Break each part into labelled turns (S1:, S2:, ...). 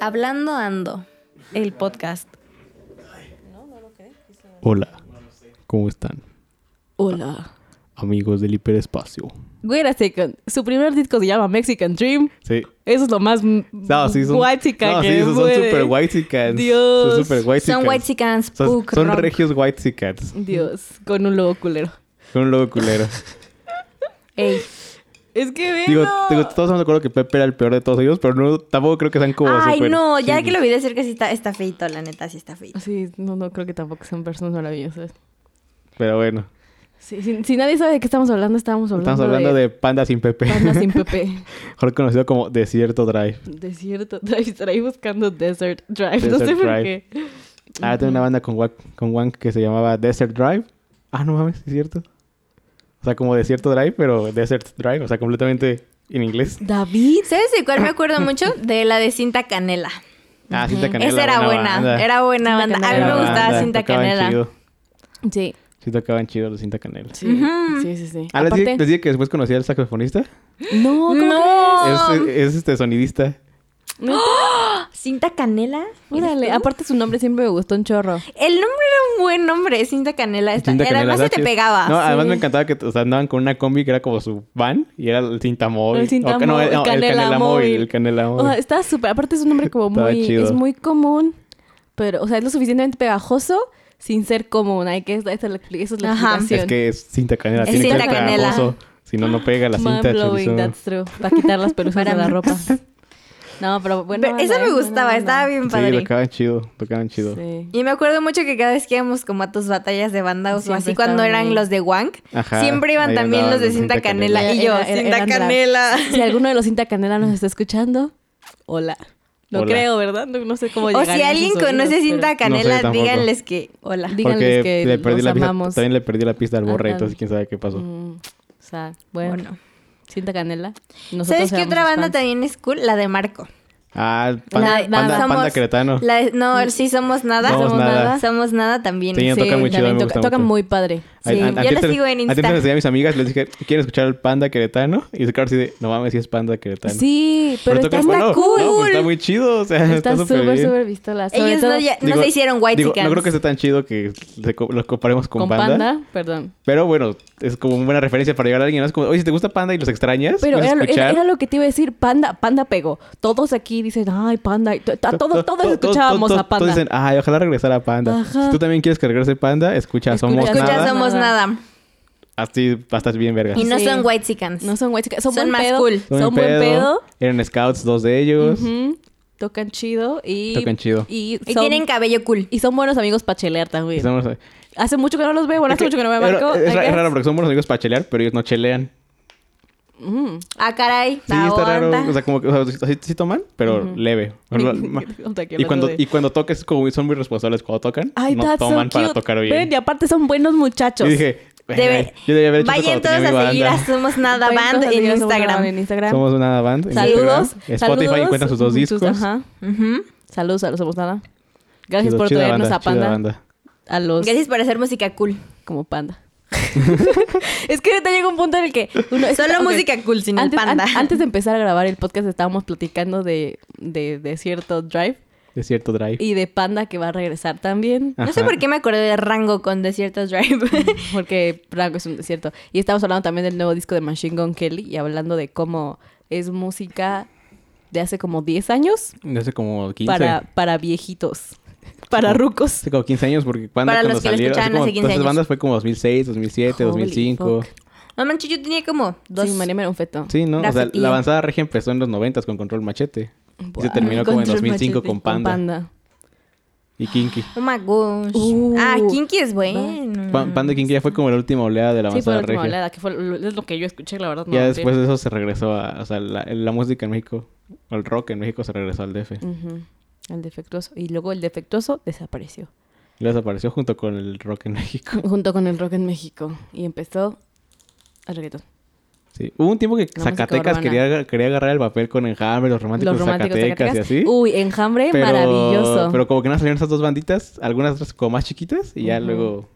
S1: Hablando Ando, el podcast.
S2: Hola, ¿cómo están?
S3: Hola.
S2: Amigos del hiperespacio.
S3: Wait a second. Su primer disco se llama Mexican Dream.
S2: Sí.
S3: Eso es lo más m-
S2: No, sí, son...
S3: guachica
S2: no,
S3: que
S2: sí, son
S3: puede.
S2: super whitesicans.
S3: Dios.
S2: Son super whitesicans.
S1: Son White Sicans,
S2: Son, son regios whitesicans.
S3: Dios, con un logo culero.
S2: Con un logo culero.
S1: Ey,
S3: Es que velo.
S2: digo, digo, todos estamos de acuerdo que Pepe era el peor de todos ellos, pero no, tampoco creo que sean como
S1: Ay,
S2: super-
S1: no, ya
S2: sí.
S1: que lo vi decir que sí está, está feito, la neta, sí está feito.
S3: Sí, no, no creo que tampoco sean personas maravillosas.
S2: Pero bueno,
S3: Sí, si, si nadie sabe de qué estamos hablando, estábamos hablando
S2: estamos hablando de... Panda sin Pepe.
S3: Panda sin Pepe.
S2: Mejor conocido como Desierto Drive.
S3: Desierto Drive. Estaré buscando Desert Drive. no
S2: Desert
S3: sé por
S2: Drive.
S3: qué.
S2: Ah, tenía una banda con, Wack- con Wank que se llamaba Desert Drive. Ah, no mames, es cierto. O sea, como Desierto Drive, pero Desert Drive. O sea, completamente en inglés.
S3: David.
S1: ¿Sabes de cuál me acuerdo mucho? De la de Cinta Canela.
S2: Ah, Cinta Canela.
S1: Esa era buena,
S2: banda.
S1: era buena
S3: Cinta
S1: banda. A mí
S3: Canela.
S1: me
S2: Buena
S1: gustaba
S2: banda,
S1: Cinta
S2: tocaban
S1: Canela.
S2: chido.
S3: Sí.
S2: Sí, tocaban chido los Cinta Canela.
S3: Sí,
S1: Ujú.
S3: sí, sí. sí.
S2: Ah, les dije, les dije que después conocí al saxofonista.
S3: No, ¿cómo
S1: No.
S2: Es, es, este sonidista.
S3: crees? No,
S1: Cinta Canela.
S3: Órale, aparte su nombre siempre me gustó un chorro.
S1: El nombre era un buen nombre, Cinta Canela. Esta.
S2: Cinta
S1: era- Este,
S2: Canela,
S1: además
S2: estaba
S1: se te
S2: chido.
S1: pegaba.
S2: No,
S1: sí.
S2: además me encantaba que o sea, andaban con una combi que era como su van y era el cinta móvil.
S3: El cinta
S2: O ca- no,
S3: móvil,
S2: no, el
S3: canela
S2: canela
S3: móvil.
S2: móvil. El canela
S3: O sea,
S2: móvil.
S3: está súper, aparte es un nombre como
S2: Estaba
S3: muy,
S2: chido.
S3: es muy común, pero, o sea, es lo suficientemente pegajoso sin ser común. Hay que, esa es la, esa es la
S1: Ajá.
S3: explicación.
S2: Es que es cinta canela.
S1: Es
S2: tiene que
S1: cinta
S2: ser
S1: canela.
S2: pegajoso. Si no, no pega la
S3: Mind
S2: cinta.
S3: blowing,
S2: chorizo.
S3: that's true. Para quitar las pelusas de la ropa. No, pero bueno.
S1: Pero esa
S3: banda,
S1: me
S3: eh, buena
S1: gustaba,
S3: banda.
S1: estaba bien
S2: Sí,
S1: padre.
S2: tocaban chido, tocaban chido.
S3: Sí.
S1: Y me acuerdo mucho que cada vez que íbamos como a tus batallas de banda o
S3: Siempre
S1: así, cuando
S3: estaban
S1: eran
S3: ahí.
S1: los de Wank,
S2: Ajá,
S1: siempre iban
S2: ahí
S1: también los
S2: andaban
S1: de
S2: los de
S1: Cinta
S2: Cinta
S1: Canela.
S3: Canela.
S1: Y yo,
S3: Era- era-
S1: Cinta
S3: eran drag.
S1: Canela.
S3: Si alguno de los Cinta Canela nos está escuchando, hola. No
S2: Hola.
S3: creo, ¿verdad? No, no sé cómo
S1: O
S3: llegar
S1: si alguien conoce Cinta Canela,
S2: tampoco.
S1: díganles que hola.
S3: Di- díganles
S2: Porque
S3: que
S2: le perdí
S3: los
S2: la pista,
S3: amamos.
S2: también le perdí la pista al borre,
S3: Ajá.
S2: entonces quién sabe qué pasó.
S3: Mm, o sea, bueno,
S1: Bueno.
S3: Cinta Canela.
S1: ¿Sabes qué otra banda
S3: también?
S1: también es cool? La de Marco.
S2: Ah, el panda,
S1: La-
S2: panda,
S1: somos-
S2: panda queretano.
S1: La de-
S3: Mm.
S1: no, sí, Somos Nada.
S2: Somos Somos Nada. Nada.
S1: Somos Nada también.
S2: Sí, tocan muy chido, a mí me
S3: toca,
S2: gusta
S3: tocan
S2: mucho.
S3: muy padre.
S1: sí, yo
S2: antier
S1: la
S2: se-
S1: sigo en
S2: antier
S1: Insta.
S2: se las enseñé a mis amigas, les dije, ¿quieren escuchar el panda queretano? Y se quedaron así de, no mames, si es panda queretano.
S3: Sí, pero
S2: tocan-
S3: está,
S2: bueno,
S3: está cool.
S2: no, pues está muy chido, o sea, está
S3: está
S2: súper
S3: súper,
S2: bien.
S3: súper vistola. Sobre
S1: Ellos no,
S3: todo
S1: ya- no
S2: Digo-
S1: se hicieron White
S2: Digo,
S1: Chicans.
S2: no creo que sea tan chido que se co- los comparemos con,
S3: con panda.
S2: panda.
S3: perdón.
S2: Pero bueno, es como una buena referencia para llegar a alguien. ¿no? Es como, oye, si te gusta panda y los extrañas,
S3: Pero
S2: puedes
S3: era, lo- era-
S2: escuchar.
S3: era lo que te iba a decir, panda, panda pegó. Todos aquí dicen, ay, panda. y to- to- Todos, todos
S2: To- to- to-
S3: escuchábamos
S2: to-
S3: a panda.
S2: Todos dicen, ay, ojalá regresara Panda.
S3: Ajá.
S2: Si tú también quieres que regrese Panda, escucha,
S3: Escucha,
S2: somos
S3: escucha,
S1: Escucha,
S2: nada.
S1: Somos Nada.
S2: Así estás bien, verga.
S1: Y no
S3: Sí.
S1: son White Sicans.
S3: No son white chicas, son,
S1: Son
S3: buen
S1: más
S3: pedo,
S1: cool.
S2: Son
S3: Son buen pedo.
S2: Eran scouts dos de ellos.
S3: Ujú. Tocan chido y...
S2: Tocan chido.
S3: Y,
S1: Y
S3: son,
S1: tienen cabello cool.
S3: y son buenos amigos para chelear también.
S2: Y somos-
S3: Hace mucho que no los veo, bueno,
S2: Es
S3: hace
S2: que-
S3: mucho que no me
S2: pero
S3: marco.
S2: Es,
S3: I
S2: ra- es
S3: guess.
S2: raro porque son buenos amigos para chelear, pero ellos no chelean.
S3: Mm.
S1: Ah, caray.
S2: Sí,
S1: la
S2: está raro.
S1: onda.
S2: O sea, como que o sea, sí, sí toman, pero leve.
S3: O sea, que
S2: y,
S3: hablando
S2: cuando,
S3: de-
S2: y cuando toques, como son muy responsables cuando tocan.
S3: Ay,
S2: no
S3: that's so
S2: toman para
S3: cute.
S2: tocar
S3: Ven,
S2: bien.
S3: y aparte son buenos muchachos.
S2: Yo dije,
S1: Debe-
S2: "Ay, yo debía haber hecho eso
S1: Vayan
S2: cuando tenía
S1: todos
S2: mi
S1: a seguir
S2: banda".
S1: a Somos Nada
S3: Vayan
S1: Band
S3: todos a
S1: en
S3: seguir a Somos Nada Band
S1: Instagram.
S3: en Instagram.
S2: Somos una banda. en
S3: Saludos.
S2: Instagram. Spotify
S3: saludos,
S2: encuentran sus dos
S3: sus-
S2: discos.
S3: ajá.
S1: Ujú.
S3: Saludos a los Somos Nada. Gracias
S2: Chido,
S3: por
S2: chida
S3: traernos
S2: banda,
S3: a
S2: chida
S3: Panda.
S2: banda.
S3: A los...
S1: Gracias por hacer música cool.
S3: Como Panda. es que ahorita llega un punto en el que... Uno,
S1: Solo
S3: ok.
S1: música cool, sin
S3: antes,
S1: el panda.
S3: an- antes de empezar a grabar el podcast estábamos platicando de, de, de cierto Drive
S2: Desierto Drive.
S3: y de Panda que va a regresar también.
S1: No sé
S2: Ajá.
S1: por qué me acordé de Rango con Desiertos Drive.
S3: Porque Franco es un desierto. Y estamos hablando también del nuevo disco de Machine Gun Kelly y hablando de cómo es música de hace como 10 años
S2: De hace como 15.
S3: para, para viejitos, para rucos.
S2: Hace como 15 años porque cuando,
S1: Para los
S2: cuando
S1: que lo
S2: salieron.
S1: escuchaban
S2: como,
S1: hace 15
S2: todas esas
S1: años.
S2: bandas fue como 2006, 2007,
S3: Holy
S2: 2005.
S3: fuck.
S1: No manches, yo tenía como dos.
S3: Sí, Mariam era un feto.
S2: Sí, ¿no? O sea,
S1: Graffiti.
S2: la avanzada regia empezó en los 90 con Control Machete. Y se terminó como en
S3: Control
S2: 2005
S3: Machete.
S2: con Panda, y Kinky.
S1: Oh my gosh.
S3: Uh,
S1: ah, Kinky es bueno.
S2: Pa- Panda y Kinky ya fue como la última oleada de la
S3: Mm, Sí, fue
S2: avanzada
S3: la última
S2: regia.
S3: oleada, que fue lo, es lo que yo escuché, la verdad. no
S2: ya
S3: lo sé.
S2: después de eso se regresó a... O sea, la, la música en México, o el rock en México se regresó al DF.
S3: Ujú. El defectuoso. Y luego el defectuoso desapareció.
S2: Y desapareció junto con el rock en México.
S3: Junto con el rock en México. Y empezó el reggaetón.
S2: Sí. Hubo un tiempo que
S3: música
S2: Zacatecas
S3: urbana.
S2: quería, aga- quería agarrar el papel con Enjambre, los románticos,
S3: Los románticos
S2: de Zacatecas, y así.
S3: Uy, enjambre maravilloso.
S2: Pero como que no salieron esas dos banditas, algunas otras como más chiquitas, y ya
S3: Ujú.
S2: luego.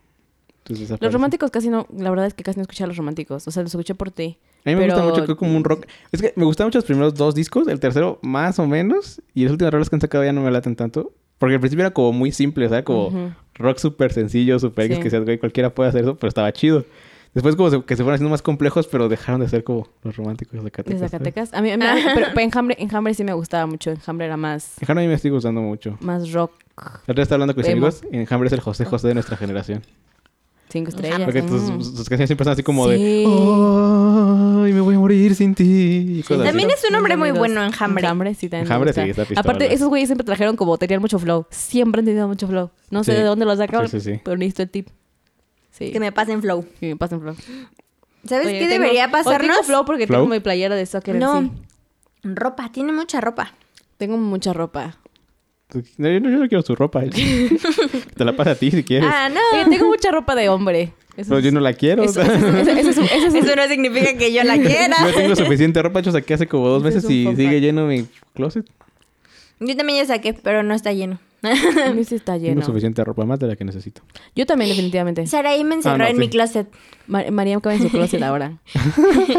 S2: pues, desaparecen.
S3: Los románticos casi no, la verdad es que casi no escuché a los románticos. O sea, los escuché por ti.
S2: A mí me gusta
S3: Pero-
S2: mucho, creo como un rock. Es que me gustan mucho los primeros dos discos, el tercero más o menos, y las últimas rolas que han sacado ya no me laten tanto. Porque al principio era como muy simple, o sea, como
S3: Ujú.
S2: rock súper sencillo, súper X,
S3: Sí.
S2: que sea, güey, cualquiera puede hacer eso, pero estaba chido. Después como se- que se fueron haciendo más complejos, pero dejaron de ser como los románticos de
S3: De
S2: Zacatecas.
S3: Zacatecas. A mí, a mí- pero, pero Enjambre, Enjambre sí me gustaba mucho. Enjambre era más,
S2: Enjambre a mí me sigue gustando mucho.
S3: más rock,
S2: El resto está hablando con mis
S3: Emo.
S2: amigos, y Enjambre es el José José de nuestra generación.
S3: cinco estrellas.
S2: Porque tus-
S3: Mm.
S2: sus, sus canciones siempre están así como de...
S3: Sí.
S2: ¡Ay, me voy a morir sin ti! Y cosas así.
S1: También es un hombre muy
S3: Bienvenidos.
S1: bueno, Enjambre.
S3: Enjambre, sí, también. me
S2: Enjambre,
S3: gusta.
S2: sí, está pistola.
S3: Aparte, esos güeyes siempre trajeron como, tenían mucho flow. Siempre han tenido mucho flow. No sé
S2: Sí.
S3: de dónde lo sacaron,
S2: Sí, sí, sí.
S3: pero listo el tip. Sí.
S1: Que me pasen flow.
S3: que me pasen flow.
S1: ¿Sabes
S3: Oye,
S1: qué
S3: tengo-
S1: debería
S3: Hoy tengo
S1: pasarnos?
S3: flow porque
S2: ¿Flow?
S3: tengo mi playera de soccer.
S1: No.
S3: No.
S1: Ropa, tiene mucha ropa.
S3: Tengo mucha ropa.
S2: No, yo, no, yo no quiero su ropa. Te la pasa a ti si quieres.
S1: Ah, no.
S3: Oye, tengo mucha ropa de hombre. Eso
S2: pero yo no la quiero.
S3: Eso,
S2: o sea.
S3: eso- eso- eso- eso- eso- eso-
S1: Eso no significa que yo la quiera.
S2: Yo tengo suficiente ropa. Yo saqué hace como dos
S3: Ese
S2: meses
S3: es un
S2: y
S3: fun
S2: sigue
S3: fact.
S2: lleno mi closet.
S1: Yo también ya saqué, pero no está lleno.
S3: mío sí está
S2: Tengo
S3: lleno.
S2: suficiente ropa más de la que necesito.
S3: Yo también, definitivamente.
S1: Saraí me encerró
S2: Ah, no,
S1: en
S2: sí.
S1: mi closet.
S3: Ma- María cabe en su closet ahora.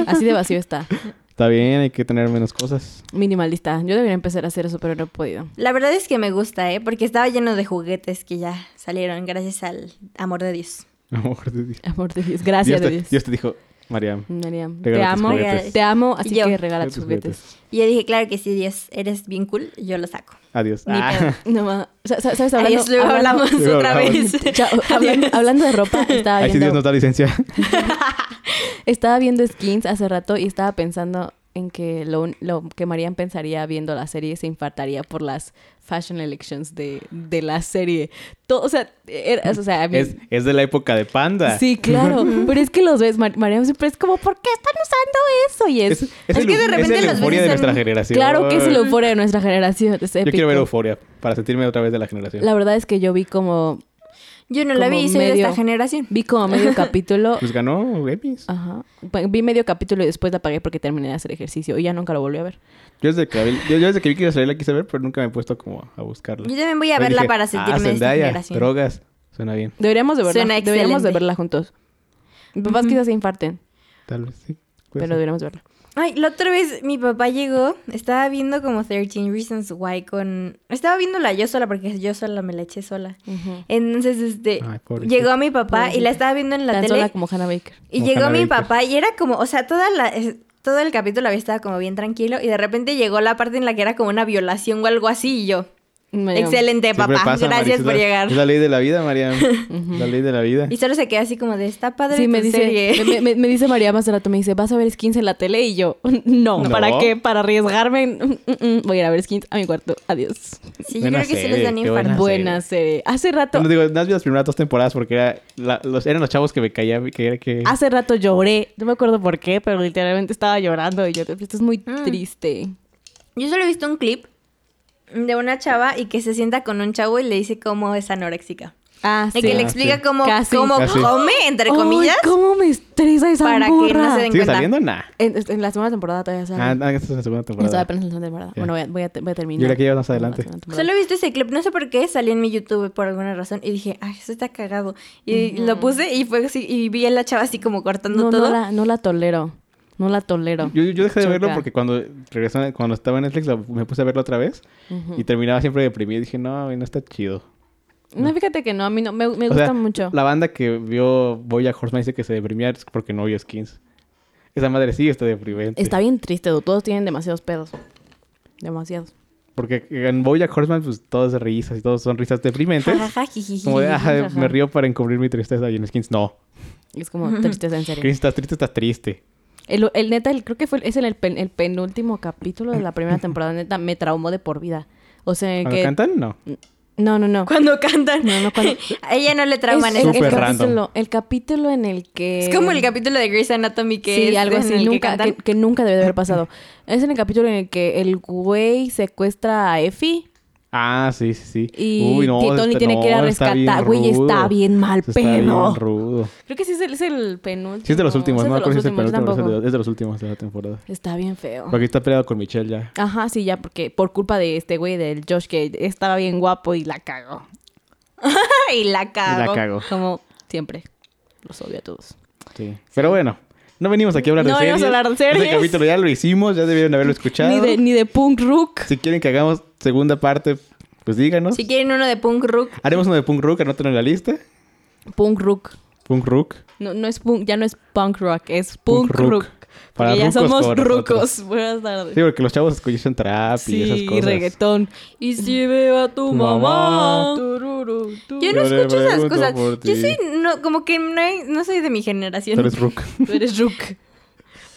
S3: Así de vacío está.
S2: Está bien, hay que tener menos cosas.
S3: Minimalista. Yo debería empezar a hacer eso, pero no he podido.
S1: La verdad es que me gusta, ¿eh? Porque estaba lleno de juguetes que ya salieron gracias al amor de Dios.
S2: Amor de Dios.
S3: Amor de Dios.
S2: Dios
S3: Gracias,
S2: te,
S3: de Dios.
S2: Dios te dijo, Mariam.
S3: María, te
S2: Regala tus
S3: amo.
S2: juguetes.
S3: Te amo,
S1: Y
S3: así
S1: yo.
S3: que regala
S2: regala
S3: tus juguetes.
S1: Y yo dije, claro que sí, Dios, eres bien cool, yo lo saco.
S2: Adiós.
S3: Ni
S2: Ah,
S3: pedo. No, ma- sa- sa- ¿Sabes? Pues Hablando,
S1: Adiós, luego
S3: hablando-
S1: hablamos
S2: Luego
S1: otra
S2: hablamos.
S1: vez.
S3: Chao, hablando, hablando de ropa, estaba
S2: ahí sí Dios
S3: viendo,
S2: nos da licencia.
S3: estaba viendo skins hace rato y estaba pensando en que lo, un- lo que Marian pensaría viendo la serie se infartaría por las fashion elections de, de la serie. Todo, o sea, era- o sea, a mí-
S2: es, es de la época de Panda.
S3: Sí, claro. Pero es que los ves, Mar- Mariam siempre es como, ¿por qué están usando eso? Y es,
S2: Es, es,
S1: Es
S2: el-
S1: que de
S2: es
S1: repente
S2: la
S1: los ves
S2: euforia de
S1: en-
S2: nuestra generación.
S3: claro que es el euforia de nuestra generación. Es
S2: Yo quiero
S3: épico.
S2: ver euforia para sentirme otra vez de la generación.
S3: La verdad es que yo vi como,
S1: Yo no la
S3: Como
S1: vi, soy de
S3: medio-
S1: esta generación.
S3: vi como medio capítulo
S2: Pues ganó Emmys.
S1: Ah.
S3: Ajá. Pa- Vi medio capítulo y después la apagué porque terminé de hacer ejercicio y ya nunca lo volví a ver.
S2: Yo desde, que, vi- yo, yo desde que vi que iba a salir la quise ver, pero nunca me he puesto como a buscarla.
S1: Yo también voy a
S2: Pero
S1: verla
S2: dije,
S1: para
S2: ah,
S1: sentirme de esta
S2: Zendaya,
S1: generación.
S2: drogas. Suena bien.
S3: Deberíamos de verla.
S1: Suena
S3: deberíamos de
S1: excelente.
S3: verla juntos. Mis papás
S1: Ujú.
S3: quizás se infarten,
S2: Tal vez Pues sí. puede
S3: pero
S2: ser.
S3: deberíamos de verla.
S1: Ay, la otra vez mi papá llegó, estaba viendo como 13 Reasons Why con... Estaba viéndola yo sola porque yo sola me la eché sola. Entonces, este,
S2: Ay, pobrecita.
S1: llegó mi papá y la estaba viendo en la
S3: Tan
S1: tele
S3: sola como Hannah Baker.
S1: y
S2: como
S1: llegó
S2: Hannah
S1: mi
S2: Baker.
S1: papá y era como, o sea, toda la... es- todo el capítulo había estado como bien tranquilo y de repente llegó la parte en la que era como una violación o algo así y yo.
S3: Mariam.
S1: Excelente,
S2: Siempre
S1: Eh, papá.
S2: pasa,
S1: Gracias
S2: Maris,
S1: por
S2: es la-
S1: llegar.
S2: Es la ley de la vida, María. la ley de la vida.
S1: Y solo se queda así como de, está padre
S3: Sí, me
S1: tu
S3: dice,
S1: serie".
S3: me, me- me dice María más rato, me dice, ¿vas a ver skins en la tele? Y yo,
S2: No.
S3: no, ¿para qué? Para arriesgarme. Mm, mm, mm. Voy a ir a ver skins a mi cuarto. Adiós.
S1: Sí, yo
S2: Buena
S1: creo que sí les
S2: serie,
S1: dan
S2: qué
S1: infarto.
S2: Buena
S3: Buena serie. Hace rato,
S2: No digo, no has visto las primeras dos temporadas porque era la- los, eran los chavos que me caían. Que, que...
S3: hace rato lloré. No me acuerdo por qué, pero literalmente estaba llorando. Y yo, esto es muy
S1: Ah.
S3: triste.
S1: Yo solo he visto un clip de una chava y que se sienta con un chavo y le dice cómo es anoréxica.
S3: Ah,
S1: Y que
S2: Sí.
S1: le
S2: Ah,
S1: explica
S2: sí.
S1: cómo,
S3: Casi.
S1: cómo
S2: Casi.
S1: come, entre
S3: Ay,
S1: comillas.
S3: ¿Cómo me estresa esa
S1: Para que no
S3: burra?
S1: se den-
S2: ¿Sigue
S1: cuenta.
S2: saliendo? Nah.
S3: en, en la segunda temporada todavía sale.
S2: Ah, ah, esta es la segunda
S3: Estaba
S2: temporada.
S3: apenas en la segunda temporada.
S2: Ya.
S3: Bueno, voy a, voy a, te- voy a terminar.
S2: Yo creo que ya más adelante.
S3: La segunda temporada.
S1: Solo he visto ese clip, no sé por qué, salió en mi YouTube por alguna razón y dije, ay, eso está cagado. Y lo puse y fue así, y vi a la chava así como cortando
S3: no,
S1: todo.
S3: no la, no la tolero. No la tolero.
S2: Yo, yo dejé de verlo
S3: Choca.
S2: porque cuando regresó, cuando estaba en Netflix la- me puse a verlo otra vez y terminaba siempre deprimido. Dije, no, güey, no está chido.
S3: No, fíjate que no, a mí no. Me, me
S2: O
S3: gusta
S2: sea,
S3: mucho.
S2: La banda que vio Boya Horseman dice que se deprimía es porque no vio skins. Esa madre sí está deprimente.
S3: Está bien triste, dude. Todos tienen demasiados pedos. Demasiados.
S2: Porque en Boya Horseman, pues todas risas y todos son risas deprimentes.
S1: Jajaja, jijiji.
S2: Como de, "Ah,
S3: ajá".
S2: me río para encubrir mi tristeza. Y en skins, no.
S3: Es como tristeza en
S2: Skins,
S3: serio.
S2: estás triste, estás triste.
S3: El, el neta, el- creo que fue, es en el, pen- el penúltimo capítulo de la primera temporada. Neta, me traumó de por vida. O sea,
S2: ¿Cuando
S3: que.
S2: cantan? No.
S3: Mm. No, no, no.
S1: Cuando cantan.
S3: No, no, cuando-
S1: a ella no le trauman
S3: Es-
S1: es,
S3: el, el
S2: Súper raro.
S3: capítulo, el capítulo en el que.
S1: es como el capítulo de Grey's Anatomy que
S3: sí,
S1: es
S3: algo
S1: en
S3: así
S1: el que
S3: nunca, que,
S1: cantan.
S3: que nunca debe de haber pasado. Es en el capítulo en el que el güey secuestra a Effie
S2: Ah, sí, sí, sí.
S3: y Tony
S2: está-
S3: tiene que ir a
S2: no, está bien
S3: rescatar. Güey, está
S2: rudo.
S3: bien mal
S2: Eso Está
S3: pedo.
S2: bien rudo.
S3: Creo que sí es el, es el penúltimo.
S2: Sí, es de los últimos.
S3: Sí,
S2: No,
S3: es
S2: me
S3: de los
S2: acuerdo si es el
S3: últimos, yo
S2: penúltimo, pero es de-
S3: tampoco.
S2: es de los últimos de la temporada.
S3: Está bien feo.
S2: Porque está peleado con Michelle ya.
S3: Ajá, sí, ya, porque por culpa de este güey, del Josh, que estaba bien guapo y la cagó.
S1: y la cago.
S2: cago.
S3: Como siempre. Los odio a todos.
S2: Sí. Pero bueno, No venimos aquí a hablar de
S3: No
S2: series.
S3: venimos a hablar de series.
S2: Este capítulo ya lo hicimos, ya debieron haberlo escuchado.
S3: Ni de, ni de punk rock.
S2: Si quieren que hagamos segunda parte, pues díganos.
S1: Si quieren uno de punk rock,
S2: Haremos uno de Punk Rook, anótenlo en la lista.
S3: Punk rock.
S2: Punk Rook.
S3: No, no es punk, ya no es punk rock, es
S2: Punk
S3: punk,
S2: rock.
S3: rock.
S2: Para
S3: Porque ya
S2: rucos como
S3: somos
S2: nosotros.
S3: rucos. Buenas tardes.
S2: Sí, porque los chavos escuchan trap y
S3: Sí,
S2: esas cosas.
S3: reggaetón. Y si veo a tu
S2: Mamá.
S3: mamá. Tururu, tu-
S1: yo no
S2: Yo le
S1: escucho esas
S2: pregunto
S1: cosas.
S2: por
S1: Yo
S2: ti.
S1: soy, no, como que no, hay- no soy de mi generación.
S2: Tú eres Rook.
S3: Tú eres rook.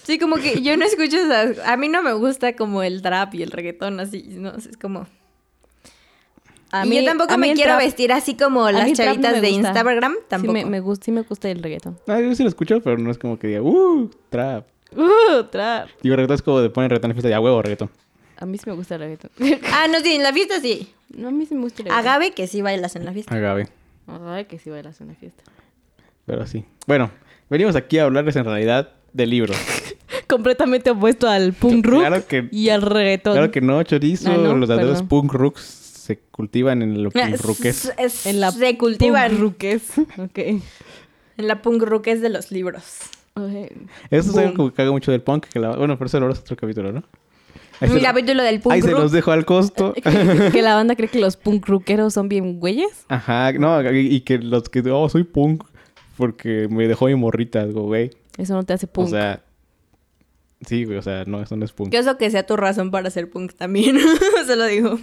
S1: Sí, como que yo no escucho esas. A mí no me gusta como el trap y el reggaetón, así. No, es como.
S3: A
S1: Y
S3: mí-
S1: yo tampoco
S3: a mí
S1: me
S3: el
S1: quiero
S3: trap-
S1: vestir así como
S3: mí
S1: las
S3: el trap no
S1: chavitas
S3: me
S1: de
S3: gusta.
S1: Instagram.
S3: Sí
S1: Tampoco.
S3: me, me gusta, sí me gusta el reggaetón.
S2: Ah, yo sí lo escucho, pero no es como que diga, uh, trap.
S3: Uh, trap.
S2: Digo, reggaetón es como de poner reggaetón en la fiesta. Ya, huevo, reggaetón.
S3: A mí sí me gusta el reggaetón.
S1: Ah, no, sí, en la fiesta sí.
S3: No, a mí sí me gusta el reggaetón.
S1: Agave que sí bailas en la
S3: Ah,
S1: fiesta.
S2: Agave.
S3: Agave. que sí bailas en la fiesta.
S2: Pero sí. Bueno, venimos aquí a hablarles en realidad de libros.
S3: Completamente opuesto al punk rock
S2: Claro que-
S3: y al reggaetón.
S2: Claro que no, chorizo.
S3: Ah, no,
S2: los verdaderos
S3: perdón. Ah,
S2: punk rooks se cultivan en lo punk
S1: Es- es-
S3: En la
S1: se cultivan
S3: Punk rockes. Ok.
S1: en la punk rock es de los libros.
S3: Ok.
S2: Eso es algo
S1: Boom.
S2: que caga mucho del punk. Que la- Bueno, pero eso lo hablas otro capítulo, ¿no? Ahí
S1: Un
S2: se, lo-
S1: capítulo del punk
S2: ahí se
S1: rock.
S2: los dejo al
S3: Eh,
S2: costo.
S3: que la banda cree que los punk rockeros son bien güeyes.
S2: Ajá, no, y y que los que, oh, soy punk porque me dejó mi morrita, digo, güey.
S3: Eso no te hace punk.
S2: O sea, sí, güey, o sea, no, eso no es punk.
S1: Que eso que sea tu razón para ser punk también. se lo digo.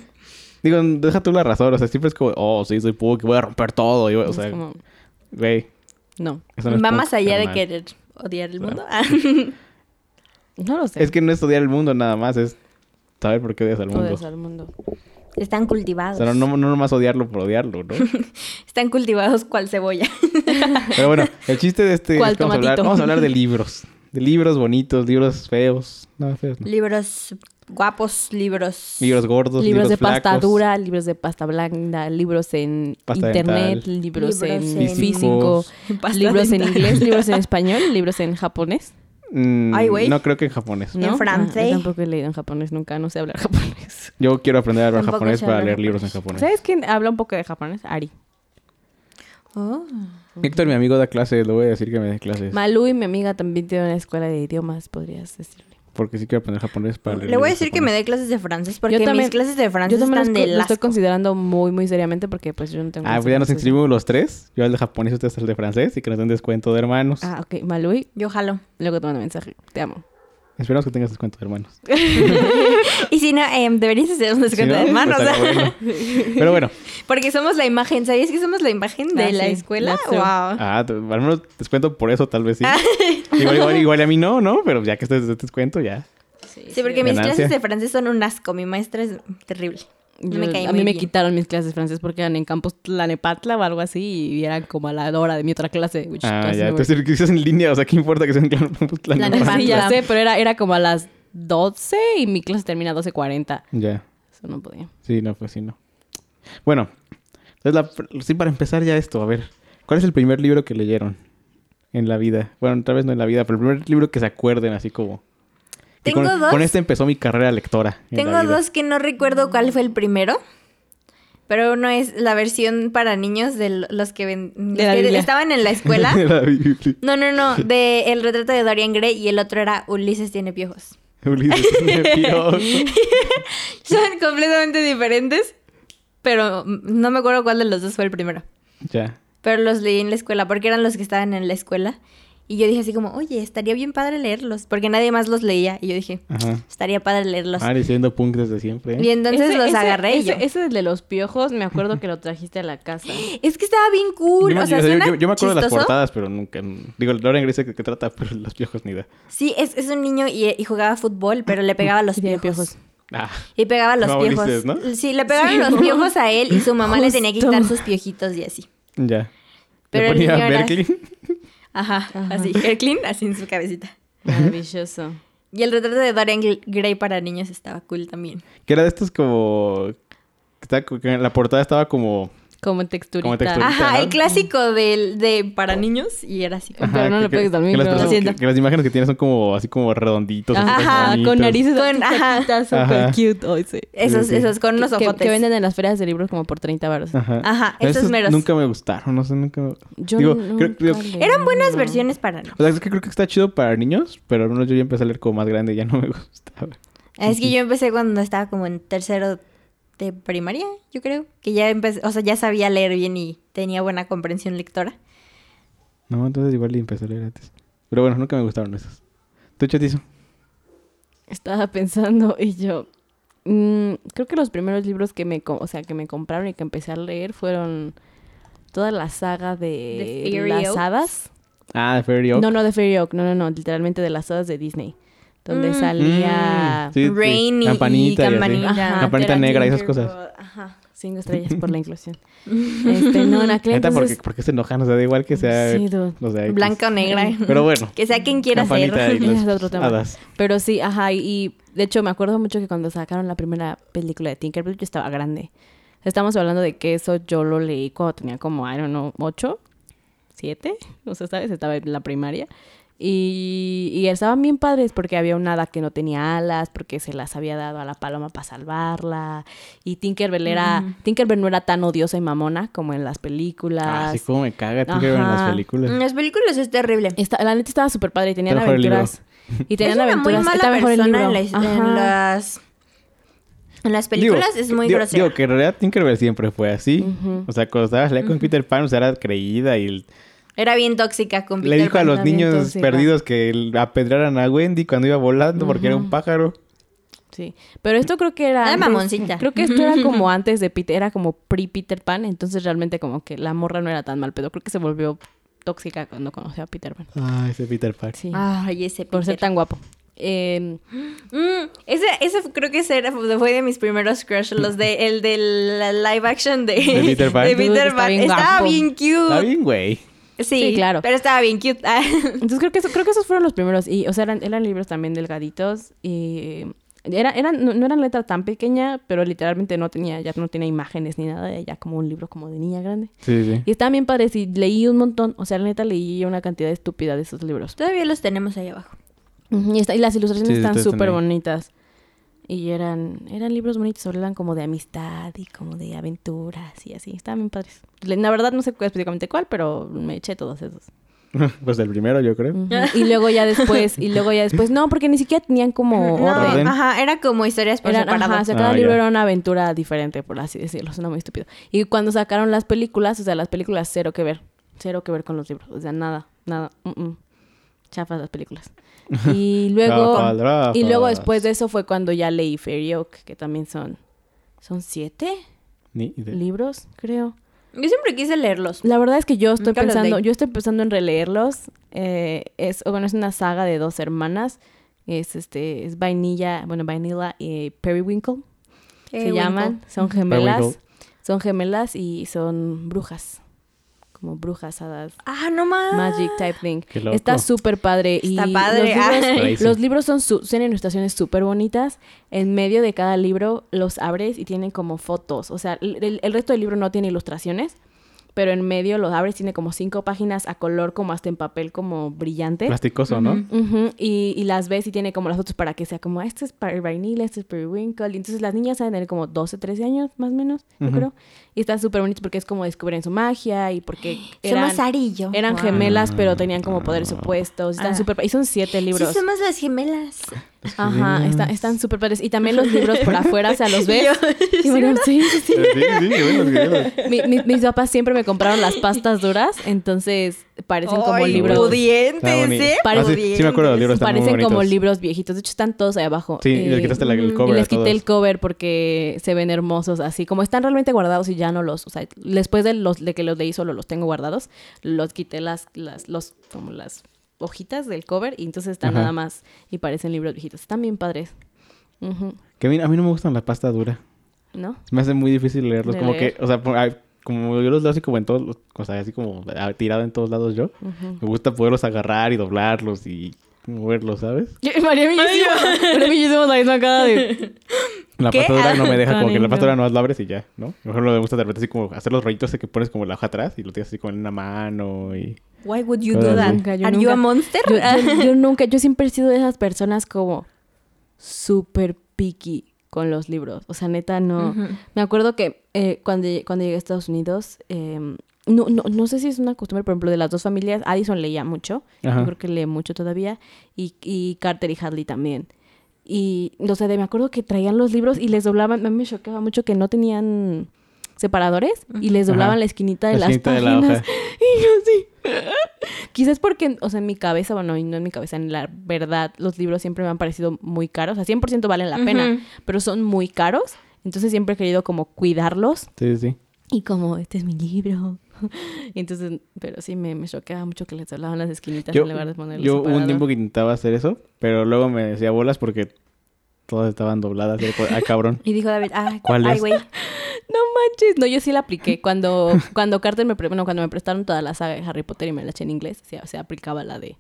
S2: Digo, deja tú la razón, o sea, siempre es como, oh, sí, soy punk, voy a romper todo, y, voy- o
S3: Es
S2: sea,
S3: como,
S2: güey,
S3: no.
S2: eso no es
S1: Va
S2: punk,
S1: más allá de
S2: carnal.
S1: querer odiar el mundo.
S3: No lo sé.
S2: Es que no es odiar el mundo nada más, es saber por qué odias al
S3: Todo
S2: mundo.
S3: es al mundo.
S1: Están
S2: O
S1: cultivados.
S2: sea, no, no, no nomás odiarlo por odiarlo, ¿no?
S1: Están cultivados cual cebolla.
S2: Pero bueno, el chiste de este...
S3: ¿Cuál
S2: es que vamos, a hablar,
S3: tomatito?
S2: vamos a hablar de libros. De libros bonitos, libros feos. No, feos no.
S1: libros guapos, libros.
S2: Libros gordos, libros,
S3: libros de
S2: flacos.
S3: pasta dura, libros de pasta blanda, libros en
S2: Pasta
S3: internet,
S2: dental.
S3: libros,
S1: Libros
S3: en
S1: en-
S3: físico,
S1: Pasta
S3: libros en
S1: dental.
S3: inglés, libros en español, libros en japonés.
S2: Mm,
S1: Ay, güey.
S2: No creo que en japonés.
S1: En
S3: ¿no? Ah,
S1: francés.
S3: yo tampoco he leído en japonés nunca, no sé hablar japonés.
S2: Yo quiero aprender a hablar
S1: Tampoco
S2: japonés
S1: sé
S2: para
S1: hablar
S2: leer libros en japonés.
S3: ¿Sabes quién habla un poco de japonés? Ari.
S1: Oh.
S2: Héctor, mi amigo, da clases. Le voy a decir que me dé clases.
S3: Malú y mi amiga también tiene una escuela de idiomas, podrías decirle.
S2: Porque sí quiero aprender japonés para leer
S1: Le voy a
S2: libros
S1: decir que me
S2: japonés.
S1: dé clases de francés porque mis clases de francés
S3: yo también
S1: están
S3: lo,
S1: de
S3: escu- lo estoy
S1: las.
S3: considerando muy, muy seriamente porque pues yo no tengo...
S2: Ah, pues ya nos
S3: enseñanzas.
S2: inscribimos los tres. Yo al de japonés, ustedes al de francés. Y que nos den descuento de hermanos.
S3: Ah, ok. Malui,
S1: Yo jalo.
S3: luego te mando mensaje. Te amo.
S2: Esperamos que tengas descuento de hermanos.
S1: Y si no, em, deberías hacer un descuento
S2: Si no,
S1: de manos.
S2: pues, estaría bueno. Pero bueno.
S1: Porque somos la imagen. ¿Sabías que somos la imagen de
S3: Ah,
S1: la
S3: sí,
S1: escuela?
S3: that's true.
S1: Wow.
S2: Ah, t- al menos descuento por eso, tal vez
S1: Ah.
S2: sí. igual, igual, igual a mí no, ¿no? Pero ya que estés de descuento, ya.
S1: Sí, porque mis
S2: Ganancia.
S1: clases de francés son un asco. Mi maestra es terrible. No
S3: Yo-
S1: me cae
S3: a
S1: muy
S3: mí me
S1: bien.
S3: quitaron mis clases de francés porque eran en campus Tlanepatla o algo así y eran como a la hora de mi otra clase. which
S2: Ah,
S3: doesn't
S2: ya.
S3: work.
S2: Entonces, que seas en línea, o sea, ¿qué importa que sea Pues, en plan-
S1: Plan-
S2: plan-
S3: Sí,
S1: Tlanepantla.
S3: ya sé, pero era, era como a las 12 y mi clase termina a 12.40.
S2: Ya.
S3: Eso no podía.
S2: Sí, no, pues sí, no. Bueno, entonces la pr- sí, para empezar ya esto, a ver, ¿cuál es el primer libro que leyeron en la vida? Bueno, tal vez no en la vida, pero el primer libro que se acuerden, así como... que
S1: Tengo
S2: con,
S1: dos.
S2: Con este empezó mi carrera lectora. en la
S1: Tengo
S2: vida.
S1: dos que no recuerdo cuál fue el primero. Pero uno es la versión para niños de los que, ven- los
S3: De la
S1: que
S3: Biblia.
S1: estaban en la escuela.
S2: La Biblia.
S1: No, no, no. De El retrato de Dorian Gray y el otro era Ulises tiene piojos.
S2: Ulises tiene piojos.
S1: Son completamente diferentes, pero mm, no me acuerdo cuál de los dos fue el primero.
S2: ya.
S1: Pero los leí en la escuela porque eran los que estaban en la escuela. Y yo dije así como, oye, estaría bien padre leerlos. Porque nadie más los leía. Y yo dije,
S2: Ajá.
S1: estaría padre leerlos.
S2: Ah, diciendo punk desde siempre. ¿eh?
S1: Y entonces
S3: Ese-
S1: los
S3: ese-
S1: agarré y
S3: ese,
S1: yo.
S3: Ese de los piojos, me acuerdo que lo trajiste a la casa.
S1: Es que estaba bien cool.
S2: Yo me-
S1: o sea,
S2: yo- yo-
S1: suena
S2: yo, yo me acuerdo de las
S1: chistoso.
S2: portadas, pero nunca... Digo, Lauren Gris que, que trata, pero los piojos ni da.
S1: Sí, es, es un niño y, y jugaba fútbol, pero le pegaba a los
S3: Y tiene
S1: piojos.
S3: piojos.
S2: Ah,
S1: Y pegaba a los
S2: No,
S1: piojos.
S2: Ulises, ¿no?
S1: Sí, le pegaban
S3: Sí.
S1: los piojos a él y su mamá le tenía que
S3: Justo.
S1: quitar sus piojitos y así.
S2: ya.
S1: Pero
S2: Le
S1: el
S2: ponía
S1: niño era-
S2: Berkeley.
S1: Ajá, así. Kirklin, así en su cabecita.
S3: Maravilloso.
S1: Y el retrato de Dorian Gl- Gray para niños estaba cool también.
S2: Que era de estos como... que estaba co- que en la portada estaba como...
S3: Como texturita.
S2: Como texturita.
S1: Ajá,
S2: Ajá.
S1: el clásico del de para niños y era así como.
S3: Ajá. no le
S2: que-
S3: pegues al
S2: que- que las
S3: micro.
S2: personas-
S1: Lo siento.
S2: que- que las imágenes que tienes son como así como redonditos. así
S3: Ajá,
S2: bonitos.
S3: con narices
S1: Con- ajá.
S3: súper
S2: Ajá.
S3: cute. Oh, sí.
S1: Esos,
S2: Sí, sí.
S1: esos con los
S3: Que- que,
S1: ojotes.
S3: venden en las ferias de libros como por 30 baros.
S2: Ajá.
S1: Ajá,
S2: Pero
S1: esos meros.
S2: Nunca me gustaron, no sé, nunca.
S3: Yo
S2: Digo,
S3: nunca
S2: creo- creo-
S3: leí.
S1: Eran buenas versiones para
S2: O sea, es que creo que está chido para niños, pero al menos yo ya empecé a leer como más grande y ya no me gustaba.
S1: Es que yo empecé cuando estaba como en tercero de primaria, yo creo. Que ya empecé, o sea, ya sabía leer bien y tenía buena comprensión lectora.
S2: No, entonces igual y empecé a leer antes. Pero bueno, nunca me gustaron esos. ¿Tú, Chatizo?
S3: Estaba pensando y yo... mm, creo que los primeros libros que me, co- o sea, que me compraron y que empecé a leer fueron toda la saga de,
S1: De Fairy
S3: las
S1: Oaks.
S3: hadas.
S2: Ah, de Fairy Oak.
S3: No, no de Fairy Oak, no, no, no, literalmente de las hadas de Disney. Donde
S1: Mm.
S3: salía
S2: Mm, sí, sí.
S1: Rainy
S2: Campanita y así.
S1: campanita.
S3: Ajá,
S2: Campanita
S3: Tera
S2: negra y esas
S3: Tinkerbell.
S2: cosas.
S1: Ajá.
S3: cinco estrellas por la inclusión. este, no, en aquel
S2: Neta, porque,
S3: entonces...
S2: porque se enojan, o sea, da igual que sea.
S3: Sí, dude.
S2: o sea, X.
S1: Blanca o negra.
S2: Pero bueno.
S1: que sea quien quiera
S2: Campanita y
S1: ser.
S3: Ese
S2: las
S3: es otro tema.
S2: hadas.
S3: Pero sí, ajá, y, y de hecho me acuerdo mucho que cuando sacaron la primera película de Tinkerbell yo estaba grande. Estamos hablando de que eso yo lo leí cuando tenía como, I don't know, ocho, siete, o sea, ¿sabes? Estaba en la primaria. Y, y estaban bien padres porque había un hada que no tenía alas, porque se las había dado a la paloma para salvarla. Y Tinkerbell era, Tinkerbell no era tan odiosa y mamona como en las películas.
S2: Ah, sí, como me caga Tinkerbell en las
S3: Ajá.
S2: películas.
S1: En las películas es terrible.
S3: Esta- la neta estaba súper padre y tenían
S2: Está mejor el libro.
S3: aventuras. Y
S1: Es
S3: tenían
S1: una muy
S3: aventuras.
S1: mala
S3: Está mejor el
S1: persona en,
S3: libro.
S1: las- en
S3: Ajá.
S1: las... En las películas
S2: Digo,
S1: es muy
S2: digo-
S1: grosera.
S2: Digo que en realidad Tinkerbell siempre fue así.
S3: Ujú.
S2: O sea, cuando estaba leyendo con Peter Pan, o sea, era creída y el-
S1: Era bien tóxica con
S2: le
S1: Peter
S2: dijo a
S1: Pan.
S2: los
S3: también,
S2: niños
S3: entonces, igual.
S2: perdidos que el- apedraran a Wendy cuando iba volando porque era un pájaro.
S3: Sí, pero esto creo que era...
S1: Era
S3: antes-
S1: Ah, mamoncita.
S3: Creo que esto era como antes de Peter, era como pre-Peter Pan, entonces realmente como que la morra no era tan mal, pero creo que se volvió tóxica cuando conoció a Peter Pan.
S2: Ah, ese Peter Pan.
S3: Sí,
S1: Ay, ese
S3: por
S1: Ah, Peter.
S3: ser tan guapo. Eh,
S1: Mm, ese, ese fue- creo que ese era, fue de mis primeros crush, los de el del live action de,
S2: ¿De Peter Pan?
S1: de
S3: Dude,
S1: Peter
S3: está
S1: Pan.
S3: bien
S1: Estaba
S3: guapo.
S1: bien
S2: Está
S1: cute.
S2: bien, güey.
S1: Sí,
S3: Sí, claro.
S1: Pero estaba bien cute. Ah,
S3: entonces creo que, eso, creo que esos fueron los primeros, y o sea, eran, eran libros también delgaditos, y era, eran, no, no eran letra tan pequeña, pero literalmente no tenía, ya no tenía imágenes ni nada, era ya como un libro como de niña grande.
S2: Sí, sí.
S3: Y estaban bien padres, y leí un montón, o sea, la neta leí una cantidad estúpida de esos libros.
S1: Todavía los tenemos ahí abajo.
S3: Ujú, Y, está- y las ilustraciones
S2: Sí,
S3: están
S2: estas están
S3: súper
S2: ahí.
S3: bonitas. Y eran, eran libros bonitos, solo eran como de amistad y como de aventuras y así. Estaban bien padres. Le- La verdad no sé cu- específicamente cuál, pero me eché todos esos.
S2: pues el primero, yo creo.
S3: Ujú. Y luego ya después, y luego ya después. No, porque ni siquiera tenían como
S1: No,
S3: orden.
S2: orden.
S1: ajá, era como historias por
S3: Eran,
S1: separado.
S3: ajá, o sea, cada
S2: Ah,
S3: libro
S2: ya.
S3: era una aventura diferente, por así decirlo. Suena muy estúpido. Y cuando sacaron las películas, o sea, las películas cero que ver. Cero que ver con los libros. O sea, nada, nada. mm, mm. Chafas las películas. Y luego...
S2: Chafas, chafas.
S3: Y luego después de eso fue cuando ya leí Fairy Oak, que también son... ¿Son siete
S2: Ni idea.
S3: libros, creo?
S1: Yo siempre quise leerlos.
S3: La verdad es que yo estoy
S1: Nunca los
S3: pensando...
S1: leí.
S3: Yo estoy pensando en releerlos. Eh, es, bueno, es una saga de dos hermanas. Es, este, es Vainilla, bueno, Vanilla y Periwinkle.
S1: Eh,
S3: se
S1: Winkle.
S3: llaman, son gemelas.
S2: Periwinkle.
S3: Son gemelas y son brujas. Como brujas hadas.
S1: Ah, no más.
S3: Magic type thing.
S2: Qué loco.
S3: Está súper padre. y
S1: Está padre, ah.
S3: Los libros,
S1: ay.
S2: Crazy.
S3: los libros son su- tienen ilustraciones súper bonitas. En medio de cada libro los abres y tienen como fotos. O sea, el, el- el resto del libro no tiene ilustraciones, pero en medio los abres, tiene como cinco páginas a color, como hasta en papel, como brillante.
S2: Plasticoso, ¿no?
S1: Ujú.
S3: Ujú, y, y las ves y tiene como las fotos para que sea como, este es para vainilla, este es para Winkle. Y entonces las niñas saben tener como 12, 13 años más o menos, yo
S2: Ujú.
S3: creo. Y está súper bonito porque es como descubren su magia y porque eran,
S1: Somos arillo.
S3: eran
S1: Wow.
S3: gemelas, pero tenían como poderes opuestos. Están
S1: Ah.
S3: súper pa- Y son siete libros.
S1: Sí, somos las gemelas.
S2: Pues
S3: Ajá, está- están súper padres. Y también los libros por afuera, o sea, los ves. Y bueno, sí, sí,
S2: Sí,
S3: sí.
S2: sí, bueno, sí, bueno.
S3: Mi- mi- mis papás siempre me compraron las pastas duras, entonces parecen como
S1: Ay,
S3: libros.
S2: Está
S1: Pudientes,
S2: bonito.
S1: ¿eh?
S2: Ah, sí, sí me acuerdo de los libros. están muy
S3: Parecen como
S2: bonitos.
S3: libros viejitos. De hecho, están todos ahí abajo.
S2: Sí, y les
S3: Eh,
S2: quitaste la- el
S1: mm,
S2: cover.
S3: y
S2: a
S3: les quité
S2: todos.
S3: el cover porque se ven hermosos así. Como están realmente guardados y ya no los... O sea, después de, los, de que los leí solo los tengo guardados, los quité las... las los, como las hojitas del cover y entonces están
S2: Ajá.
S3: nada más y parecen libros viejitos. Están bien padres. Ujú,
S2: Que a mí, a mí no me gustan la pasta dura.
S3: ¿No?
S2: Se me hace muy difícil leerlos.
S3: De
S2: como
S3: leer.
S2: que, o sea, por- ah, como yo los leo así como en todos los- o sea, así como ah, tirado en todos lados yo. Me gusta poderlos agarrar y doblarlos y moverlos, ¿sabes?
S3: María y yo hicimos la misma cara de...
S2: La
S1: ¿Qué?
S2: pastora no me deja,
S3: Ah,
S2: como que la
S3: lindo.
S2: pastora no la abres y ya, ¿no? Mejor lo me gusta de repente así como hacer los rollitos de que pones como la hoja atrás y lo tienes así como en una mano y...
S1: Why would you
S2: Yo
S1: do that?
S3: nunca, yo
S1: Are you a
S3: nunca.
S1: monster?
S3: Yo, yo- yo nunca, yo siempre he sido de esas personas como súper picky con los libros. O sea, neta, no.
S1: Ujú.
S3: Me acuerdo que eh, cuando, lle- cuando llegué a Estados Unidos, eh, no, no, no sé si es una costumbre, por ejemplo, de las dos familias, Addison leía mucho,
S2: Ajá.
S3: yo creo que lee mucho todavía, y, y Carter y Hadley también. Y, o sea, de- me acuerdo que traían los libros y les doblaban, a mí me chocaba mucho que no tenían separadores y les
S2: Ajá.
S3: doblaban la esquinita de
S2: La
S3: las
S2: esquinita de la
S3: páginas.
S2: hoja.
S3: y yo así. Quizás porque, o sea, en mi cabeza, bueno, y no en mi cabeza, en la verdad, los libros siempre me han parecido muy caros. O sea, 100% valen la pena,
S1: Ujú.
S3: pero son muy caros. Entonces siempre he querido como cuidarlos
S2: Sí, sí, sí.
S3: y como, este es mi libro. Y Entonces, pero sí me, me choqueaba mucho que les doblaban las esquinitas
S2: Yo,
S3: en lugar de ponerles
S2: yo hubo un tiempo que intentaba hacer eso, pero luego me decía bolas porque todas estaban dobladas. y era como, Ah, cabrón.
S1: Y dijo David, ah,
S2: ¿Cuál
S1: ay,
S2: es?
S1: güey.
S3: No manches. No, yo sí la apliqué. Cuando, cuando Carter me, pre- bueno, cuando me prestaron toda la saga de Harry Potter y me la eché en inglés, se, se aplicaba la de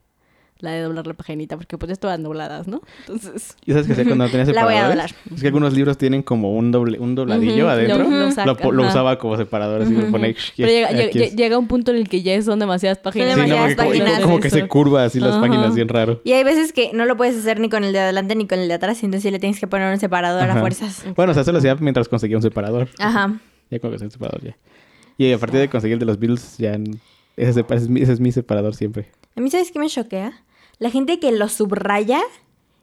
S3: la de doblar la paginita, porque pues ya estaban dobladas, ¿no? Entonces,
S2: ¿Y sabes qué hacía cuando tenía
S1: La voy a
S2: separadores? Es que algunos libros tienen como un doble, un dobladillo
S3: Ujú,
S2: adentro.
S3: lo- lo
S2: Lo,
S3: saca,
S2: po- lo
S3: ajá.
S2: usaba como separador, así
S3: Ujú.
S2: lo ponía...
S3: Pero llega, llega- llega un punto en el que ya son demasiadas
S2: Sí,
S3: páginas.
S2: no,
S1: demasiadas
S2: porque como, y
S1: páginas.
S2: como- como que se curva así las
S3: Ajá.
S2: páginas bien raro.
S1: Y hay veces que no lo puedes hacer ni con el de adelante ni con el de atrás, entonces sí le tienes que poner un separador
S2: Ajá.
S1: a fuerzas.
S2: Bueno, o sea, eso lo hacía mientras conseguía un separador.
S1: Ajá.
S2: Ya con que soy un separador ya. Y a partir de conseguir el de los Beatles, ya... n- Ese, sepa- ese es mi, ese es mi separador siempre.
S1: A mí, ¿sabes qué me choquea? La gente que los subraya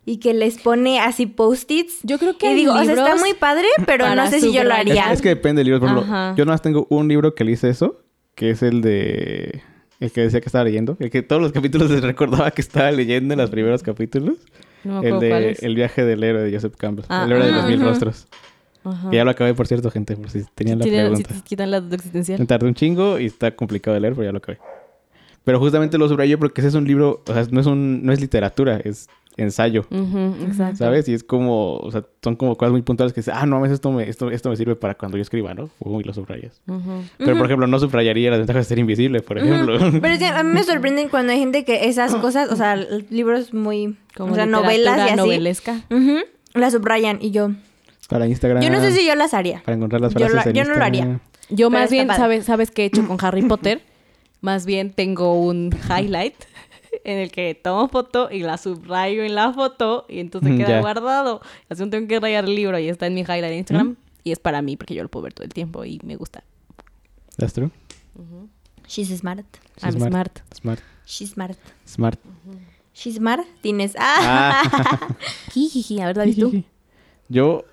S1: y que les pone así post-its.
S3: Yo creo que
S1: y
S3: hay
S1: digo, o sea, está
S3: libros
S1: muy padre, pero
S3: para
S1: no sé si yo lo
S3: subrayar.
S1: haría.
S3: Ya.
S2: Es, es que depende del libro. Por ejemplo,
S3: Ajá.
S2: yo nomás tengo un libro que le hice eso, que es el de... El que decía que estaba leyendo. El que todos los capítulos les recordaba que estaba leyendo en los primeros capítulos.
S3: No me
S2: el
S3: acuerdo cuál
S2: de
S3: es.
S2: El viaje del héroe de Joseph Campbell.
S3: Ah,
S2: el héroe de
S3: ah,
S2: los mil
S1: ajá.
S2: rostros.
S3: Ajá.
S2: Que ya lo acabé, por cierto, gente, por si tenían la
S3: Tiene- sí,
S2: pregunta.
S3: sí, quitan la duda existencial.
S2: Me tardé un chingo y está complicado de leer, pero ya lo acabé. Pero justamente lo subrayo porque ese es un libro, o sea, no es, un, no es literatura, es ensayo,
S3: Ujú, exacto.
S2: ¿sabes? Y es como, o sea, son como cosas muy puntuales que dices, ah, no, mames, esto me, esto, esto me sirve para cuando yo escriba, ¿no? Uy, lo subrayas.
S3: Ujú.
S2: Pero, por ejemplo, no subrayaría las ventajas de ser invisible, por ejemplo.
S1: Ujú. Pero sí, a mí me sorprenden cuando hay gente que esas cosas, o sea, l- libros muy.
S3: Como
S1: o sea, novelas
S3: literatura
S1: y así.
S3: novelesca.
S1: ujú, las subrayan y yo.
S2: Para Instagram.
S1: Yo no sé si yo las haría.
S2: Ah. Para encontrar las
S1: Yo lo-
S2: frases en
S1: yo no lo haría.
S2: Instagram.
S3: Yo
S1: Pero
S3: más
S1: está
S3: bien,
S1: padre.
S3: ¿sabes, ¿sabes qué he hecho con Harry Potter? Más bien tengo un highlight en el que tomo foto y la subrayo en la foto y entonces
S2: Mm,
S3: queda
S2: ya.
S3: guardado. Así no tengo que rayar el libro y está en mi highlight de Instagram y es para mí porque yo lo puedo ver todo el tiempo y me gusta.
S2: That's true.
S1: She's smart.
S2: Sí,
S3: I'm smart.
S2: Smart.
S1: She's smart.
S2: Smart.
S1: She's smart. Tienes. Ah.
S2: Ah.
S3: Jijiji, a ver, David, tú.
S2: Yo,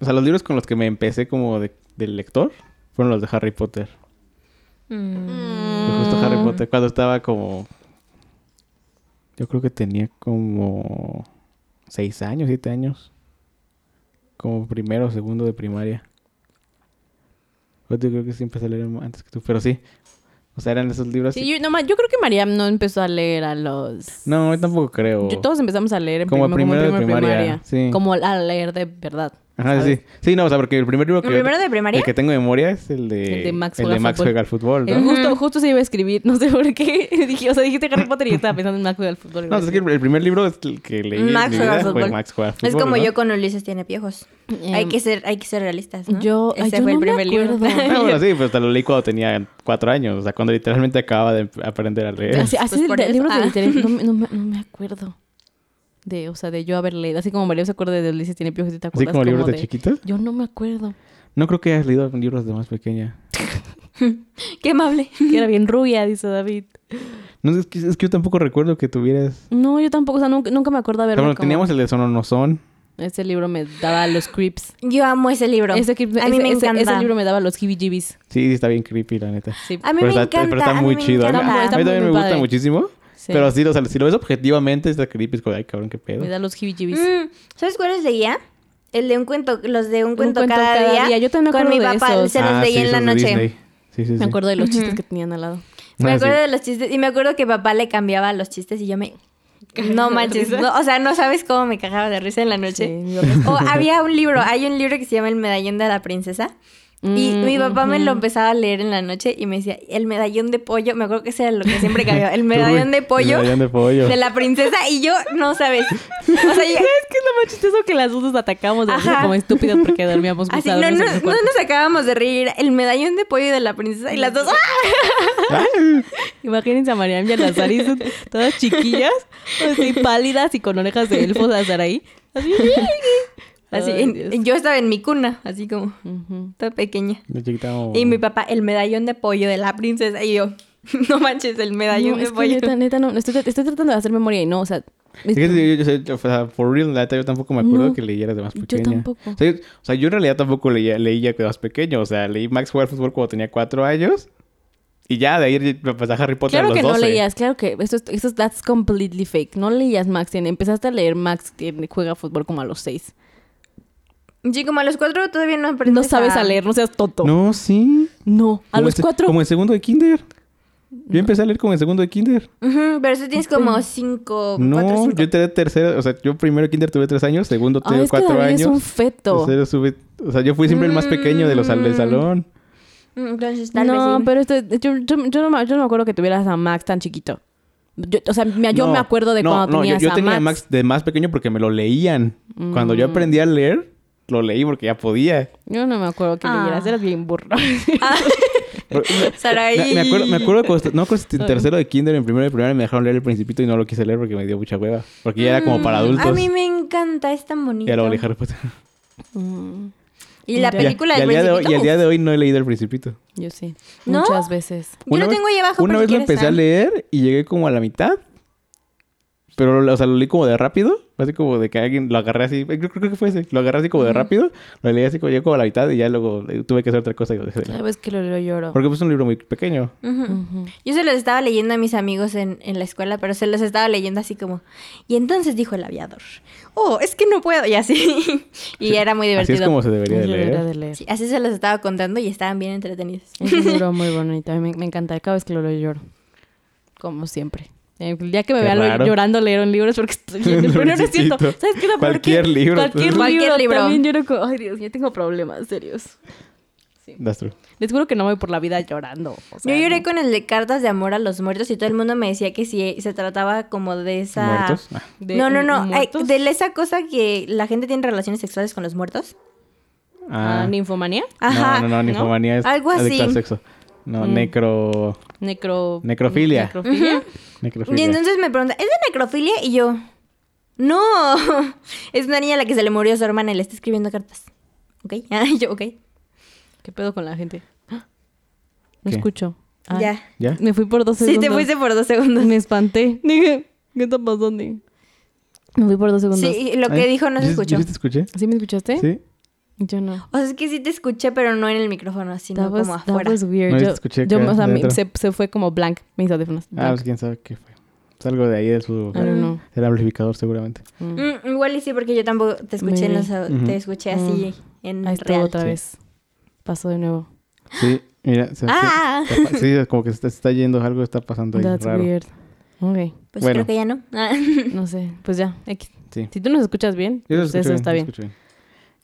S2: o sea, los libros con los que me empecé como de, de lector fueron los de Harry Potter.
S3: Mm.
S1: Mm,
S2: Fue Justo Harry Potter, cuando estaba como... Yo creo que tenía como... Seis años, siete años. Como primero o segundo de primaria. Yo te- creo que sí empecé a leer antes que tú, pero sí. O sea, eran esos libros...
S3: Sí,
S2: así-
S3: yo, no, ma- yo creo que Mariam no empezó a leer a los...
S2: No, yo tampoco creo.
S3: Yo- todos empezamos a leer en
S2: Como
S3: primer-
S2: primero de
S3: en primer
S2: primaria, sí.
S3: Como a leer de verdad.
S2: Ajá, sí,
S3: ¿sabes?
S2: sí. Sí, no, o sea, porque el primer libro que...
S1: ¿El primero de primaria?
S2: El que tengo en memoria es el de...
S3: El de Max
S2: el
S3: juega
S2: de Max
S3: fútbol.
S2: juega al fútbol,
S3: Eh,
S2: ¿no?
S3: justo, justo se iba a escribir, no sé por qué. Dije, o sea, dijiste Harry Potter y yo estaba pensando en Max juega al fútbol.
S2: No, es que el el primer libro es el que leí
S1: Max
S2: en mi
S1: juega
S2: vida
S1: al
S2: fue
S1: fútbol.
S2: Max juega al fútbol.
S1: Es como
S2: ¿no?
S1: yo con Ulises tiene piojos.
S3: Em,
S2: Eh.
S1: hay que ser, hay que ser realistas, ¿no?
S3: yo- ay, yo no me acuerdo.
S2: Ah, bueno, sí, pero te lo leí cuando tenía cuatro años, o sea, cuando literalmente acababa de aprender a leer.
S3: Así, así
S1: Pues
S3: de-
S1: por
S3: de
S1: eso.
S3: libros de
S1: Ah.
S3: literatura, no, me- no me- no me acuerdo. De, o sea, de yo haber leído. Así como María se acuerda de Ulises tiene piojos y te
S2: Así
S3: acuerdas
S2: como libros de,
S3: de-
S2: chiquitos.
S3: Yo no me acuerdo.
S2: No creo que hayas leído libros de más pequeña.
S1: Qué amable.
S3: Que era bien rubia, dice David.
S2: No, es que, es que yo tampoco recuerdo que tuvieras...
S3: No, yo tampoco, o sea, nunca, nunca me acuerdo de
S2: Pero
S3: haberme
S2: bueno,
S3: como-
S2: teníamos el de Son o No Son.
S3: Ese libro me daba los creeps.
S1: Yo amo ese libro.
S3: Ese, creep-
S1: a mí
S3: ese-
S1: me
S3: ese-
S1: encanta.
S3: ese libro me daba los heebie-jeebies.
S2: Sí, sí, está bien creepy, la neta.
S3: Sí.
S1: A mí
S2: pero
S1: me
S2: está,
S1: encanta.
S2: Pero está
S1: a mí
S2: muy
S1: me
S2: chido. A mí,
S1: encanta.
S2: a mí
S3: Está muy,
S2: también
S3: muy
S2: me gusta
S3: padre.
S2: muchísimo.
S3: Sí.
S2: Pero sí, o sea, si lo ves objetivamente, está creepy. Es como, ay, cabrón, qué pedo.
S3: Me da los heebie-jeebies.
S1: Mm, ¿Sabes cuáles leía? El de un cuento, los de un, cuento,
S3: cuento
S1: cada,
S3: cada
S1: día.
S3: día. Yo también me
S1: Con mi
S3: acuerdo de
S1: papá
S3: esos.
S1: se los
S2: Ah,
S1: leía
S2: sí,
S1: en la
S2: esos de
S1: noche.
S2: Disney. Sí, sí, sí.
S3: Me acuerdo de los
S1: Ujú.
S3: chistes que tenían al lado.
S1: Me
S2: Ah,
S1: acuerdo
S2: sí.
S1: de los chistes y me acuerdo que papá le cambiaba los chistes y yo me... No manches,
S3: risa.
S1: no, o sea, no sabes cómo me cagaba de risa en la noche.
S3: Sí, mi papá-
S1: O había un libro, hay un libro que se llama El medallón de la princesa, Y
S3: Mm,
S1: mi papá me lo empezaba a leer en la noche y me decía, el medallón de pollo, me acuerdo que ese era lo que siempre cambiaba, el medallón de pollo
S2: medallón de pollo.
S1: de la princesa y yo no sabes. O sea, yo-
S3: Es que es lo más chistoso que las dos nos atacamos de
S1: Ajá.
S3: risa como estúpidos porque dormíamos
S1: así,
S3: gusados
S1: no,
S3: en
S1: no,
S3: nuestro
S1: no
S3: cuarto.
S1: nos acabábamos de reír, el medallón de pollo de la princesa y las dos, ¡ah!
S3: Imagínense a Mariam y a las Saris todas chiquillas, así pálidas y con orejas de elfos a Saraí. Así.
S1: Así,
S3: Ay,
S1: en-
S3: Dios.
S1: yo estaba en mi cuna, así como,
S3: Ujú.
S1: toda pequeña.
S2: De chiquita, o-
S3: Oh.
S1: Y mi papá, el medallón de pollo de la princesa y yo, no manches, el medallón
S3: No,
S1: de
S3: es que
S1: pollo.
S3: neta, neta, no. Estoy, estoy tratando de hacer memoria y no, o sea.
S2: Es que yo, yo- yo- o sea, for real, la neta, yo tampoco me acuerdo
S3: No,
S2: que leyeras de más
S3: yo
S2: pequeña.
S3: tampoco.
S2: O sea, yo, o sea, yo en realidad tampoco leía, leía de más pequeño. O sea, leí Max jugar fútbol cuando tenía cuatro años. Y ya, de ahí me pasé a Harry Potter
S3: Claro
S2: Pues, a los
S3: que
S2: 12.
S3: no leías, claro que esto, es- esto es that's completely fake. No leías Max Tierney. Empezaste a leer Max Tierney juega fútbol como a los seis.
S1: Sí, como a los cuatro todavía no aprendes
S3: No sabes a leer, no seas tonto.
S2: No, sí.
S3: No, a
S2: Como
S3: los
S2: en se-
S3: cuatro.
S2: Como en segundo de kinder. Yo empecé a leer como en segundo de kinder.
S1: Ujú, pero eso tienes como
S3: Oh,
S1: cinco,
S2: no,
S1: cuatro, cinco.
S2: yo tenía tercero. O sea, yo primero kinder tuve tres años. Segundo
S3: Ay,
S2: tuve
S3: Ah, es que
S2: este cuatro
S3: David es un
S2: años.
S3: feto.
S2: Tercero sube... O sea, yo fui siempre el más pequeño de los al- del
S1: Mm.
S2: salón.
S1: Mm, Entonces tal vez
S3: no,
S1: sí.
S3: pero este, yo, yo- yo no me, yo no me acuerdo que tuvieras a Max tan chiquito. Yo- o sea, me- yo
S2: No,
S3: me acuerdo de
S2: no,
S3: cuando
S2: no, yo-
S3: tenías
S2: yo,
S3: a
S2: tenía
S3: Max.
S2: Max de más pequeño porque me lo leían. Cuando yo aprendí a leer, lo leí porque ya podía.
S3: Yo no me acuerdo que
S1: Ah.
S3: leyeras, eras bien burro.
S2: Pero-
S1: Saraí.
S2: Me, me acuerdo, me acuerdo cuando, est- no, cuando est- en tercero de kinder, en primero de primaria me dejaron leer El Principito y no lo quise leer porque me dio mucha hueva. Porque ya era como para
S1: Mm,
S2: adultos.
S1: A mí me encanta, es tan bonito.
S2: Y ya lo leí Harry Potter.
S3: Mm,
S1: Y la
S3: Ya.
S1: película
S2: y, al
S1: del
S2: día de hoy, y al día
S1: Principito,
S2: de hoy no he leído El Principito.
S3: yo sí.
S1: ¿No?
S3: Muchas veces.
S1: Yo lo
S2: vez-
S1: tengo ahí abajo
S2: Una
S1: por si
S2: vez lo
S1: quieres,
S2: empecé a
S1: Sam.
S2: leer y llegué como a la mitad. Pero, o sea, lo leí como de rápido. Así como de que alguien lo agarré así. Creo, creo que fue ese. Lo agarré así como de rápido. Lo leí así como, llegué como a la mitad y ya luego eh, tuve que hacer otra cosa y lo dejé de leer.
S3: Cada vez que lo leo lloro.
S2: Porque pues, es un libro muy pequeño.
S1: Ujú.
S3: Ujú.
S1: Yo se los estaba leyendo a mis amigos en, en la escuela, pero se los estaba leyendo así como. Y entonces dijo el aviador: Oh, es que no puedo. Y así. y era muy divertido.
S2: Así es como se debería de
S3: Yo
S2: leer.
S3: debería de leer.
S1: Sí, así se los estaba contando y estaban bien entretenidos.
S3: Es un libro muy bonito. A mí me, me encanta. Cada vez que lo leo lloro. Como siempre. Eh, El día que me
S2: Qué
S3: vean lo-
S2: raro.
S3: llorando leer un libro es porque estoy leyendo.
S2: Lo
S3: Pero no es cierto.
S2: necesito.
S3: ¿Sabes qué? es lo peor?
S2: Cualquier
S3: Que
S2: libro,
S3: Cualquier,
S1: entonces.
S3: libro.
S1: Cualquier libro.
S3: También lloro como... Ay, Dios, yo tengo problemas serios.
S2: That's true.
S3: Les juro que no voy por la vida llorando. o sea,
S1: Yo lloré
S3: no.
S1: con el de cartas de amor a los muertos y todo el mundo me decía que si se trataba como de esa.
S2: ¿Muertos? Ah.
S3: De-
S1: no, no, no. ay,
S3: ¿muertos?
S1: de esa cosa que la gente tiene relaciones sexuales con los muertos.
S3: Ah,
S2: Ah.
S3: ¿Ninfomanía?
S1: Ajá.
S2: No, no, no, ninfomanía es
S1: Algo
S2: adicto
S1: así.
S2: al sexo. No,
S3: Mm.
S2: necro...
S3: Necro...
S2: Necrofilia.
S3: Necrofilia.
S1: Y
S2: necrofilia.
S1: entonces me pregunta, ¿es de necrofilia? Y yo, no, es una niña a la que se le murió su hermana y le está escribiendo cartas. ¿Ok? Ah, yo, ok.
S3: ¿Qué pedo con la gente? ¡Ah! No
S2: ¿Qué?
S3: escucho. Ay,
S1: Ya.
S2: ¿Ya?
S3: Me fui por dos
S1: Ah. Sí,
S3: segundos.
S1: te fuiste por dos segundos.
S3: Me espanté. Dije, ¿qué está pasando? Me fui por dos segundos. Sí,
S1: Sí, lo que
S2: Ay,
S1: dijo no se
S2: ¿yo-
S1: escuchó.
S2: ¿Yo sí te escuché?
S3: me escuchaste?
S2: Sí.
S3: Yo no.
S1: O sea, es que sí te escuché, pero no en el micrófono, sino
S3: That was,
S1: como
S3: that
S1: afuera.
S3: was weird.
S2: No, yo te
S3: yo,
S2: escuché
S3: yo,
S2: acá
S3: o sea, me-
S2: adentro.
S3: se, se fue como blank mis audífonos.
S2: Ah,
S3: Blank.
S2: pues quién sabe qué fue. Es algo de ahí de su...
S3: I don't know.
S2: El amplificador seguramente.
S3: Mm.
S1: Mm, igual y sí, porque yo tampoco te escuché, en los-
S2: Ujú.
S1: te escuché así en
S3: Ah, Mm, Ahí estuvo
S1: real.
S3: otra
S2: Sí.
S3: vez. Pasó de nuevo.
S2: Sí, mira. Se,
S1: Ah.
S2: se- se- sí, es como que se está, se está yendo, algo está pasando ahí
S3: That's
S2: raro.
S3: weird. Ok.
S1: Pues
S2: Bueno.
S1: creo que ya no. Ah.
S3: No sé. Pues ya. X.
S2: Sí.
S3: Si tú nos escuchas bien,
S2: Yo lo
S3: pues
S2: escucho
S3: eso
S2: bien,
S3: está
S2: lo
S3: bien.
S2: escucho bien.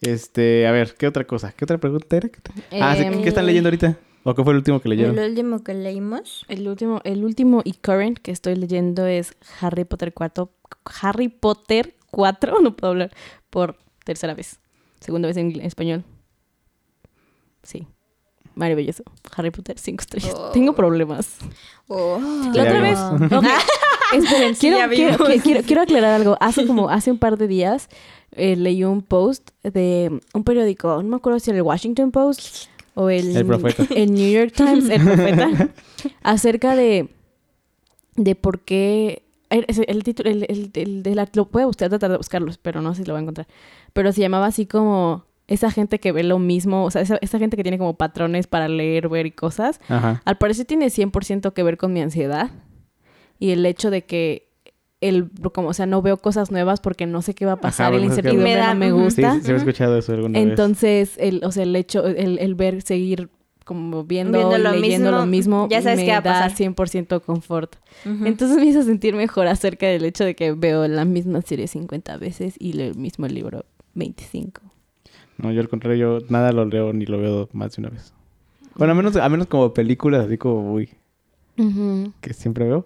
S2: Este, a ver, ¿qué otra cosa? ¿Qué otra pregunta era? ¿Qué otra- ah, sí,
S3: Em,
S2: ¿qué están leyendo ahorita? ¿O qué fue el último que leyeron?
S1: El último que leímos.
S3: El último, el último y current que estoy leyendo es Harry Potter 4. Harry Potter 4, no puedo hablar, por tercera vez. Segunda vez en ingl- español. Sí. Maravilloso. Harry Potter 5 estrellas.
S1: Oh.
S3: Tengo problemas.
S1: Oh.
S3: La otra vez.
S2: vimos.
S3: ok, Esperen,
S1: Sí, ya
S3: quiero, quiero-
S1: vimos.
S3: qui- quiero- quiero aclarar algo. Hace como hace un par de días eh, leí un post de un periódico, no me acuerdo si era el Washington Post o el,
S2: El Profeta.
S3: el New York Times, el profeta, acerca de, de por qué. El, el título, el, el- el de la- lo puede buscar, tratar de buscarlos, pero no sé si lo va a encontrar. Pero se llamaba así como esa gente que ve lo mismo, o sea, esa, esa gente que tiene como patrones para leer, ver y cosas.
S2: Ajá.
S3: Al parecer tiene 100% que ver con mi ansiedad y el hecho de que el como o sea, no veo cosas nuevas porque no sé qué va a pasar,
S2: Ajá,
S3: el
S2: no sé qué va a
S3: incertidumbre
S1: pasar.
S3: no me
S1: Me da-
S2: Sí,
S3: gusta.
S2: sí, sí, he escuchado eso alguna vez.
S3: Entonces, el, o sea, el hecho el, el ver seguir como viendo,
S1: Viendo
S3: y
S1: lo
S3: leyendo
S1: mismo,
S3: lo mismo
S1: ya sabes
S3: me
S1: qué va a
S3: da
S1: pasar.
S3: 100% confort.
S1: Ujú.
S3: Entonces me hizo sentir mejor acerca del hecho de que veo la misma serie 50 veces y leo el mismo libro 25.
S2: No, yo al contrario, yo nada lo leo ni lo veo más de una vez. Bueno, a menos, a menos como películas, así como, uy,
S3: Ujú.
S2: que siempre veo.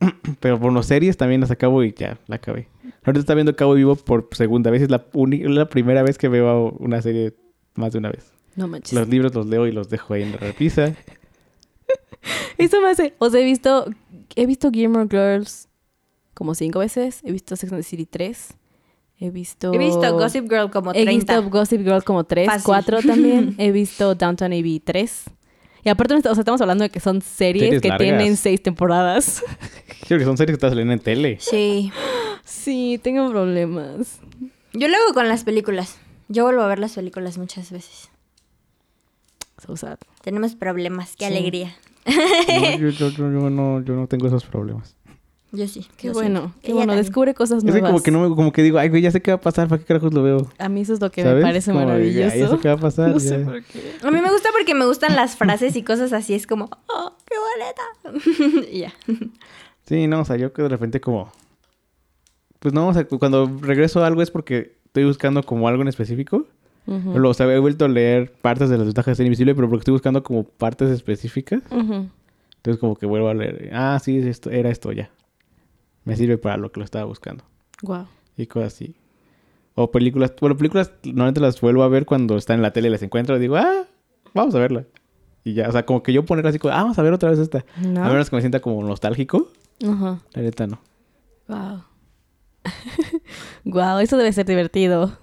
S2: Pero por las series también las acabo y ya, la acabé. Ahorita está viendo Cabo Vivo por segunda vez. Es la, uni- la primera vez que veo una serie más de una vez.
S3: No manches.
S2: Los libros los leo y los dejo ahí en la repisa.
S3: Eso me hace. O sea, he visto. He visto Gilmore Girls como cinco veces. He visto Sex and the City tres. He visto.
S1: He visto Gossip Girl como
S3: He
S1: 30.
S3: visto Gossip Girl como tres,
S1: Fácil.
S3: cuatro también. He visto Downton Abbey tres. Y aparte, o sea, estamos hablando de que son series
S2: Series
S3: que
S2: largas.
S3: tienen seis temporadas.
S2: Creo que son series que estás leyendo en tele.
S1: Sí.
S3: sí, tengo problemas.
S1: Yo lo hago con las películas. Yo vuelvo a ver las películas muchas veces.
S3: So sad.
S1: Tenemos problemas. Qué
S3: Sí.
S1: alegría.
S2: No, yo, yo- yo- yo no, yo no tengo esos problemas.
S1: Yo sí.
S3: Qué
S1: lo
S3: bueno.
S1: siento.
S3: Qué
S1: Ella
S3: bueno.
S1: también.
S3: Descubre cosas
S2: Es
S3: nuevas.
S2: que como que no me, como que digo, ay, güey, ya sé qué va a pasar, ¿para qué carajos lo veo?
S3: A mí eso es lo que me
S2: ¿Sabes?
S3: parece
S2: Como de, Ya,
S3: maravilloso.
S2: ya sé qué va a pasar.
S3: no sé
S2: ya.
S3: por qué.
S1: A mí me gusta porque me gustan las frases y cosas así. Es como, oh, qué bonita. y ya.
S2: Sí, no, o sea, yo que de repente como... Pues no, o sea, cu- cuando regreso a algo es porque estoy buscando como algo en específico.
S3: Ujú.
S2: O sea, he vuelto a leer partes de las ventajas de ser invisible, pero porque estoy buscando como partes específicas.
S3: Ujú.
S2: Entonces como que vuelvo a leer, ah, sí, es esto, era esto ya. Me sirve para lo que lo estaba buscando.
S3: Guau.
S2: Y cosas así. O películas, bueno, películas normalmente las vuelvo a ver cuando están en la tele, las encuentro y digo, ah, vamos a verla. Y ya, o sea, como que yo poner así, como, ah, vamos a ver otra vez esta.
S3: No.
S2: A menos que me sienta como nostálgico,
S3: Ajá.
S2: la neta no.
S3: Wow. wow, eso debe ser divertido.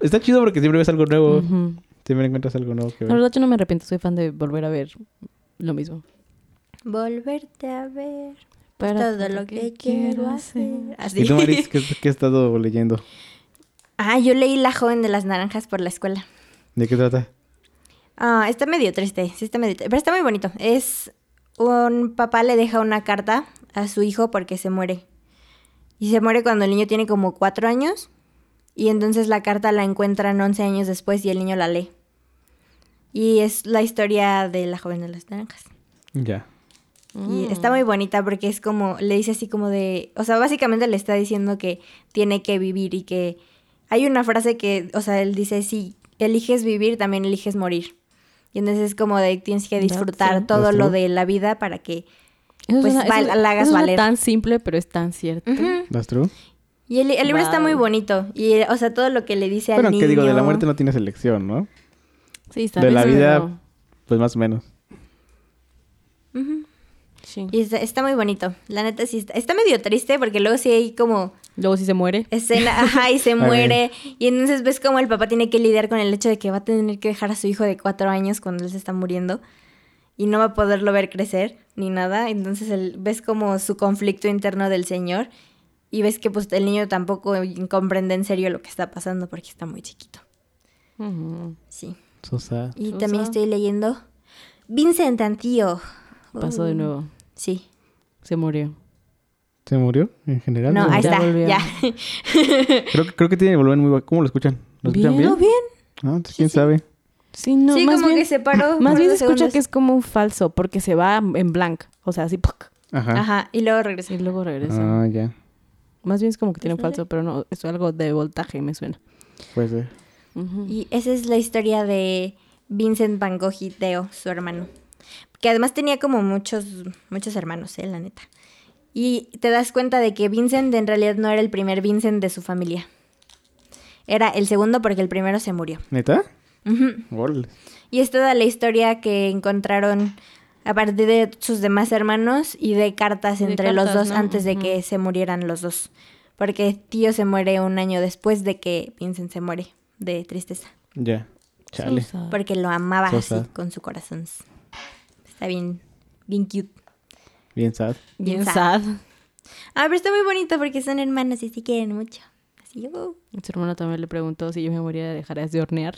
S2: Está chido porque siempre ves algo nuevo,
S3: Ujú.
S2: siempre encuentras algo nuevo que
S3: La
S2: ver.
S3: verdad yo no me arrepiento, soy fan de volver a ver lo mismo.
S1: Volverte a ver.
S3: Para
S1: todo lo que quiero hacer. Así.
S2: ¿Y tú, Maris, qué, qué has estado leyendo?
S1: Ah, yo leí La joven de las naranjas por la escuela.
S2: ¿De qué trata?
S1: Ah, está medio triste, sí está medio triste, pero está muy bonito. Es un papá le deja una carta a su hijo porque se muere. Y se muere cuando el niño tiene como cuatro años. Y entonces la carta la encuentran 11 años después y el niño la lee. Y es la historia de la joven de las naranjas.
S2: Ya.
S3: Mm.
S1: Y está muy bonita porque es como, le dice así como de, o sea, básicamente le está diciendo que tiene que vivir y que hay una frase que, o sea, él dice, si eliges vivir, también eliges morir. Y entonces es como de, tienes que
S3: That's
S1: disfrutar
S3: true.
S1: todo
S2: That's
S1: lo
S2: true.
S1: de la vida para que...
S3: Eso
S1: pues,
S3: suena-
S1: val-
S3: eso-
S1: la hagas
S3: eso suena
S1: valer. Mm.
S3: tan simple, pero es tan cierto.
S1: Ujú.
S2: ¿That's true?
S1: Y el, el libro está muy
S3: Wow.
S1: bonito. Y, o sea, todo lo que le dice
S2: Bueno,
S1: al niño...
S2: que digo, de la muerte no tienes elección, ¿no?
S3: Sí, está
S2: De la
S3: bien,
S2: vida,
S3: pero-
S2: pues más o menos.
S1: Ujú.
S3: Sí.
S1: Y está, está muy bonito. La neta sí está, está medio triste porque luego sí hay como...
S3: Luego si se muere.
S1: escena, ajá, y se
S2: Muy
S1: muere. Y entonces ves cómo el papá tiene que lidiar con el hecho de que va a tener que dejar a su hijo de cuatro años cuando él se está muriendo y no va a poderlo ver crecer ni nada. Entonces el- ves como su conflicto interno del señor y ves que pues el niño tampoco comprende en serio lo que está pasando porque está muy chiquito.
S3: Ujú.
S1: Sí.
S2: O sea,
S1: Y
S3: Chusa.
S1: también estoy leyendo Vincent Antío.
S3: Pasó de
S1: Uh,
S3: nuevo.
S1: Sí.
S3: Se murió.
S2: ¿se murió en general?
S1: No,
S2: ¿O-
S1: ahí
S3: Ya
S1: está.
S3: volvió.
S1: Ya.
S2: Creo que, creo que tiene el volumen muy bajo. ¿Cómo lo escuchan? ¿Lo escuchan bien?
S3: Bien.
S1: No, bien.
S2: Ah, entonces, ¿Quién sabe?
S3: Sí, no,
S1: sí,
S3: más
S1: como
S3: bien,
S1: que se paró.
S3: más
S1: por
S3: bien se
S1: unos
S3: escucha que
S1: segundos.
S3: es como un falso, porque se va en blanco. O sea, así, ¡puc!
S2: Ajá.
S1: Ajá, y luego regresó.
S3: y luego regresa.
S2: Ah, ya.
S3: Más bien es como que tiene un
S1: Pues no sé.
S3: falso, pero no, es algo de voltaje, me suena.
S2: Puede ser.
S3: Ujú.
S1: Y esa es la historia de Vincent Van Gogh y Theo, su hermano. Que además tenía como muchos, muchos hermanos, eh, la neta. Y te das cuenta de que Vincent en realidad no era el primer Vincent de su familia. Era el segundo porque el primero se murió.
S2: ¿Neta?
S1: Ujú.
S2: Goles.
S1: Y es toda la historia que encontraron a partir de sus demás hermanos y de cartas
S3: De
S1: entre los dos
S3: cartas, ¿no?
S1: antes de
S3: Ujú.
S1: que se murieran los dos. Porque tío se muere un año después de que Vincent se muere de tristeza.
S2: Ya. Chale.
S3: Sosa.
S1: Porque lo amaba
S2: Ah. Sosa.
S1: así, con su corazón. Está bien, bien cute.
S2: Bien sad.
S3: Bien
S1: Bien
S3: sad.
S1: Ah, pero está muy bonito porque son hermanos y se quieren mucho. Así, uh.
S3: Su hermano también le preguntó si yo me moría dejarías de hornear.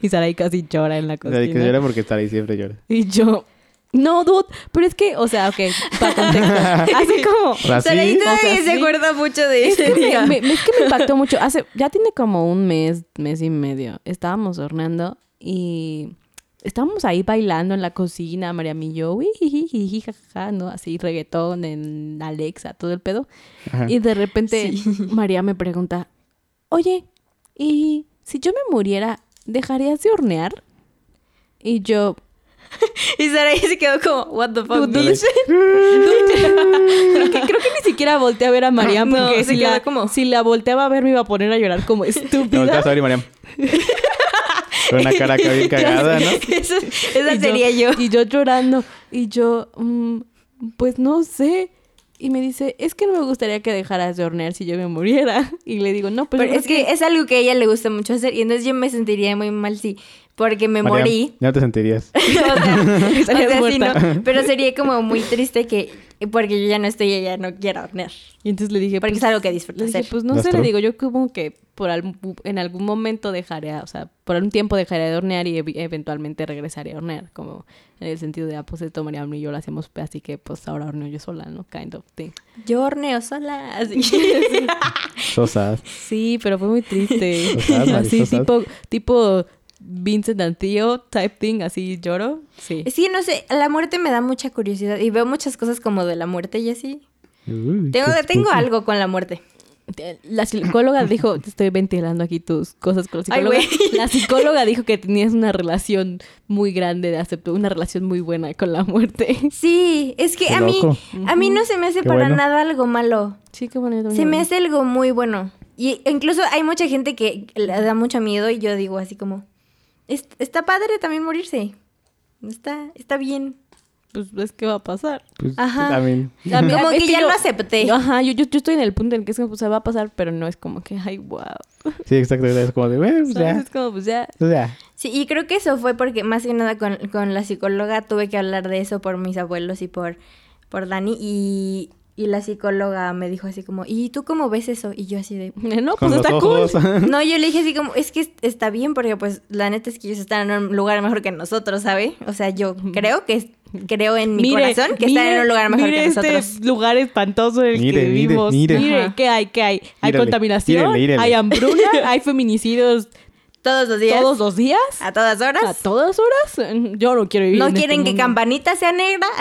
S3: y Sarai casi llora en la
S2: O
S3: cocina.
S2: sea, hay que llora porque está ahí siempre llora.
S3: Y yo, no, dude, pero es que, o sea, ok, para contexto. Hace como...
S2: O sea, ¿Ah, sí.
S1: Saraí todavía
S3: O sea,
S1: se
S3: sí.
S1: acuerda mucho de
S3: Es
S1: ese
S3: que,
S1: día.
S3: me, me- es que me impactó mucho. Hace, ya tiene como un mes, mes y medio. Estábamos horneando y estábamos ahí bailando en la cocina, María y yo, "Uy, jiji, jiji, jajaja", ¿no? Así reggaetón en Alexa, todo el pedo.
S2: Ajá.
S3: Y de repente María me pregunta, oye, ¿y si yo me muriera, dejarías de hornear? Y yo,
S1: Y Sara ahí se quedó como, what the fuck,
S3: Tú
S1: bitch?"
S2: dices-
S3: creo, que, creo que ni siquiera volteé a ver a Mariam
S1: Ah, No,
S3: porque
S1: se
S3: si,
S1: quedó
S3: la,
S1: como-
S3: si la volteaba a ver me iba a poner a llorar como
S2: Me volteas a
S3: estúpida.
S2: ver y Mariam. Con una cara acá bien cagada, ¿no?
S1: Esa, esa
S3: Y
S1: sería yo.
S3: Y yo llorando. Y yo, mm, pues no sé. Y me dice, es que no me gustaría que dejaras de hornear si yo me muriera. Y le digo, no, pues
S1: Pero
S3: yo
S1: es
S3: creo
S1: que es algo que a ella le gusta mucho hacer y entonces yo me sentiría muy mal si, porque me
S2: Mariam,
S1: morí.
S2: Ya te sentirías.
S1: o sea, o
S3: Estarías
S1: sea, sí,
S3: muerta.
S1: no, pero sería como muy triste que, porque yo ya no estoy, ella no quiero hornear.
S3: Y entonces le dije, pues,
S1: Porque es algo que disfruto
S3: Le dije,
S1: hacer.
S3: pues no
S2: That's
S3: sé, le
S2: true.
S3: digo, yo como que por algún, en algún momento dejaré, o sea, por algún tiempo dejaré de hornear y ev- eventualmente regresaré a hornear, como en el sentido de, ah, pues esto María y yo lo hacemos, así que pues ahora horneo yo sola, ¿no? Kind of thing.
S1: pues, Yo horneo sola. así.
S2: Sosas.
S3: Sí, pero fue muy triste.
S2: Estás, Mari,
S3: así
S2: estás.
S3: tipo, tipo Vincent Antio type thing, así lloro. Sí.
S1: Es que no sé, la muerte me da mucha curiosidad y veo muchas cosas como de la muerte y así.
S2: Uy, pues,
S1: Tengo,
S2: qué
S1: tengo
S2: spooky.
S1: algo con la muerte.
S3: eh, La psicóloga dijo, te estoy ventilando aquí tus cosas con la
S1: Ay,
S3: psicóloga.
S1: güey.
S3: la psicóloga dijo que tenías una relación muy grande de acepto, una relación muy buena con la muerte.
S1: Sí, es que
S2: Qué
S1: a mí,
S2: loco.
S1: a mí no se me hace
S2: Qué
S1: para
S2: bueno.
S1: nada algo malo.
S3: Sí, qué bonito.
S1: Se me hace algo muy bueno. Y incluso hay mucha gente que le da mucho miedo y yo digo así como, "Es- está padre también morirse. Está, está bien.
S3: Pues ves qué va a pasar.
S2: Pues,
S1: Ajá.
S2: I mean,
S1: mí- Como
S3: es
S1: que ya lo acepté.
S3: yo- ajá, yo, yo, yo estoy en el punto en el que es como, pues, se va a pasar, pero no es como que, ay, wow.
S2: Sí, exacto. Es como de, bueno, pues ya.
S3: Es como, pues ya.
S2: O sea,
S1: Sí, y creo que eso fue porque más que nada con, con la psicóloga tuve que hablar de eso por mis abuelos y por, por Dani. Y, y la psicóloga me dijo así como, ¿y tú cómo ves eso? Y yo así de...
S3: No,
S2: con
S3: pues
S2: los
S3: está cool.
S2: ojos.
S1: No, yo le dije así como, es que es- está bien porque pues la neta es que ellos están en un lugar mejor que nosotros, ¿sabe? O sea, yo creo que es- creo en mi
S3: Mire,
S1: corazón que están
S3: mire,
S1: en un lugar mejor
S3: mire
S1: que
S3: este
S1: nosotros.
S3: lugar espantoso en el
S2: Mire,
S3: que
S2: mire,
S3: vivimos. Mire,
S2: mire.
S1: Ajá.
S3: ¿qué hay? ¿Qué hay? Hay
S2: Mírele,
S3: contaminación,
S2: mírele, mírele.
S3: hay hambruna, hay feminicidios
S1: Todos los días.
S3: todos los días,
S1: A todas horas.
S3: a todas horas. Yo no quiero vivir.
S1: no
S3: en este
S1: quieren que
S3: mundo.
S1: campanita sea negra.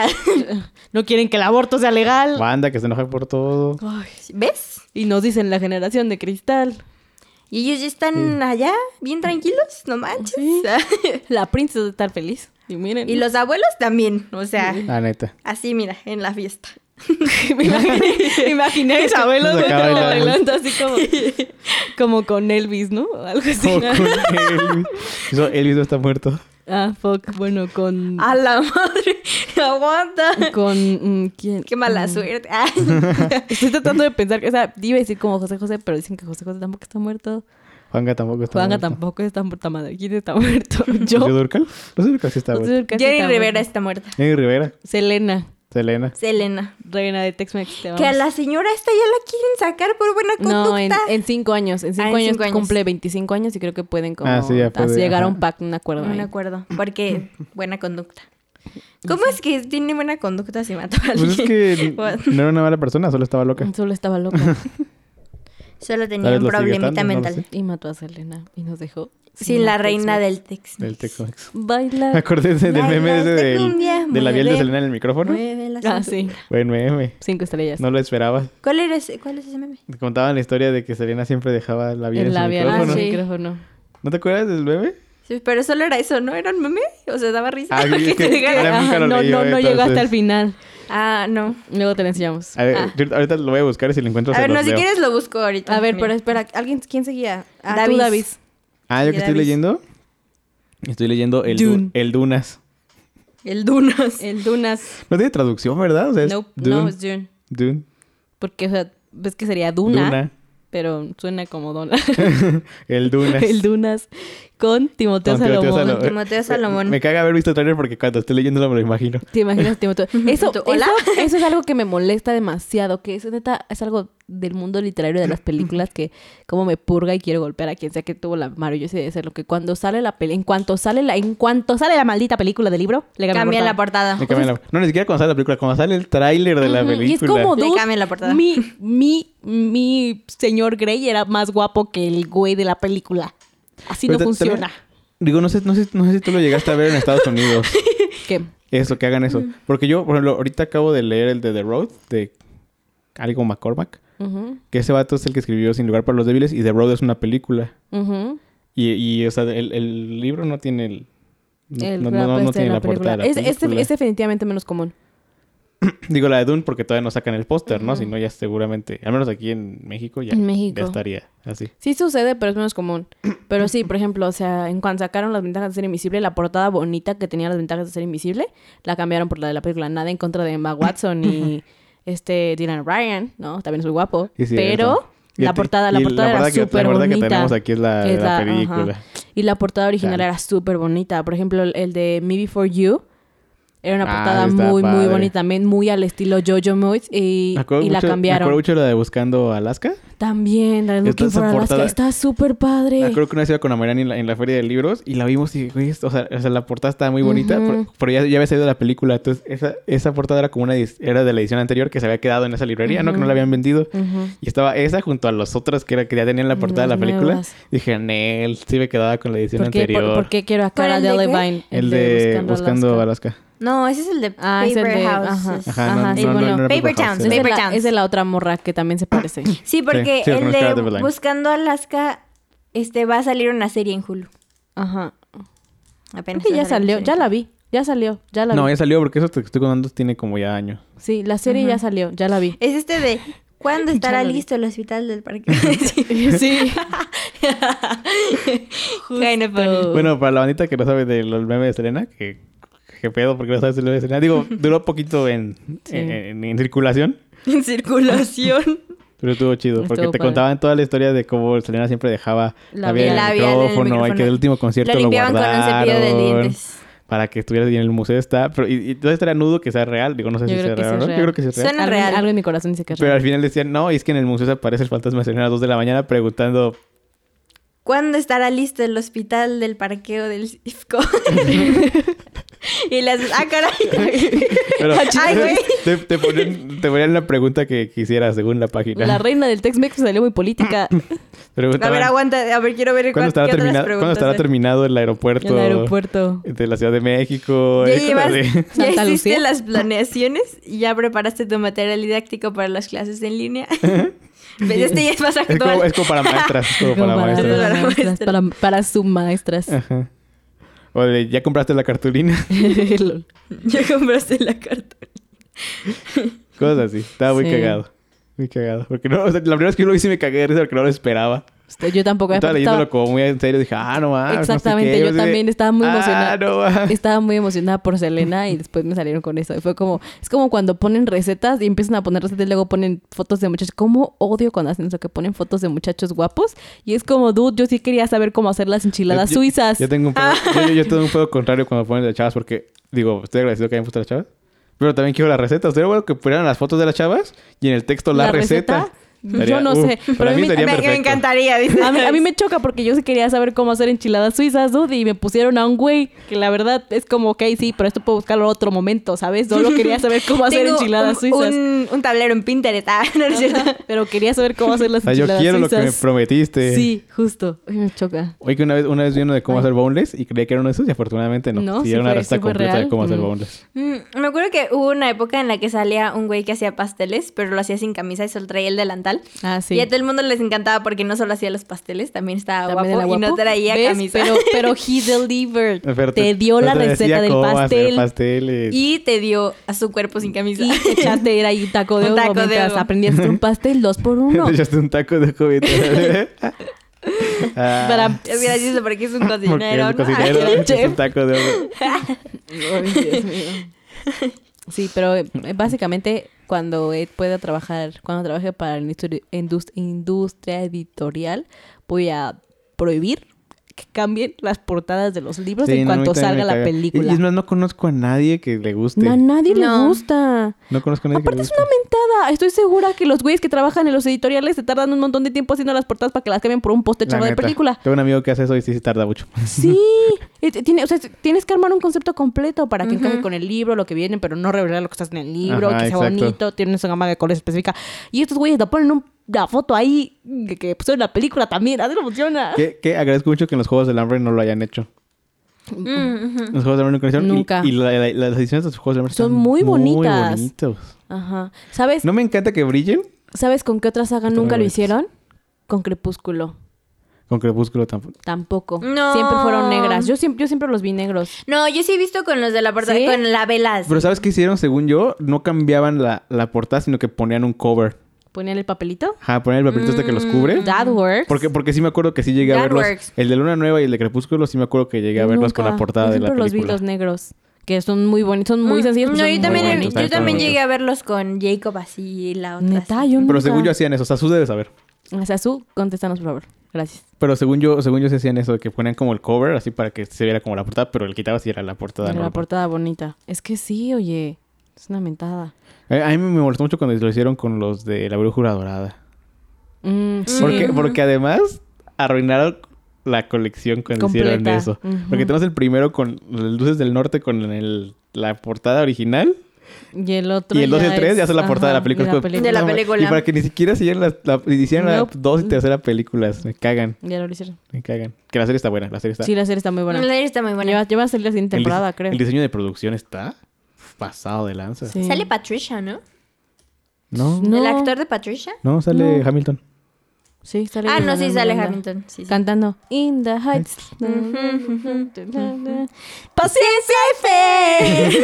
S3: No quieren que el aborto sea legal.
S2: Wanda que se enoja por todo.
S3: Ay,
S1: ¿Ves?
S3: y nos dicen la generación de cristal.
S1: Y ellos ya están allá, bien tranquilos, no manches.
S3: Sí. La princesa de estar feliz. Y miren.
S1: y los abuelos también, o sea,
S2: La neta.
S1: así mira, en la fiesta.
S3: me imaginé, me imaginé a Isabel
S2: Nos
S3: güey,
S2: acaba
S3: como
S2: de la-
S3: bailando así como, como con Elvis, ¿no? Algo así.
S2: Como Oh, con Elvis. Eso, Elvis no está muerto.
S3: Ah, fuck. Bueno, con.
S1: A la madre, aguanta.
S3: Con. mm, ¿Quién?
S1: Qué mala
S3: Mm.
S1: suerte. Ah.
S3: Estoy tratando de pensar. que- O sea, iba a decir como José José, pero dicen que José José tampoco está muerto.
S2: Juanga tampoco está
S3: Juanga
S2: muerto.
S3: tampoco está muerta madre. ¿Quién está muerto? Yo.
S2: ¿Rocío Durcal? Rocío Durcal sí está
S3: José
S2: muerto.
S3: Durcal sí
S1: Jenny
S3: está
S1: Rivera
S3: muerto.
S1: está muerta.
S2: Henry Rivera.
S3: Selena,
S2: Selena.
S1: Selena.
S3: reina de Tex-Mex. te
S1: Que a
S3: amamos.
S1: la señora esta ya la quieren sacar por buena conducta. Ah,
S3: No, en, en cinco años. En cinco,
S1: en
S3: años,
S1: cinco años.
S3: cumple 25 años y creo que pueden como
S2: Ah, sí, ya
S3: as-
S2: puede,
S3: llegar a un
S2: ajá.
S3: pacto, un acuerdo.
S1: No me
S3: ahí.
S1: acuerdo, porque buena conducta. ¿Cómo es que tiene buena conducta si mató a alguien?
S2: Pues es que no era una mala persona, solo estaba loca.
S3: Solo estaba loca
S1: Solo
S2: Tal
S1: tenía
S2: vez
S1: un
S2: lo sigue
S1: problemita
S2: estando, no lo
S1: mental.
S2: sé.
S3: y mató a Selena y nos dejó
S1: Sin la reina
S3: del
S1: del Tex.
S2: Del Tex-Mex. Me
S3: Baila.
S2: acordé de- del
S1: Baila
S2: meme ese
S1: esta
S2: del,
S1: cumbia,
S2: de la
S1: mueve,
S2: piel de Selena en el micrófono.
S1: Mueve la
S3: Ah,
S1: cintura.
S3: sí.
S2: Buen meme.
S3: Cinco estrellas.
S2: No lo esperaba.
S1: ¿Cuál, era ese, ¿Cuál es ese meme?
S2: Contaban la historia de que Selena siempre dejaba la piel
S3: el
S2: en su
S3: labial
S2: micrófono.
S3: ah,
S1: sí.
S3: micrófono.
S2: ¿No te acuerdas del meme?
S1: Sí, pero solo era eso, ¿no? ¿Era un meme? ¿O se daba risa?
S2: Ah, sí,
S1: Porque
S2: es que-
S1: te dejara-
S2: Ahora nunca
S3: Ajá,
S2: lo
S3: no, no,
S2: leí,
S3: no
S2: entonces.
S3: llegó hasta el final.
S1: Ah, no.
S3: Luego te lo enseñamos.
S2: A ver, eh,
S1: Ah.
S2: yo ahorita lo voy a buscar y si lo encuentro
S1: A
S2: se
S1: ver,
S2: los
S1: no, si
S2: leo.
S1: quieres lo busco ahorita.
S3: A ver,
S1: Mira.
S3: pero espera, ¿alguien quién seguía? Ah,
S1: Davis.
S3: tú, Davis.
S2: Ah, yo que
S1: Ya
S2: estoy
S1: ves.
S2: leyendo. Estoy leyendo el,
S3: Dune.
S2: Du- el Dunas.
S1: El Dunas.
S3: El Eh, Dunas.
S2: No tiene traducción, ¿verdad? O sea, es
S3: Nope,
S2: Dune.
S3: no, es Dune.
S2: Dune.
S3: Porque, o sea, ves que sería
S2: Duna.
S3: Duna, pero suena como Dona.
S2: El Dunas.
S3: El Dunas con Timoteo
S2: Con Timoteo
S3: Salomón.
S2: Salomón.
S1: Timoteo Salomón.
S2: Me, me caga haber visto el trailer porque cuando estoy leyendo me lo imagino.
S3: ¿Te imaginas Timoteo? Eso,
S1: Tú, ¿hola?
S3: eso, eso es algo que me molesta demasiado, que es neta, es algo del mundo literario de las películas que como me purga y quiero golpear a quien sea que tuvo la maravillosa idea de hacerlo, que cuando sale la peli, en cuanto sale la, en cuanto sale la maldita película del libro, le cambian
S1: Cambia la
S3: portada.
S1: portada.
S2: Me cambian la- No, ni siquiera cuando sale la película, cuando sale el tráiler de la
S3: Ujú,
S2: película.
S3: Ah, pues Y es como,
S1: Le
S3: dude,
S1: cambian la portada.
S3: Mi, mi, mi señor Grey era más guapo que el güey de la película. Así
S2: Pero
S3: no
S2: te- te lo-
S3: funciona.
S2: Digo, no sé, no, sé, no sé si tú lo llegaste a ver en Estados Unidos.
S3: ¿Qué?
S2: Eso,
S3: Mm.
S2: que hagan eso. Porque yo, por ejemplo, ahorita acabo de leer el de The Road de algo McCormack.
S3: Ujú,
S2: Que ese vato es el que escribió Sin lugar para los débiles y The Road es una película.
S3: ujú.
S2: Y, y o sea, el, el libro no tiene el... No,
S3: El
S2: no- no-
S3: rap
S2: no
S3: este de
S2: tiene la, portada. de la
S3: Es, este-
S2: película.
S3: es definitivamente menos común.
S2: Digo la de Dune porque todavía no sacan el póster, ¿no?
S3: Ujú.
S2: Si no, ya seguramente, al menos aquí en México ya,
S3: En México.
S2: ya estaría así.
S3: Sí sucede, pero es menos común. Pero sí, por ejemplo, o sea, en cuanto sacaron las ventajas de ser invisible, la portada bonita que tenía las ventajas de ser invisible, la cambiaron por la de la película. Nada en contra de Emma Watson y este Dylan Ryan, ¿no? También es muy guapo.
S2: Sí, sí,
S3: pero
S2: eso. Y
S3: la
S2: te-
S3: portada, la
S2: y
S3: portada era
S2: que-
S3: súper
S2: La portada
S3: bonita.
S2: que tenemos aquí es la, de
S3: Es
S2: la
S3: la- ajá.
S2: película.
S3: Y la portada original
S2: Chale.
S3: era súper bonita. Por ejemplo, el- el de Me Before You era una
S2: Ah,
S3: portada
S2: está
S3: muy, muy
S2: padre.
S3: bonita. También muy al estilo Jojo Moyes. Y,
S2: Me acuerdo
S3: y la
S2: mucho- Me
S3: cambiaron.
S2: acuerdo mucho de la de Buscando Alaska.
S3: También, la de
S2: Está
S3: Looking
S2: esa
S3: for Alaska.
S2: portada-
S3: Está súper padre.
S2: Me acuerdo que una vez iba con Amarani en la, en la feria de libros y la vimos y, güey, esto- o sea, o sea, la portada estaba muy bonita,
S3: Ujú.
S2: pero, pero ya, ya había salido la película. Entonces, esa, esa portada era como una edis- era de la edición anterior que se había quedado en esa librería, ¿no? Que no la habían vendido.
S3: Ujú.
S2: Y estaba esa junto a las otras que, era, que ya tenían la portada de la
S3: Las
S2: película.
S3: nuevas.
S2: Dije, Nel, sí me quedaba con la edición
S3: ¿Por qué, por-
S2: anterior.
S3: por qué quiero a
S1: ¿Cuál,
S3: Cara
S1: el de qué?
S3: Delevingne?
S2: El de Buscando Alaska.
S1: No, ese es el de
S3: Ah, es el
S1: Paper
S3: de-
S1: Houses.
S3: ajá. Ajá, sí, bueno.
S2: era
S1: Paper
S2: House,
S1: Towns,
S2: era-
S3: Es de,
S1: Paper
S3: la,
S1: Towns.
S3: es de la otra morra que también se parece.
S1: Sí, porque
S2: sí, lo
S1: el
S2: conozco, Cara
S1: de
S2: Delevingne.
S1: Buscando Alaska este, va a salir una serie en Hulu.
S3: Ajá. Creo
S1: Apenas
S3: que
S1: va a salir
S3: ya
S1: una
S3: salió,
S1: serie.
S3: ya la vi. Ya salió, ya la
S2: No,
S3: vi.
S2: ya salió porque eso que estoy contando tiene como ya años.
S3: Sí, la serie ya
S1: Ajá.
S3: salió, ya la vi.
S1: Es este de ¿Cuándo estará
S3: la vi.
S1: listo el hospital del parque? Eh,
S3: sí.
S1: Kind of funny.
S2: Bueno, para la bandita que no sabe del meme de Selena, que que pedo porque no sabes el meme de Selena. Digo, duró poquito en,
S3: Sí.
S2: en, en- en circulación,
S1: en circulación.
S2: pero estuvo chido porque
S3: Estuvo
S2: te
S3: padre.
S2: contaban toda la historia de cómo Selena siempre dejaba
S3: La
S2: la vida en el
S1: labial en el
S2: micrófono y que
S1: micrófono.
S2: el último concierto
S1: lo
S2: lo,
S1: limpiaban con un cepillo de
S2: guardaron
S1: dientes.
S2: para que estuviera ahí en el museo está, pero y, y todo esto era nudo que sea real, digo, no sé
S3: Yo
S2: si
S3: creo
S2: sea
S3: que sí
S2: real,
S3: es
S2: ¿no?
S3: real.
S2: Yo creo que sí es real.
S1: Suena-
S3: Algo,
S1: real.
S3: algo en mi corazón dice que es
S2: Pero
S3: real.
S2: al final decían, no, es que en el museo se aparece el fantasma de Selena a las 2 de la mañana preguntando
S1: ¿Cuándo estará listo el hospital del parqueo del CIFCO? y las... ¡Ah, caray!
S2: Pero,
S1: Ay, güey.
S2: te, te ponían, te ponían la pregunta que quisieras según la página.
S3: La reina del Tex-Mex salió muy política.
S1: A
S2: Preguntaban,
S1: ver, aguanta. A ver, quiero ver
S2: ¿cuándo,
S1: cuán-
S2: estará
S1: qué otras
S2: terminado, ¿Cuándo
S1: preguntas
S2: estará
S1: hay.
S2: terminado el aeropuerto,
S3: en el aeropuerto.
S2: de la Ciudad de México?
S1: Ya
S2: Eh,
S1: llevas,
S2: cosas así.
S1: ya
S3: Santa
S1: hiciste
S3: Lucía.
S1: las planeaciones y ya preparaste tu material didáctico para las clases en línea. ¿Ves? Este ya es más
S2: Es
S1: actual.
S2: como, es como para maestras. es como
S3: Como
S2: para Ah.
S3: para,
S2: maestras.
S1: Para
S3: maestras,
S1: maestras.
S3: para, para sus maestras.
S2: Ajá. O de, ¿ya compraste la cartulina?
S3: Lol.
S1: Ya compraste la carta.
S2: Cosas así. Estaba muy
S3: Sí.
S2: cagado. Muy cagado. Porque no, o sea, la primera vez que lo hice me cagué de risa porque no lo esperaba.
S3: Yo tampoco.
S2: Estaba
S3: aparte
S2: leyéndolo como muy en serio. Dije, ah, no mames. no sé
S3: Exactamente,
S2: qué,
S3: yo
S2: no sé.
S3: también estaba muy emocionada.
S2: Ah, no mames.
S3: Estaba muy emocionada por Selena y después me salieron con eso. Y fue como, es como cuando ponen recetas y empiezan a poner recetas y luego ponen fotos de muchachos. ¿Cómo odio cuando hacen eso? Que ponen fotos de muchachos guapos. Y es como, dude, yo sí quería saber cómo hacer las enchiladas
S2: Yo- yo-
S3: suizas. Ah.
S2: Yo tengo un pedo, yo, yo- yo tengo un pedo contrario cuando ponen las chavas porque, digo, estoy agradecido que hayan puesto las chavas. Pero también quiero las recetas. Sería bueno que pusieran las fotos de las chavas y en el texto la,
S3: ¿La
S2: receta. uh,
S3: receta? Yo no sé, pero
S2: para
S3: a
S2: mí,
S3: mí me-
S2: sería
S1: Me, me
S2: perfecto.
S1: encantaría, dice.
S3: A mí, a mí me choca porque yo sí quería saber cómo hacer enchiladas suizas, dude, y me pusieron a un güey que la verdad es como, ok, sí, pero esto puedo buscarlo en otro momento, ¿sabes? Solo quería saber cómo hacer
S1: Tengo
S3: enchiladas
S1: un,
S3: suizas.
S1: Un, un tablero en Pinterest. Ah, no es cierto.
S3: Ajá, Pero quería saber cómo hacer
S2: O
S3: las
S2: sea, Ah, yo
S3: enchiladas
S2: quiero lo
S3: suizas.
S2: que me prometiste.
S3: Sí, justo. Ay, me choca.
S2: Oye, que una vez, una vez vi uno de cómo
S3: Ay.
S2: hacer boneless y creía que era uno de esos y afortunadamente no.
S3: No,
S2: sí,
S3: sí
S2: era una
S3: fue-
S2: receta
S3: sí fue
S2: completa de
S3: real.
S2: cómo hacer
S3: Mm.
S2: boneless.
S1: Mm, me acuerdo que hubo una época en la que salía un güey que hacía pasteles, pero lo hacía sin camisa y solo traía el delantal.
S3: Ah, sí.
S1: Y a todo el mundo les encantaba porque no solo hacía los pasteles, también estaba
S3: También
S1: guapo,
S3: era
S1: y no
S3: guapo.
S1: traía
S3: ¿Ves?
S1: camisa.
S3: Pero, pero he delivered.
S2: Pero
S3: te, dio
S2: pero
S3: la
S2: te decía
S3: receta del
S2: cómo hacer
S3: pastel.
S2: pasteles.
S1: Y te dio a su cuerpo sin camisa.
S3: Y te echaste era ahí taco de
S1: Un
S3: oro
S1: taco de
S3: mientras
S1: oro.
S3: aprendías un pastel dos por uno.
S2: Te echaste un taco de comida. Ah,
S3: Para...
S1: Es gracioso porque es un
S2: porque
S1: cocinero, ¿no?
S2: el cocinero
S1: Ay,
S2: te
S1: el
S2: echaste
S1: chef.
S2: un taco de oro.
S3: Ay, Dios mío. Sí, pero eh, básicamente cuando Ed pueda trabajar, cuando trabaje para la industri- indus- industria editorial, voy a prohibir que cambien las portadas de los libros
S2: Sí,
S3: en
S2: no, a mí
S3: cuanto
S2: también me
S3: salga la
S2: caga. Y, y
S3: película.
S2: es más, no conozco a nadie que le guste.
S3: No, a nadie
S1: No.
S3: le gusta.
S2: no conozco a nadie que
S3: Aparte
S2: le
S3: es
S2: guste.
S3: una mentada. Estoy segura que los güeyes que trabajan en los editoriales se tardan un montón de tiempo haciendo las portadas para que las cambien por un poste
S2: La
S3: chavo de
S2: neta.
S3: película.
S2: Tengo un amigo que hace eso y sí se tarda mucho.
S3: Sí. Eh, t- tiene- o sea, t- tienes que armar un concepto completo para que encaje
S1: Ujú.
S3: con el libro, lo que viene, pero no revelar lo que está en el libro,
S2: Ajá,
S3: que sea
S2: exacto.
S3: bonito, tienes una gama de colores específica. Y estos güeyes la ponen un- la foto ahí que, que pusieron en la película también. Así no funciona.
S2: que, que agradezco mucho que en los Juegos del Hambre no lo hayan hecho.
S1: Mm, ujú.
S2: En los Juegos del Hambre nunca lo hicieron. y-
S3: Nunca.
S2: Y, la- la- las ediciones de los Juegos del Hambre
S3: Son
S2: están
S3: muy bonitas.
S2: bonitos.
S3: Ajá. ¿Sabes?
S2: No me encanta que brillen,
S3: ¿Sabes con qué otra saga
S2: Está
S3: nunca
S2: raro
S3: lo
S2: esto.
S3: hicieron? Con Crepúsculo.
S2: Con Crepúsculo tampoco.
S3: Tampoco.
S1: No.
S3: Siempre fueron negras. Yo siempre, yo siempre los vi negros.
S1: No, yo sí he visto con los de la portada,
S3: ¿Sí?
S1: con la velas.
S2: Pero ¿sabes qué hicieron? Según yo, no cambiaban la, la portada, sino que ponían un cover.
S3: Ponían el papelito.
S2: Ajá, ponían el papelito hasta que los cubre.
S3: Mm, That works.
S2: Porque, porque sí me acuerdo que sí llegué a
S1: That
S2: verlos.
S1: works.
S2: El de Luna Nueva y el de Crepúsculo sí me acuerdo que llegué a
S3: Yo
S2: verlos
S3: nunca.
S2: con la portada
S3: Yo
S2: de la
S3: siempre los vi
S2: película.
S3: los negros. Que son muy bonitos. Son muy
S1: Mm,
S3: sencillos. pero
S1: No,
S3: son
S1: yo
S3: muy
S1: también,
S2: bonitos,
S1: yo
S2: están
S1: también
S2: bonitos.
S1: llegué a verlos con Jacob así y la otra.
S3: Neta,
S1: así.
S3: yo
S2: Pero
S3: nunca.
S2: según yo hacían eso. O sea, Sus debe saber.
S3: O sea, Su, contéstanos, por favor. Gracias.
S2: Pero según yo, según yo se hacían eso, de que ponían como el cover, así para que se viera como la portada, pero el quitabas y era la portada.
S3: Era la
S2: normal.
S3: portada bonita. Es que sí, oye. Es una mentada.
S2: Eh, A a mí me molestó mucho cuando lo hicieron con los de La Brújula Dorada.
S3: Mm, sí.
S2: Porque,
S1: Ujú.
S2: porque además arruinaron la colección cuando hicieron
S3: Completa.
S2: eso.
S3: Ujú.
S2: Porque tenemos el primero con las luces del norte con el- la portada original.
S3: Y el otro.
S2: y el 2 y el
S3: ya
S2: 3
S3: es-
S2: ya son la portada de la
S3: ajá,
S2: película.
S3: y
S2: Es como,
S1: película. De la
S2: "No, ma-".
S1: película.
S2: Y para que ni siquiera hicieran las la, hicieran las
S3: Nope.
S2: dos y tercera películas. Me cagan,
S3: Ya lo hicieron.
S2: me cagan. Que la serie está buena, la serie está...
S3: Sí, la serie está muy buena.
S1: La serie está muy buena.
S3: Lleva, lleva a salir la siguiente
S2: el dise-
S3: temporada, creo.
S2: El diseño de producción está pasado de lanza.
S3: Sí.
S1: Sale Patricia, ¿no?
S2: No,
S3: Este, No.
S1: ¿El actor de Patricia?
S2: no, sale
S3: No.
S2: Hamilton.
S3: Sí, sale
S1: Ah, no,
S3: Miranda
S1: sí, sale Mm.
S3: Miranda.
S1: Hamilton. Sí, sí.
S3: Cantando In
S2: Ah.
S3: the Heights. Mm.
S1: Ujú,
S3: Paciencia y fe.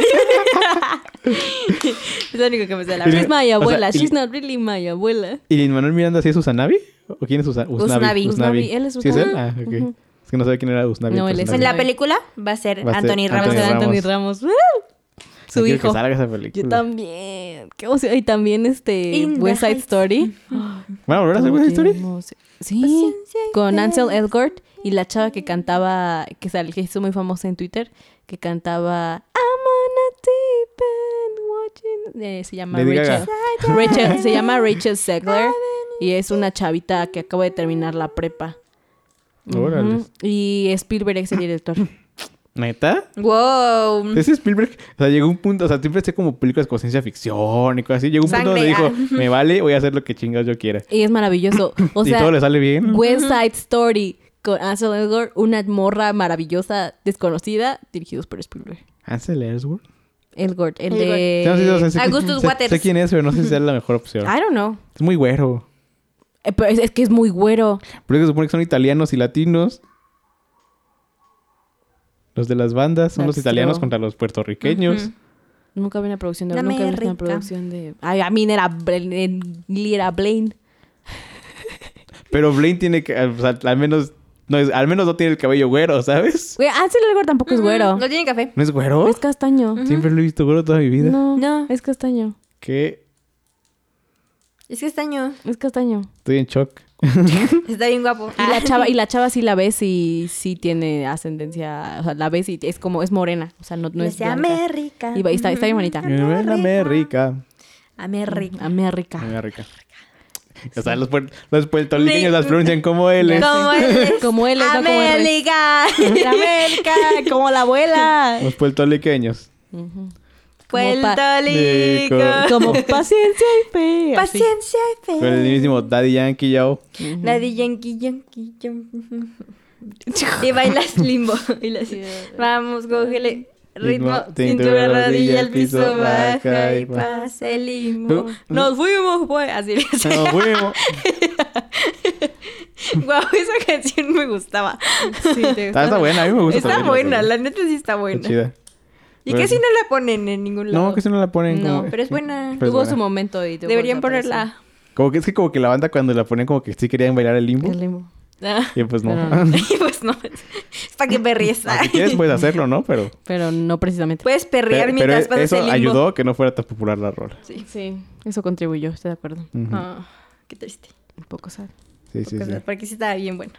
S1: Es lo único que me sale la
S3: She's my
S2: O sea,
S3: abuela.
S2: y-
S3: She's not really my abuela.
S2: ¿Y Manuel Miranda sí es Usanavi? ¿O quién es Usanavi?
S1: Usnavi.
S3: Usnavi, él es
S2: ¿Sí es él? Ah,
S3: Usnavi.
S2: ok.
S3: Ujú.
S2: Es que no sabía quién era Usnavi.
S3: No,
S2: pero
S3: él es
S1: En
S2: Usnavi.
S1: la
S3: Ay.
S1: película va a ser
S2: Va a ser
S1: Anthony
S3: Ramos
S1: Ramos.
S2: Anthony
S3: de
S2: Ramos.
S3: Anthony Ramos. ¡Woo!
S2: No
S3: Su
S2: quiero
S3: hijo.
S2: que salga esa
S3: Yo
S2: película.
S3: también. Qué emoción. Y también este
S1: In the
S3: West Side
S1: Heights.
S3: Story.
S2: ¿Van a volver a hacer esa
S3: Qué
S2: historia?
S3: emoción. Sí.
S1: Paciencia y
S3: Con
S1: fe.
S3: Ansel Elgort y la chava que cantaba, que, sal, que hizo muy famosa en Twitter, que cantaba I'm on a deep end watching. eh, se llama
S2: Lady
S3: Rachel.
S2: Gaga.
S3: Rachel. Se llama Rachel Segler y es una chavita que acaba de terminar la prepa.
S2: Órale.
S3: Ujú. Y Spielberg es el director.
S2: ¿Neta?
S1: Wow.
S3: Mm.
S2: Ese Spielberg, o sea, llegó un punto, o sea, siempre hacía como películas con ciencia ficción y cosas así. Llegó un punto donde
S1: Sangre,
S2: dijo,
S1: ah.
S2: me vale, voy a hacer lo que chingados yo quiera.
S3: Y es maravilloso. O
S2: y
S3: sea,
S2: todo le sale bien.
S3: West Side Story con Ansel Elgort, una morra maravillosa desconocida, dirigidos por Spielberg.
S2: Hansel Ellsworth.
S3: Elgort, el
S1: Elgort.
S3: de
S2: Sí, no, sí, no, sé- sé-
S1: Augustus
S2: sé-
S1: Waters.
S2: Sé quién es, pero no sé si sea la mejor opción.
S3: I don't know.
S2: Es muy güero.
S3: Eh, Pero es, es que es muy güero.
S2: Pero es que se supone que son italianos y latinos. Los de las bandas son los
S3: That's
S2: italianos
S3: true.
S2: contra los puertorriqueños.
S1: Ujú.
S3: Nunca vi una producción de
S1: Dame
S3: Nunca vi una
S1: rica.
S3: producción de. Ay, a mí era, Bl- era Blaine.
S2: Pero Blaine tiene que, o sea, al menos, no es- al menos no tiene el cabello güero, ¿sabes?
S3: Güey, Ansel Elgort tampoco es Pues güero.
S1: No tiene café.
S2: ¿No es güero?
S3: Es castaño.
S2: Siempre lo he visto güero toda mi ¿Oh? vida.
S3: No,
S1: No.
S3: es castaño.
S2: Que
S1: Es que este año
S3: Es castaño.
S2: estoy en shock.
S1: está bien guapo.
S3: Y la chava, y la chava sí la ves y sí tiene ascendencia. O sea, la ves y es como, es morena. O sea, no, no
S1: Me
S3: es
S1: sea
S3: blanca.
S1: América.
S3: Y va- y está- está bien
S1: Ah,
S3: bonita.
S1: América.
S2: América.
S1: América. Ah,
S3: América.
S2: América. O sea, los, puer- los puertorriqueños las pronuncian como él.
S3: Ya
S1: Como
S3: sé.
S1: él.
S3: Como él es, no como el rey.
S1: América.
S3: América, como la abuela.
S1: Ah.
S2: Los puertorriqueños.
S3: Ujú.
S1: Puerto
S2: Rico.
S1: Rico.
S3: Como paciencia y fe. así.
S1: Paciencia y fe.
S2: Con el mismo Daddy Yankee, yo.
S1: Nadie yankee, yankee, yankee. Y bailas limbo. Y las- Vamos, cógele. Ritmo,
S2: Ritmo,
S1: cintura, rodilla, al piso,
S2: piso,
S1: baja y
S2: baja.
S1: pase el limbo.
S2: Uh, uh.
S1: Nos fuimos, pues. Así
S2: No, huevo.
S1: Guau, esa canción me gustaba.
S3: Sí, te
S2: Ah, Está,
S3: gusta.
S2: está buena, a mí me gusta.
S1: Está
S2: también la
S1: buena,
S2: canción.
S1: la neta sí está buena.
S2: Está chida.
S1: Y
S2: Pero
S1: casi
S2: sí.
S1: no la ponen en ningún lado.
S2: No, que si no la ponen
S3: No,
S2: como...
S1: pero es buena.
S2: pero es
S3: Tuvo
S2: buena.
S3: su momento y tuvo
S1: Deberían
S3: su aparición.
S1: ponerla.
S2: Como que es que como que la banda cuando la ponen como que sí querían bailar el limbo.
S3: El limbo.
S1: Ah,
S2: Y pues no.
S3: Pero no.
S1: y pues no. Es para que perries.
S2: Ah, si quieres puedes hacerlo, ¿no? Pero,
S3: Pero no precisamente.
S1: Puedes perrear
S2: pero-
S1: mientras
S2: pero
S1: pasas
S2: eso
S1: el limbo.
S2: ayudó a que no fuera tan popular la rola.
S1: Sí.
S3: Sí, eso contribuyó, estoy de acuerdo.
S2: Ujú.
S1: Ah, qué triste.
S3: Un poco sad.
S2: sí, sí,
S1: Porque-
S2: sí.
S1: Porque sí estaba bien bueno.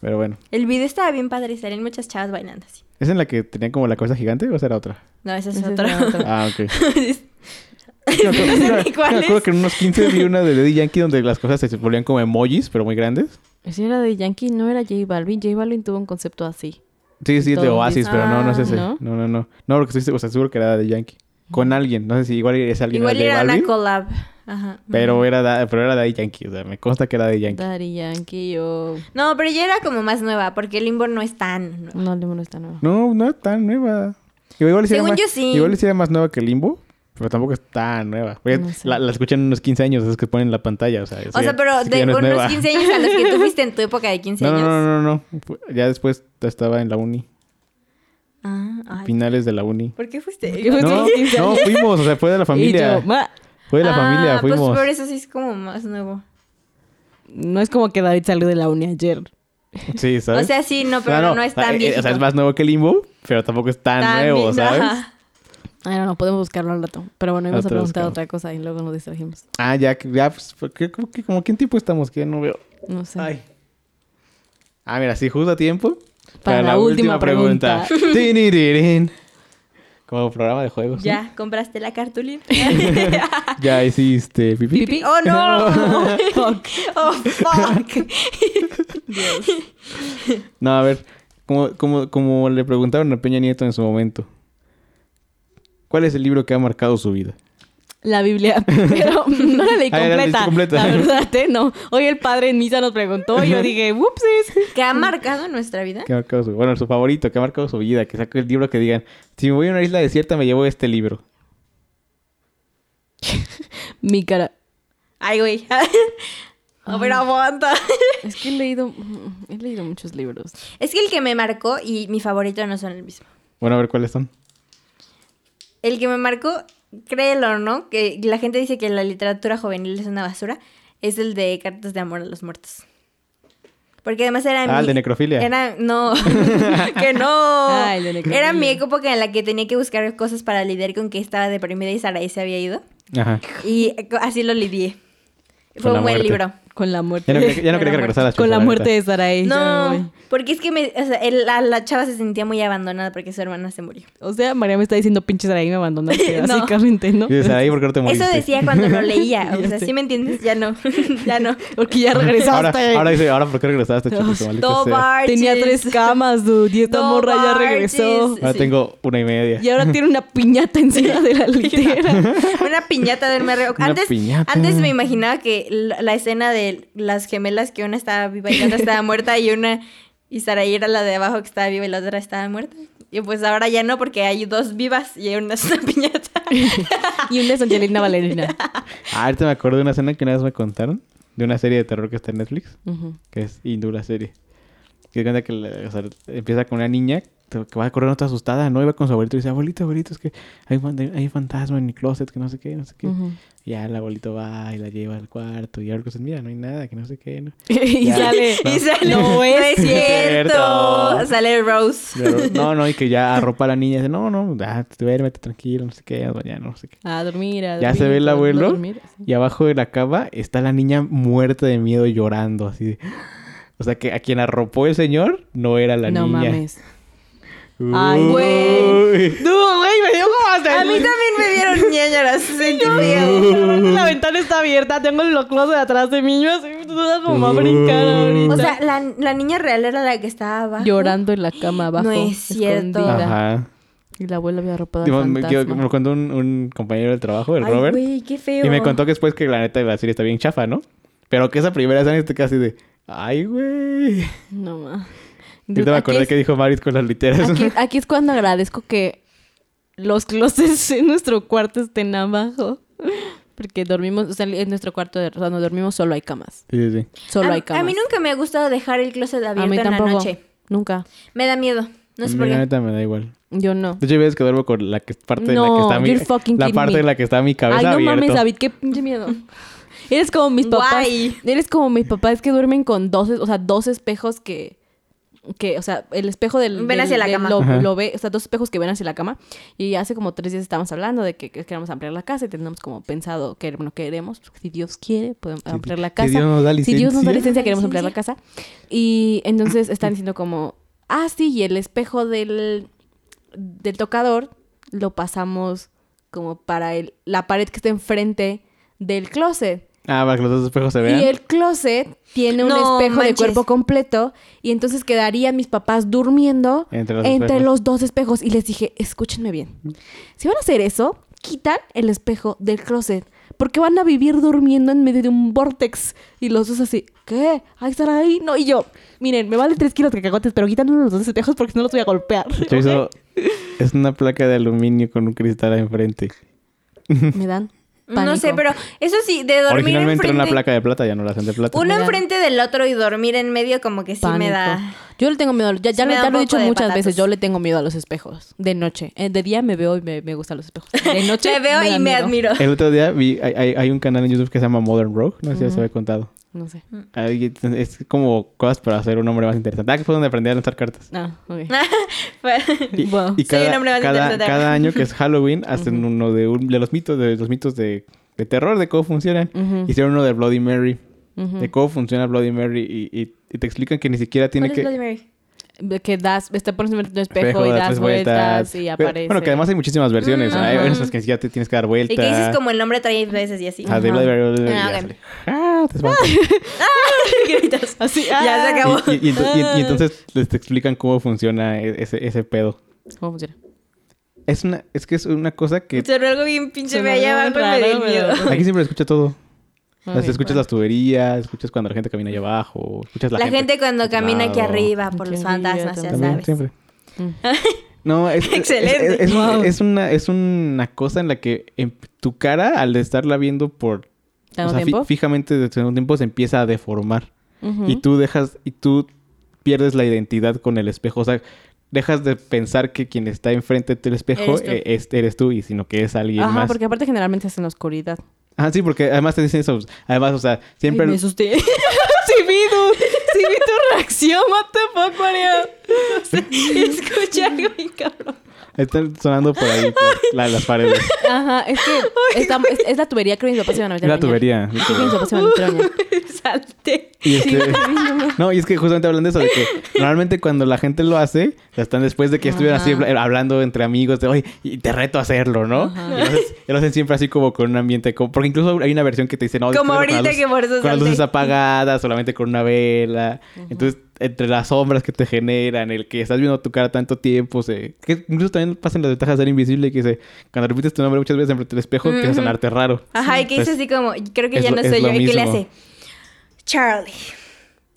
S2: Pero bueno.
S1: El video estaba bien padre y salían muchas chavas bailando así.
S2: ¿Es en la que tenía como la cabeza gigante o esa era otra?
S1: No, esa es
S3: Esa es
S1: otra.
S3: la otra.
S2: Ah, ok.
S1: No
S2: Yo
S1: sé
S2: me
S1: ni cuál
S2: acuerdo
S1: es.
S2: que en unos 15 vi una de Daddy Yankee donde las cosas se volvían como emojis, pero muy grandes.
S3: Si era de Yankee, no era J Balvin. J Balvin tuvo un concepto así.
S2: Sí, sí, es de
S3: Todo
S2: Oasis,
S3: dice-
S2: pero no, no es
S3: Ah,
S2: ese. No,
S3: ¿no?
S2: no, no. No, porque estoy o sea, seguro que era de Yankee. Con alguien. No sé si igual es alguien
S1: Igual
S2: de
S1: era una
S2: Balvin,
S1: collab. Ajá.
S2: pero era, da- pero era Daddy Yankee. O sea, me consta que era de Yankee.
S3: Daddy Yankee o...
S1: No, pero ya era como más nueva, porque el limbo no es tan nuevo.
S3: No, el limbo no está nuevo.
S2: No, no era tan nueva. Igual sí era
S1: Según
S2: más-
S1: yo sí.
S2: Igual sí era más nueva que Limbo, Pero tampoco es tan nueva. Oye,
S3: No sé.
S2: la, la escuchan unos 15 años, es que ponen la pantalla. O sea, eso
S1: O sea,
S2: ya-
S1: pero
S2: eso ya
S1: de
S2: no es
S1: unos
S2: nueva.
S1: 15 años a los que tú fuiste en tu época de 15
S2: No,
S1: años.
S2: no, no, no, no. Fue- Ya después estaba en la uni.
S1: Ah, ay.
S2: Finales de la uni.
S1: ¿Por qué fuiste?
S3: ¿Por qué fuiste?
S2: No,
S3: 15
S2: no, fuimos. O sea, fue de la familia.
S3: Y yo, "Ma".
S2: Fue de la familia,
S1: Ah,
S2: fuimos.
S1: Pues por eso sí es como más nuevo.
S3: No es como que David salió de la uni ayer.
S2: Sí, ¿sabes?
S1: O sea, sí, no, pero no, es
S2: Ah,
S1: tan
S2: eh,
S1: viejo.
S2: O sea, es más nuevo que Limbo, pero tampoco es tan,
S1: Tan
S2: nuevo,
S1: bien,
S2: ¿sabes?
S1: ajá.
S3: Ay, no, no, podemos buscarlo al rato. Pero bueno, íbamos a
S2: Ahorita lo
S3: preguntar
S2: buscamos.
S3: otra cosa y luego nos distrajimos.
S2: Ah, ya, ya, pues, ¿por qué- como que- como que en tiempo estamos, que ya no veo.
S3: No sé.
S2: Ay. Ah, mira, sí, justo a tiempo.
S3: Para la última
S2: Tinirirín. Como programa de juegos. ¿no?
S1: Ya, compraste la cartulina.
S2: Ya hiciste pipí.
S3: Pipí.
S1: ¡Oh, no!
S3: Fuck.
S1: ¡Oh, fuck!
S2: No, a ver, como, como, como le preguntaron a Peña Nieto en su momento, ¿cuál es el libro que ha marcado su vida?
S3: La Biblia, pero no la leí
S2: Ah, ya la leíste
S3: completa.
S2: completa.
S3: La verdad, ¿eh? no. Hoy el padre en misa nos preguntó y yo dije, whoopsies.
S1: ¿Que ha marcado nuestra vida?
S2: ¿Eh? Que ha marcado su, bueno, su favorito, que ha marcado su vida, que saque el libro que digan, si me voy a una isla desierta me llevo este libro.
S3: Mi cara.
S1: Ay, güey. A ver, aguanta.
S3: Es que he leído, mm, he leído muchos libros.
S1: Es que el que me marcó y mi favorito no son el mismo.
S2: Bueno, a ver cuáles son.
S1: El que me marcó, créelo o no, que la gente dice que la literatura juvenil es una basura, es el de Cartas de Amor a los Muertos. Porque además era
S2: Ah, el de necrofilia.
S1: Era, no, que no.
S3: Ah, el de necrofilia.
S1: era mi época en la que tenía que buscar cosas para lidiar con que estaba deprimida y Saraí se había ido.
S2: Ajá.
S1: Y eh, así lo lidié.
S2: Con
S1: Fue
S2: la
S1: un buen
S2: muerte.
S1: libro.
S3: Con la
S2: Ya
S3: muerte.
S2: no, quería- ya no
S1: Con la
S2: quería que regresaras.
S3: Con la
S2: Chuzo,
S3: muerte
S2: neta.
S3: de Saraí. ya me voy.
S1: No, porque es que me, o sea, el- la, la chava se sentía muy abandonada porque su hermana se murió.
S3: O sea, María me está diciendo, pinche Saraí, me abandonaste.
S1: No.
S3: Básicamente, ¿no?
S2: Y dices, "Ay, ¿por qué no te
S1: Eso
S2: moriste?"
S1: decía cuando lo leía. O
S3: Ya
S1: sea,
S3: sé.
S1: ¿sí me entiendes? Ya no. ya no.
S3: Porque ya regresaste.
S2: Ahora, ahora dice, ahora por qué regresaste, chiquito, maldita
S1: No
S2: sea.
S1: marches.
S3: Tenía tres camas, dude. Y esta
S1: No
S3: morra ya regresó.
S1: marches.
S2: Ahora
S1: Sí.
S2: tengo una y media.
S3: Y ahora tiene una piñata encima de la litera.
S1: Una piñata del MRO.
S2: Una
S1: Antes,
S2: piñata.
S1: antes me imaginaba que la, la escena de las gemelas que una estaba viva y la otra estaba muerta y una y Saraí era la de abajo que estaba viva y la otra estaba muerta. Y pues ahora ya no porque hay dos vivas y una es una piñata.
S3: Y una es Angelina Valerina.
S2: Ah, ahorita me acuerdo de una escena que una vez me contaron de una serie de terror que está en Netflix,
S3: Ujú.
S2: que es hindú la serie. Que cuenta que la- o sea, empieza con una niña que va corriendo toda asustada, ¿no? Iba con su abuelito y dice, abuelito, abuelito, es que hay, fan- hay fantasma en mi closet, que no sé qué, no sé qué.
S3: Ujú.
S2: Y ya el abuelito va y la lleva al cuarto y ahora pues mira, no hay nada, que no sé qué, ¿no?
S3: Y
S2: Ya.
S3: sale.
S1: Y sale.
S3: No es
S2: cierto.
S1: Sale Rose.
S2: Pero- no, no, y que ya arropa a la niña y dice, no, no, ya, duérmete tranquilo, no sé qué, mañana, no sé qué.
S3: A dormir, a dormir.
S2: Ya se ve el
S3: a dormir,
S2: abuelo.
S3: a dormir.
S2: Y abajo de la cama está la niña muerta de miedo llorando, así de... O sea, que a quien arropó el señor no era la
S3: no
S2: niña.
S3: mames.
S2: Uy.
S3: Ay, güey. No, güey, me dio como hasta
S1: A mí también me vieron ñañaras. Sentí feo.
S3: La ventana está abierta, tengo los closets de atrás de mí, yo así, toda como a brincar ahorita.
S1: O sea, la, la niña real era la que estaba abajo.
S3: llorando en la cama abajo.
S1: No es cierto.
S3: escondida.
S2: Ajá.
S3: Y la abuela había ropado al
S2: Yo me, yo- me
S3: fantasma.
S2: lo contó un, un compañero del trabajo, el
S1: Ay,
S2: Robert.
S1: güey, qué feo.
S2: Y me contó que después que la neta de la serie está bien chafa, ¿no? Pero que esa primera escena te casi de... Ay, güey.
S3: No ma.
S2: Yo me
S3: Aquí
S2: acordé
S3: es- Ah,
S2: que dijo Maris con las literas.
S3: aquí, aquí es cuando agradezco que los closets en nuestro cuarto estén abajo. Porque dormimos, o sea, en nuestro cuarto, de- cuando dormimos solo hay camas.
S2: Sí, sí, sí.
S3: Solo
S1: a,
S3: hay camas.
S1: a mí nunca me ha gustado dejar el closet
S3: A
S1: abierto
S3: mí
S1: en la
S3: tampoco.
S1: noche.
S3: Nunca.
S1: Me da miedo. No sé
S2: A
S1: por
S2: mí la
S1: qué.
S2: neta me da igual.
S3: Yo no.
S2: De hecho, hay veces que duermo con la que, parte en la
S3: No,
S2: que está mi...
S3: you're fucking
S2: La
S3: kidding
S2: parte
S3: me.
S2: en la que está mi cabeza
S3: Ay, no
S2: abierta.
S3: mames, David, qué pinche miedo. Eres como mis papás.
S1: Guay.
S3: Eres como mis papás que duermen con dos, es- o sea, dos espejos que que, o sea, el espejo del...
S1: Ven
S3: del-
S1: hacia la
S3: del-
S1: cama.
S3: Lo,
S2: Ajá.
S3: lo ve, o sea, dos espejos que ven hacia la cama. Y hace como tres días estábamos hablando de que, que queremos ampliar la casa y tenemos como pensado que no queremos. Si Dios quiere, podemos
S2: Si-
S3: ampliar la
S2: si
S3: casa.
S2: Dios nos da
S3: Si Dios nos
S2: licencia.
S3: da licencia, queremos ampliar la
S1: Licencia.
S3: casa. Y entonces están diciendo como, ah, sí, y el espejo del, del tocador lo pasamos como para el, la pared que está enfrente del closet.
S2: Ah, para que los dos espejos se vean.
S3: Y el closet tiene un
S1: No
S3: espejo de
S1: manches.
S3: cuerpo completo y entonces quedarían mis papás durmiendo
S2: Entre los espejos.
S3: los dos espejos. Y les dije, escúchenme bien, si van a hacer eso, quitan el espejo del closet. Porque van a vivir durmiendo en medio de un vortex. Y los dos así, ¿qué? Ahí estará ahí. No, y yo, miren, me vale tres kilos de cacahuates, pero quitan los dos espejos porque si no los voy a golpear.
S2: Chorizo es una placa de aluminio con un cristal enfrente.
S3: Me dan pánico.
S1: No sé, pero eso sí, de dormir
S2: Originalmente era una
S1: enfrente.
S2: placa de plata, ya no la hacen de plata.
S1: Uno
S3: Mira.
S1: enfrente del otro y dormir en medio como que sí me
S3: Pánico.
S1: da...
S3: Yo le tengo miedo, ya,
S1: Sí
S3: ya lo,
S1: me da
S3: ya
S1: un
S3: lo
S1: poco
S3: he dicho
S1: de
S3: muchas veces,
S1: patatos.
S3: yo le tengo miedo a los espejos, de noche. Eh, De día me veo y me, me gustan los espejos. De noche
S1: Te veo
S3: me da
S1: y me
S3: miedo.
S1: admiro.
S2: El otro día vi, hay, hay- hay un canal en YouTube que se llama Modern Rogue, no sé si ya se había contado.
S3: No sé.
S2: Ahí Es como cosas para hacer un hombre más interesante. Ah, que fue donde aprendí a lanzar cartas.
S3: Ah, ok. Eh,
S2: Y,
S3: Wow.
S1: Soy
S2: y cada,
S1: un hombre más
S2: cada,
S1: interesante.
S2: cada año que es Halloween hacen uno de, un- de los mitos, de los mitos de, de terror, de cómo funcionan.
S3: Ujú.
S2: Hicieron uno de Bloody Mary,
S3: Ujú.
S2: de cómo funciona Bloody Mary y, y- y te explican que ni siquiera tiene
S1: ¿Cuál es
S2: que...
S1: lo de Mary?
S3: De que das, te pones enfrente de un espejo,
S2: espejo,
S3: y
S2: da
S3: das
S2: tres
S3: vueltas y
S2: Pero-
S3: aparece.
S2: Bueno, que además hay muchísimas versiones.
S1: Mm,
S2: hay
S3: ajá.
S2: unas que ni siquiera te tienes que dar vuelta.
S1: Y que dices como el nombre 30 veces y así.
S2: Ah, de
S3: Ajá.
S2: Bloody Mary, Bloody Mary,
S1: Ah,
S2: y ya
S1: ok.
S2: sale. Ah, te espantas.
S1: Gritas.
S3: Así,
S1: Ya se
S3: ah.
S1: acabó.
S2: Y, y- y ento- y- y entonces les te explican cómo funciona e- ese, ese pedo.
S3: ¿Cómo funciona?
S2: Es una, es que es una cosa que
S1: Sonó algo bien pinche
S3: Sonó
S1: me allá
S3: algo
S1: abajo y me dio
S3: raro, pero-
S1: miedo.
S2: aquí siempre se escucha todo.
S3: Ah,
S2: Las-
S3: bien.
S2: escuchas las tuberías, escuchas cuando la gente camina allá abajo, escuchas la,
S1: La, gente, cuando camina aquí
S2: Claro.
S1: arriba por
S3: Aquí
S1: los
S3: arriba
S1: fantasmas, ya
S3: también,
S1: sabes.
S2: siempre.
S3: Mm.
S2: No, es, es-
S1: Excelente.
S2: Es, es-
S3: Wow.
S2: es una, es una cosa en la que en tu cara, al estarla viendo por o
S3: ¿Tanto
S2: sea, fi-
S3: tiempo?
S2: fijamente desde un tiempo, se empieza a deformar.
S3: Ujú.
S2: Y tú dejas, y tú pierdes la identidad con el espejo. O sea, dejas de pensar que quien está enfrente del espejo
S1: Eres tú.
S2: eh, es- eres tú, y sino que es alguien
S3: Ajá,
S2: más.
S3: porque aparte generalmente es en la oscuridad.
S2: Ah, sí, porque además te dicen eso. Además, o sea, siempre.
S3: Ay, me asusté. sí vi tu, sí vi tu reacción, what the fuck, María.
S1: Escucha algo bien cabrón.
S2: Están sonando por ahí la- las paredes.
S3: Ajá, es que está- es, es la tubería, creo que mis papás se van a meter
S2: Es
S3: a
S2: la
S3: bañar.
S2: tubería.
S3: Yo Creo que mis papás se van a meter a bañar.
S1: Salte.
S2: Y este- no, y es que justamente hablando de eso, de que normalmente cuando la gente lo hace, o sea, están después de que estuvieran así
S3: Ajá.
S2: habla- hablando entre amigos, de oye, y te reto a hacerlo, ¿no?
S3: Ajá.
S2: Y lo, hacen, y lo hacen siempre así como con un ambiente, como- porque incluso hay una versión que te dice, no,
S1: Como
S2: hazlo con la
S1: ahorita
S2: luz-
S1: que por eso
S2: con las
S1: salté.
S2: luces apagadas, solamente con una vela. Entonces, entre las sombras que te generan, el que estás viendo tu cara tanto tiempo, se... que incluso también pasan las ventajas de ser invisible, que se... cuando repites tu nombre muchas veces frente al espejo, empieza a
S1: Ujú.
S2: sonarte raro.
S1: Ajá, y que dice
S2: Entonces,
S1: así como, y creo que
S2: Pues
S1: ya
S2: es lo-
S1: no
S2: es
S1: soy
S2: lo
S1: yo. ¿Y qué le
S2: mismo.
S1: hace? Charlie.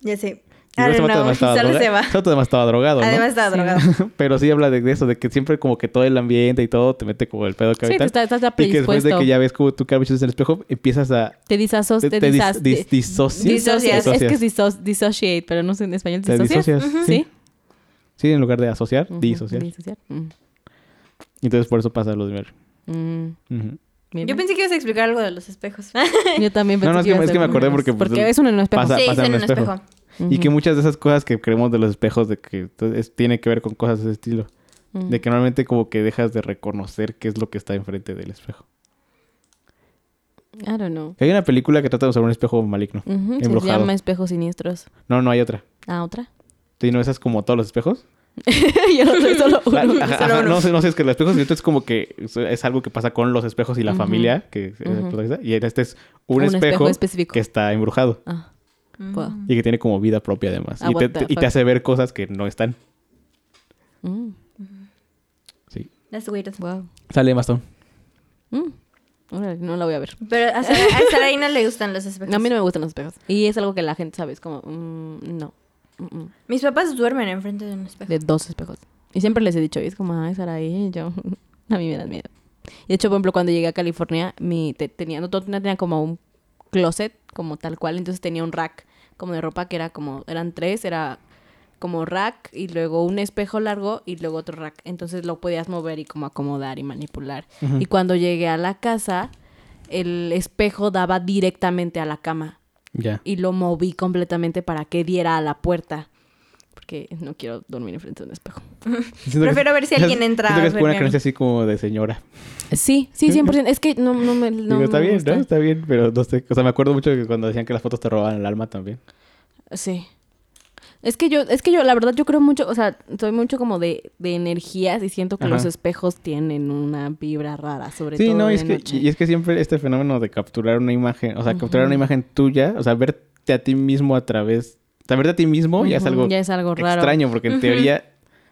S1: Ya sé. I
S2: y ese
S1: don't
S2: vato
S1: know.
S2: además estaba
S1: Ah, Solo
S2: droga-
S1: se va.
S2: ese vato además estaba drogado, ¿no?
S1: Además está
S3: Sí.
S1: drogado.
S2: Pero sí habla de eso, de que siempre como que todo el ambiente y todo te mete como el pedo que
S3: Sí, tú estás, estás ya
S2: Y que después de
S3: predispuesto.
S2: que ya ves como tu cara muchas veces en el espejo, empiezas a...
S3: Te disasocias.
S2: Te,
S3: Te,
S2: te dis-
S3: disas-
S2: dis-
S3: te-
S1: disocias.
S2: disocias.
S3: disocias. Es que es
S2: Disocias.
S3: diso- dissociate, pero no sé en español.
S2: Te
S3: ¿Disocias?
S2: disocias,
S3: Ujú.
S2: sí.
S3: ¿Sí?
S2: Sí, en lugar de asociar,
S3: Ujú,
S2: disociar.
S3: Disociar. Mm.
S2: Entonces por eso pasa lo de ver.
S3: Mm.
S2: Ujú.
S3: Bien,
S1: Yo
S3: bien.
S1: pensé que ibas a explicar algo de los espejos.
S3: Yo también
S2: No,
S3: pensé
S2: no, es que-
S3: iba a
S2: es que
S3: ser
S2: me acordé
S3: menos.
S2: porque, pues,
S3: Porque es uno en un espejo.
S2: pasa-
S1: sí,
S2: pasa
S1: hice
S2: en un espejo. Y que
S3: Ujú.
S2: muchas de esas cosas que creemos de los espejos, de que entonces, tiene que ver con cosas de ese estilo.
S3: Ujú.
S2: De que normalmente como que dejas de reconocer qué es lo que está enfrente del espejo.
S3: I don't know.
S2: Hay una película que trata de usar un espejo maligno.
S3: Ujú, Se
S2: Embrujado.
S3: llama Espejos Siniestros.
S2: No, no hay otra.
S3: Ah, ¿otra?
S2: Sí, no, esas como todos los espejos.
S3: Yo no soy solo
S2: Ajá,
S3: uno.
S2: ajá,
S1: solo
S2: ajá,
S1: uno.
S2: no sé, no sé, es que los espejos es como que es- es algo que pasa con los espejos y la
S3: Ujú.
S2: familia, que es-
S3: Ujú.
S2: es- y en este es un, espejo,
S3: específico.
S2: que está embrujado
S3: Ah, wow.
S1: Mm.
S2: y que tiene como vida propia además
S3: Ah,
S2: y, te,
S3: what the
S2: y te
S3: fuck.
S2: hace ver cosas que no están.
S3: Mm,
S2: Sí.
S1: That's weird.
S3: wow.
S2: Sale bastón.
S3: Mm. Órale, no la voy a ver.
S1: Pero a Sara, a Sara ahí no le gustan los espejos.
S3: A mí no me gustan los espejos. Y es algo que la gente sabe. Es como, mm, no. Mm, mm.
S1: Mis papás duermen enfrente de un espejo.
S3: De dos espejos. Y siempre les he dicho, y es como, ay, Saraí, yo, a mí me dan miedo. Y de hecho, por ejemplo, cuando llegué a California, mi te- tenía, no, todo- no tenía como un closet, como tal cual, entonces tenía un rack como de ropa que era como, eran tres, era como rack y luego un espejo largo y luego otro rack. Entonces lo podías mover y como acomodar y manipular.
S2: Ujú.
S3: Y cuando llegué a la casa, el espejo daba directamente a la cama
S2: Ya.
S3: y lo moví completamente para que diera a la puerta. Porque no quiero dormir enfrente de un espejo.
S2: Siento que-
S1: Prefiero ver si alguien entra
S2: Siento que es
S1: a
S2: como una
S1: verme a mí.
S2: creencia así como de señora.
S3: Sí, sí, 100%. es que no, no me. No
S2: Digo, está
S3: me
S2: bien,
S3: gusta.
S2: ¿no? Está bien, pero no sé. O sea, me acuerdo mucho que cuando decían que las fotos te robaban el alma también.
S3: Sí. Es que yo, es que yo, la verdad, yo creo mucho, o sea, soy mucho como de, de energías y siento que
S2: Ajá.
S3: los espejos tienen una vibra rara, sobre
S2: Sí,
S3: todo.
S2: no, y
S3: de
S2: es, que,
S3: noche.
S2: y es que siempre este fenómeno de capturar una imagen, o sea, capturar una imagen tuya, o sea, verte a ti mismo a través, o sea, verte a ti mismo ya es
S3: Ujú,
S2: algo
S3: ya es algo raro.
S2: extraño, porque en
S1: Ujú.
S2: teoría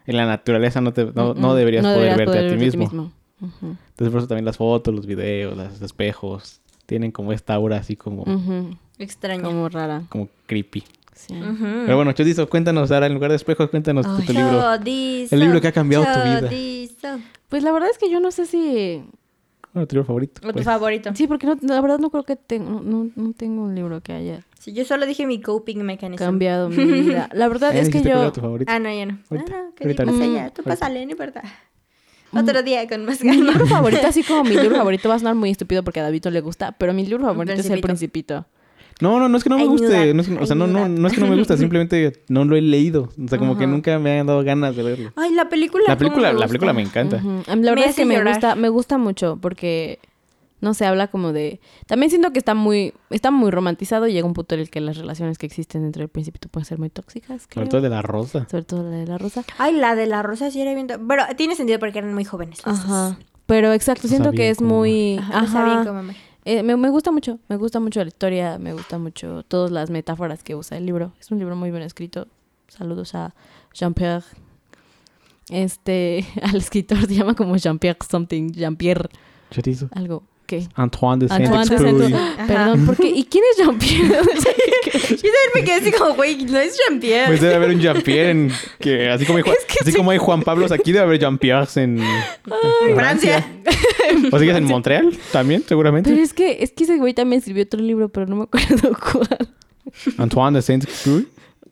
S2: en la naturaleza no, te, no,
S3: Mm,
S2: no
S3: mm.
S2: deberías
S3: No
S2: poder verte a ti mismo.
S3: mismo.
S2: Entonces por eso también las fotos, los videos, los espejos, tienen como esta aura así como,
S3: Ujú, ujú,
S1: Extraño.
S3: Como rara.
S2: como creepy.
S3: Sí.
S1: Ujú.
S2: Pero bueno, Chodizo, cuéntanos ahora en lugar de espejos, cuéntanos tu-
S3: Mm. Ay.
S2: tu libro.
S1: Chorizo,
S2: El libro que ha cambiado tu vida.
S1: chorizo.
S3: Pues la verdad es que yo no sé si
S2: Bueno, tu libro favorito.
S1: O tu
S2: pues.
S1: favorito.
S3: Sí, porque no- la verdad no creo que tengo, no- no, no tengo un libro que haya
S1: Sí, yo solo dije mi coping mechanism.
S3: cambiado mi vida. La verdad
S2: Ya
S3: es que
S2: Eh, dijiste cuál
S3: yo...
S2: era tu favorito.
S1: Ah, no, ya no.
S2: Ahorita,
S1: No, no, que
S2: ahorita,
S1: pasa
S3: ahorita.
S1: ya. Tú
S2: Ahorita.
S1: pásale, no importa. Otro día con más
S3: Mm. Mi libro
S1: ganas.
S3: favorito, así como mi libro favorito, va a sonar muy estúpido porque a David no le gusta, pero mi libro favorito es El Principito.
S2: No, no, no es que no me
S1: I knew that,
S2: guste. No es, que-
S1: I
S2: o sea, no,
S1: knew
S2: no,
S1: that.
S2: no es que no me gusta. Simplemente no lo he leído. O sea, como que
S3: Ajá.
S2: nunca me han dado ganas de leerlo.
S1: Ay, la película.
S2: La
S1: cómo
S2: película,
S1: me
S2: la
S1: gusta.
S2: película me encanta.
S3: Ujú. A mí La
S1: Me
S3: verdad es
S1: hace
S3: que me
S1: llorar.
S3: gusta, me gusta mucho porque, no sé, habla como de... También siento que está muy, está muy romantizado y llega un punto en el que las relaciones que existen entre el Principito pueden ser muy tóxicas, creo.
S2: Sobre todo de la rosa.
S3: Sobre todo la de la rosa.
S1: Ay, la de la rosa sí era bien. to- Pero tiene sentido porque eran muy jóvenes. las
S3: Ajá. Pero exacto, siento
S2: Sabían
S3: que es
S2: cómo
S3: muy...
S1: dos. Ajá. no
S3: Ajá.
S1: sabían cómo me-
S3: Eh, me, me gusta mucho, me gusta mucho la historia, me gusta mucho todas las metáforas que usa el libro. Es un libro muy bien escrito. Saludos a Jean-Pierre. Este, al escritor se llama como Jean-Pierre something, Jean-Pierre
S2: Chorizo.
S3: algo. ¿Qué?
S2: Antoine de
S3: Antoine de
S2: Saint-Exupéry.
S3: Saint- Perdón, ¿por qué? ¿Y quién es Jean-Pierre? O sea, ¿qué- qué-
S1: Yo también me quedé así como, güey, no es Jean-Pierre.
S2: Pues debe haber un Jean-Pierre en... Que, así como, hay, Ju- así como hay Juan Pablos aquí, debe haber Jean-Pierre en... en
S1: Francia.
S2: ¿O sigues en Montreal también,
S3: Pero
S2: seguramente?
S3: es que, es que ese güey también escribió otro libro, pero no me acuerdo cuál.
S2: Antoine de Saint-Exupéry.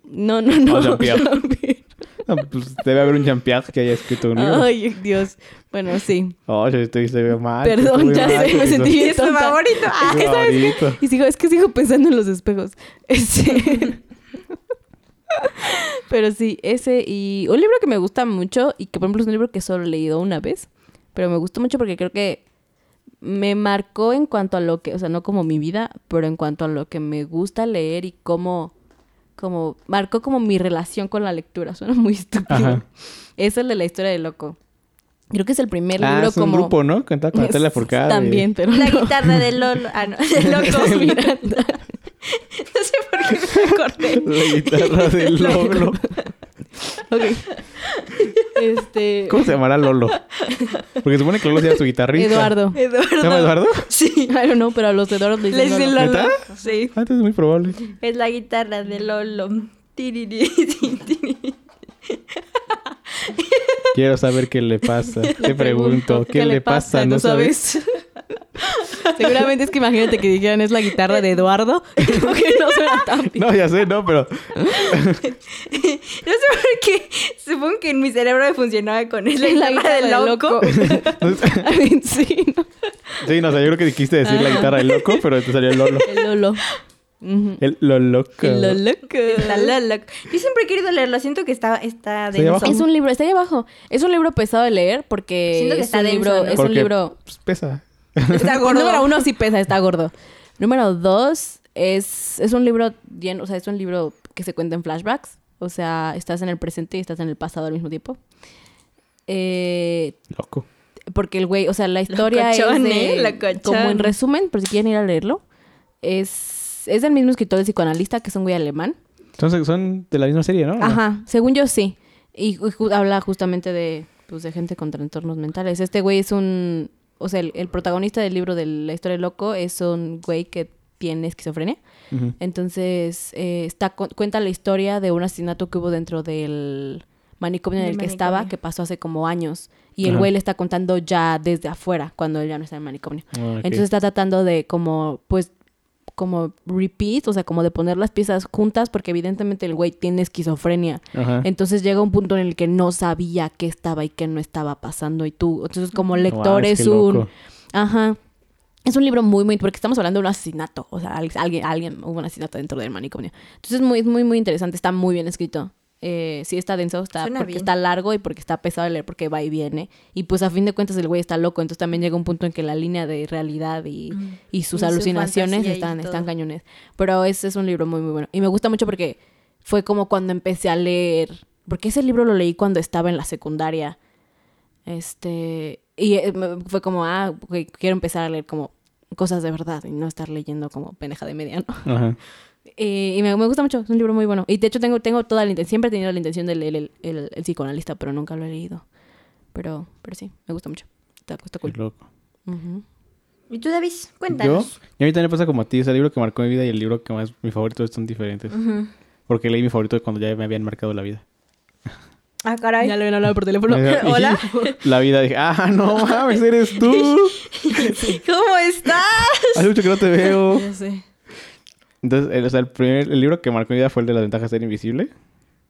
S3: No, no, no.
S2: Oh, Jean-Pierre.
S3: Jean-Pierre.
S2: Ah, pues, debe haber un Jean-Pierre que haya escrito un libro.
S3: Ay, Dios. Bueno, sí.
S2: Oh, yo estoy, se ve mal.
S3: Perdón,
S2: estoy
S3: ya
S2: mal,
S3: sé, me
S2: estoy-
S3: sentí
S1: Y
S3: bien
S1: es tu
S3: tonta.
S1: favorito. Ah,
S2: estoy malito.
S3: Y sigo, es que sigo pensando en los espejos. Este. Pero sí, ese y un libro que me gusta mucho y que por ejemplo es un libro que solo he leído una vez, pero me gustó mucho porque creo que me marcó en cuanto a lo que, o sea, no como mi vida, pero en cuanto a lo que me gusta leer y cómo, como, marcó como mi relación con la lectura. Suena muy estúpido.
S2: Ajá.
S3: Es el de la historia del loco. Creo que es el primer
S2: Ah,
S3: libro
S2: es un
S3: como...
S2: grupo, ¿no? Cantaba con la tela por cada...
S3: También, pero
S1: La
S3: no.
S1: guitarra de Lolo. Ah, no, de Locos Miranda. No sé por qué me acordé.
S2: La guitarra del Lolo.
S3: Ok. Este.
S2: ¿Cómo se llamará Lolo? Porque supone que Lolo sea su guitarrista.
S3: Eduardo.
S1: Eduardo.
S2: ¿Se llama Eduardo?
S1: Sí.
S3: I don't know, pero a los Eduardo le
S1: Les
S3: dicen
S1: de
S3: Lolo.
S1: Lolo.
S2: ¿Neta?
S1: Sí.
S2: Ah, entonces es muy probable.
S1: Es la guitarra de Lolo. Tiriri, tin, tin.
S2: Quiero saber qué le pasa. Te pregunto, ¿qué, le pasa?
S3: ¿No sabes? Seguramente es que imagínate que dijeran es la guitarra de Eduardo. Como que no suena tan bien.
S2: No, ya sé, no, pero
S1: No sé por qué. Supongo que en mi cerebro me funcionaba con es la guitarra de Loco.
S3: I mean, sí, ¿no?
S2: sí, no, o sea, yo creo que dijiste decir la
S3: Ah.
S2: guitarra del loco, pero te salió el Lolo.
S3: El Lolo. Ujú.
S2: El lo loco.
S3: El Loloco.
S1: La Lolo. Yo siempre he querido leerlo. Siento que está, está
S2: Estoy abajo.
S1: denso.
S3: Es un libro, está ahí abajo. Es un libro pesado de leer porque
S1: Siento que
S3: es
S1: está
S3: un
S1: denso,
S3: libro,
S1: ¿no?
S3: es un
S2: Porque,
S3: libro
S2: pues, pesa.
S1: Está gordo.
S3: Número uno sí pesa, está gordo. Número dos es, es un libro lleno, o sea, es un libro que se cuenta en flashbacks. O sea, estás en el presente y estás en el pasado al mismo tiempo. Eh,
S2: Loco.
S3: porque el güey, o sea, la historia
S1: Locochón,
S3: es de-
S1: ¿eh? Locochón.
S3: como en resumen, por si quieren ir a leerlo, es, es del mismo escritor de psicoanalista, que es un güey alemán.
S2: Entonces son de la misma serie, ¿no?
S3: Ajá, según yo sí. Y ju- habla justamente de, pues, de gente con trastornos mentales. Este güey es un... O sea, el, el protagonista del libro de La historia del loco es un güey que tiene esquizofrenia.
S2: Ujú.
S3: Entonces, eh, está, cu- cuenta la historia de un asesinato que hubo dentro del manicomio en
S1: Del
S3: el que estaba,
S1: manicomio.
S3: que pasó hace como años. Y el
S2: Ajá.
S3: güey le está contando ya desde afuera, cuando él ya no está en el manicomio.
S2: Ah, ok.
S3: Entonces está tratando de como, pues, como repeat, o sea, como de poner las piezas juntas, porque evidentemente el güey tiene esquizofrenia.
S2: Ajá.
S3: Entonces llega un punto en el que no sabía qué estaba y qué no estaba pasando. Y tú, entonces como
S2: No
S3: lector
S2: mames,
S3: es,
S2: qué
S3: un...
S2: loco.
S3: Ajá. Es un libro muy, muy... Porque estamos hablando de un asesinato. O sea, al- alguien, alguien hubo un asesinato dentro del manicomio. Entonces es muy, es muy, muy interesante. Está muy bien escrito. Eh, sí está denso, está
S1: Suena
S3: porque
S1: bien.
S3: está largo y porque está pesado de leer, porque va y viene. Y pues a fin de cuentas el güey está loco, entonces también llega un punto en que la línea de realidad y,
S1: Mm.
S3: y sus
S1: Y su
S3: alucinaciones
S1: fantasía y
S3: están, están
S1: todo.
S3: cañones. Pero ese es un libro muy, muy bueno. Y me gusta mucho porque fue como cuando empecé a leer. Porque ese libro lo leí cuando estaba en la secundaria. Este. Y eh, me- fue como, ah, ok, quiero empezar a leer como cosas de verdad y no estar leyendo como pendeja de media, ¿no?
S2: Ajá.
S3: Eh, y me, me gusta mucho, es un libro muy bueno. Y de hecho tengo, tengo toda la intención, siempre he tenido la intención de leer el, el- el psicoanalista, pero nunca lo he leído. Pero, pero sí, me gusta mucho. Está, está
S2: Qué
S3: cool.
S2: loco.
S3: Ujú.
S1: ¿Y tú, Davis?
S2: Yo,
S1: Cuéntanos.
S2: y a mí también me pasa como a ti, o sea, el libro que marcó mi vida y el libro que más, mi favorito son diferentes.
S1: Ujú.
S2: Porque leí mi favorito cuando ya me habían marcado la vida.
S1: Ah, caray.
S3: Ya le habían hablado por teléfono.
S2: Ajá, y
S1: Hola.
S2: La vida dije, ah, no mames, eres tú.
S1: ¿Cómo estás?
S2: Hace mucho que no te veo.
S3: Ya sé.
S2: Entonces, el, o sea, el primer el libro que marcó mi vida fue el de las ventajas de ser invisible.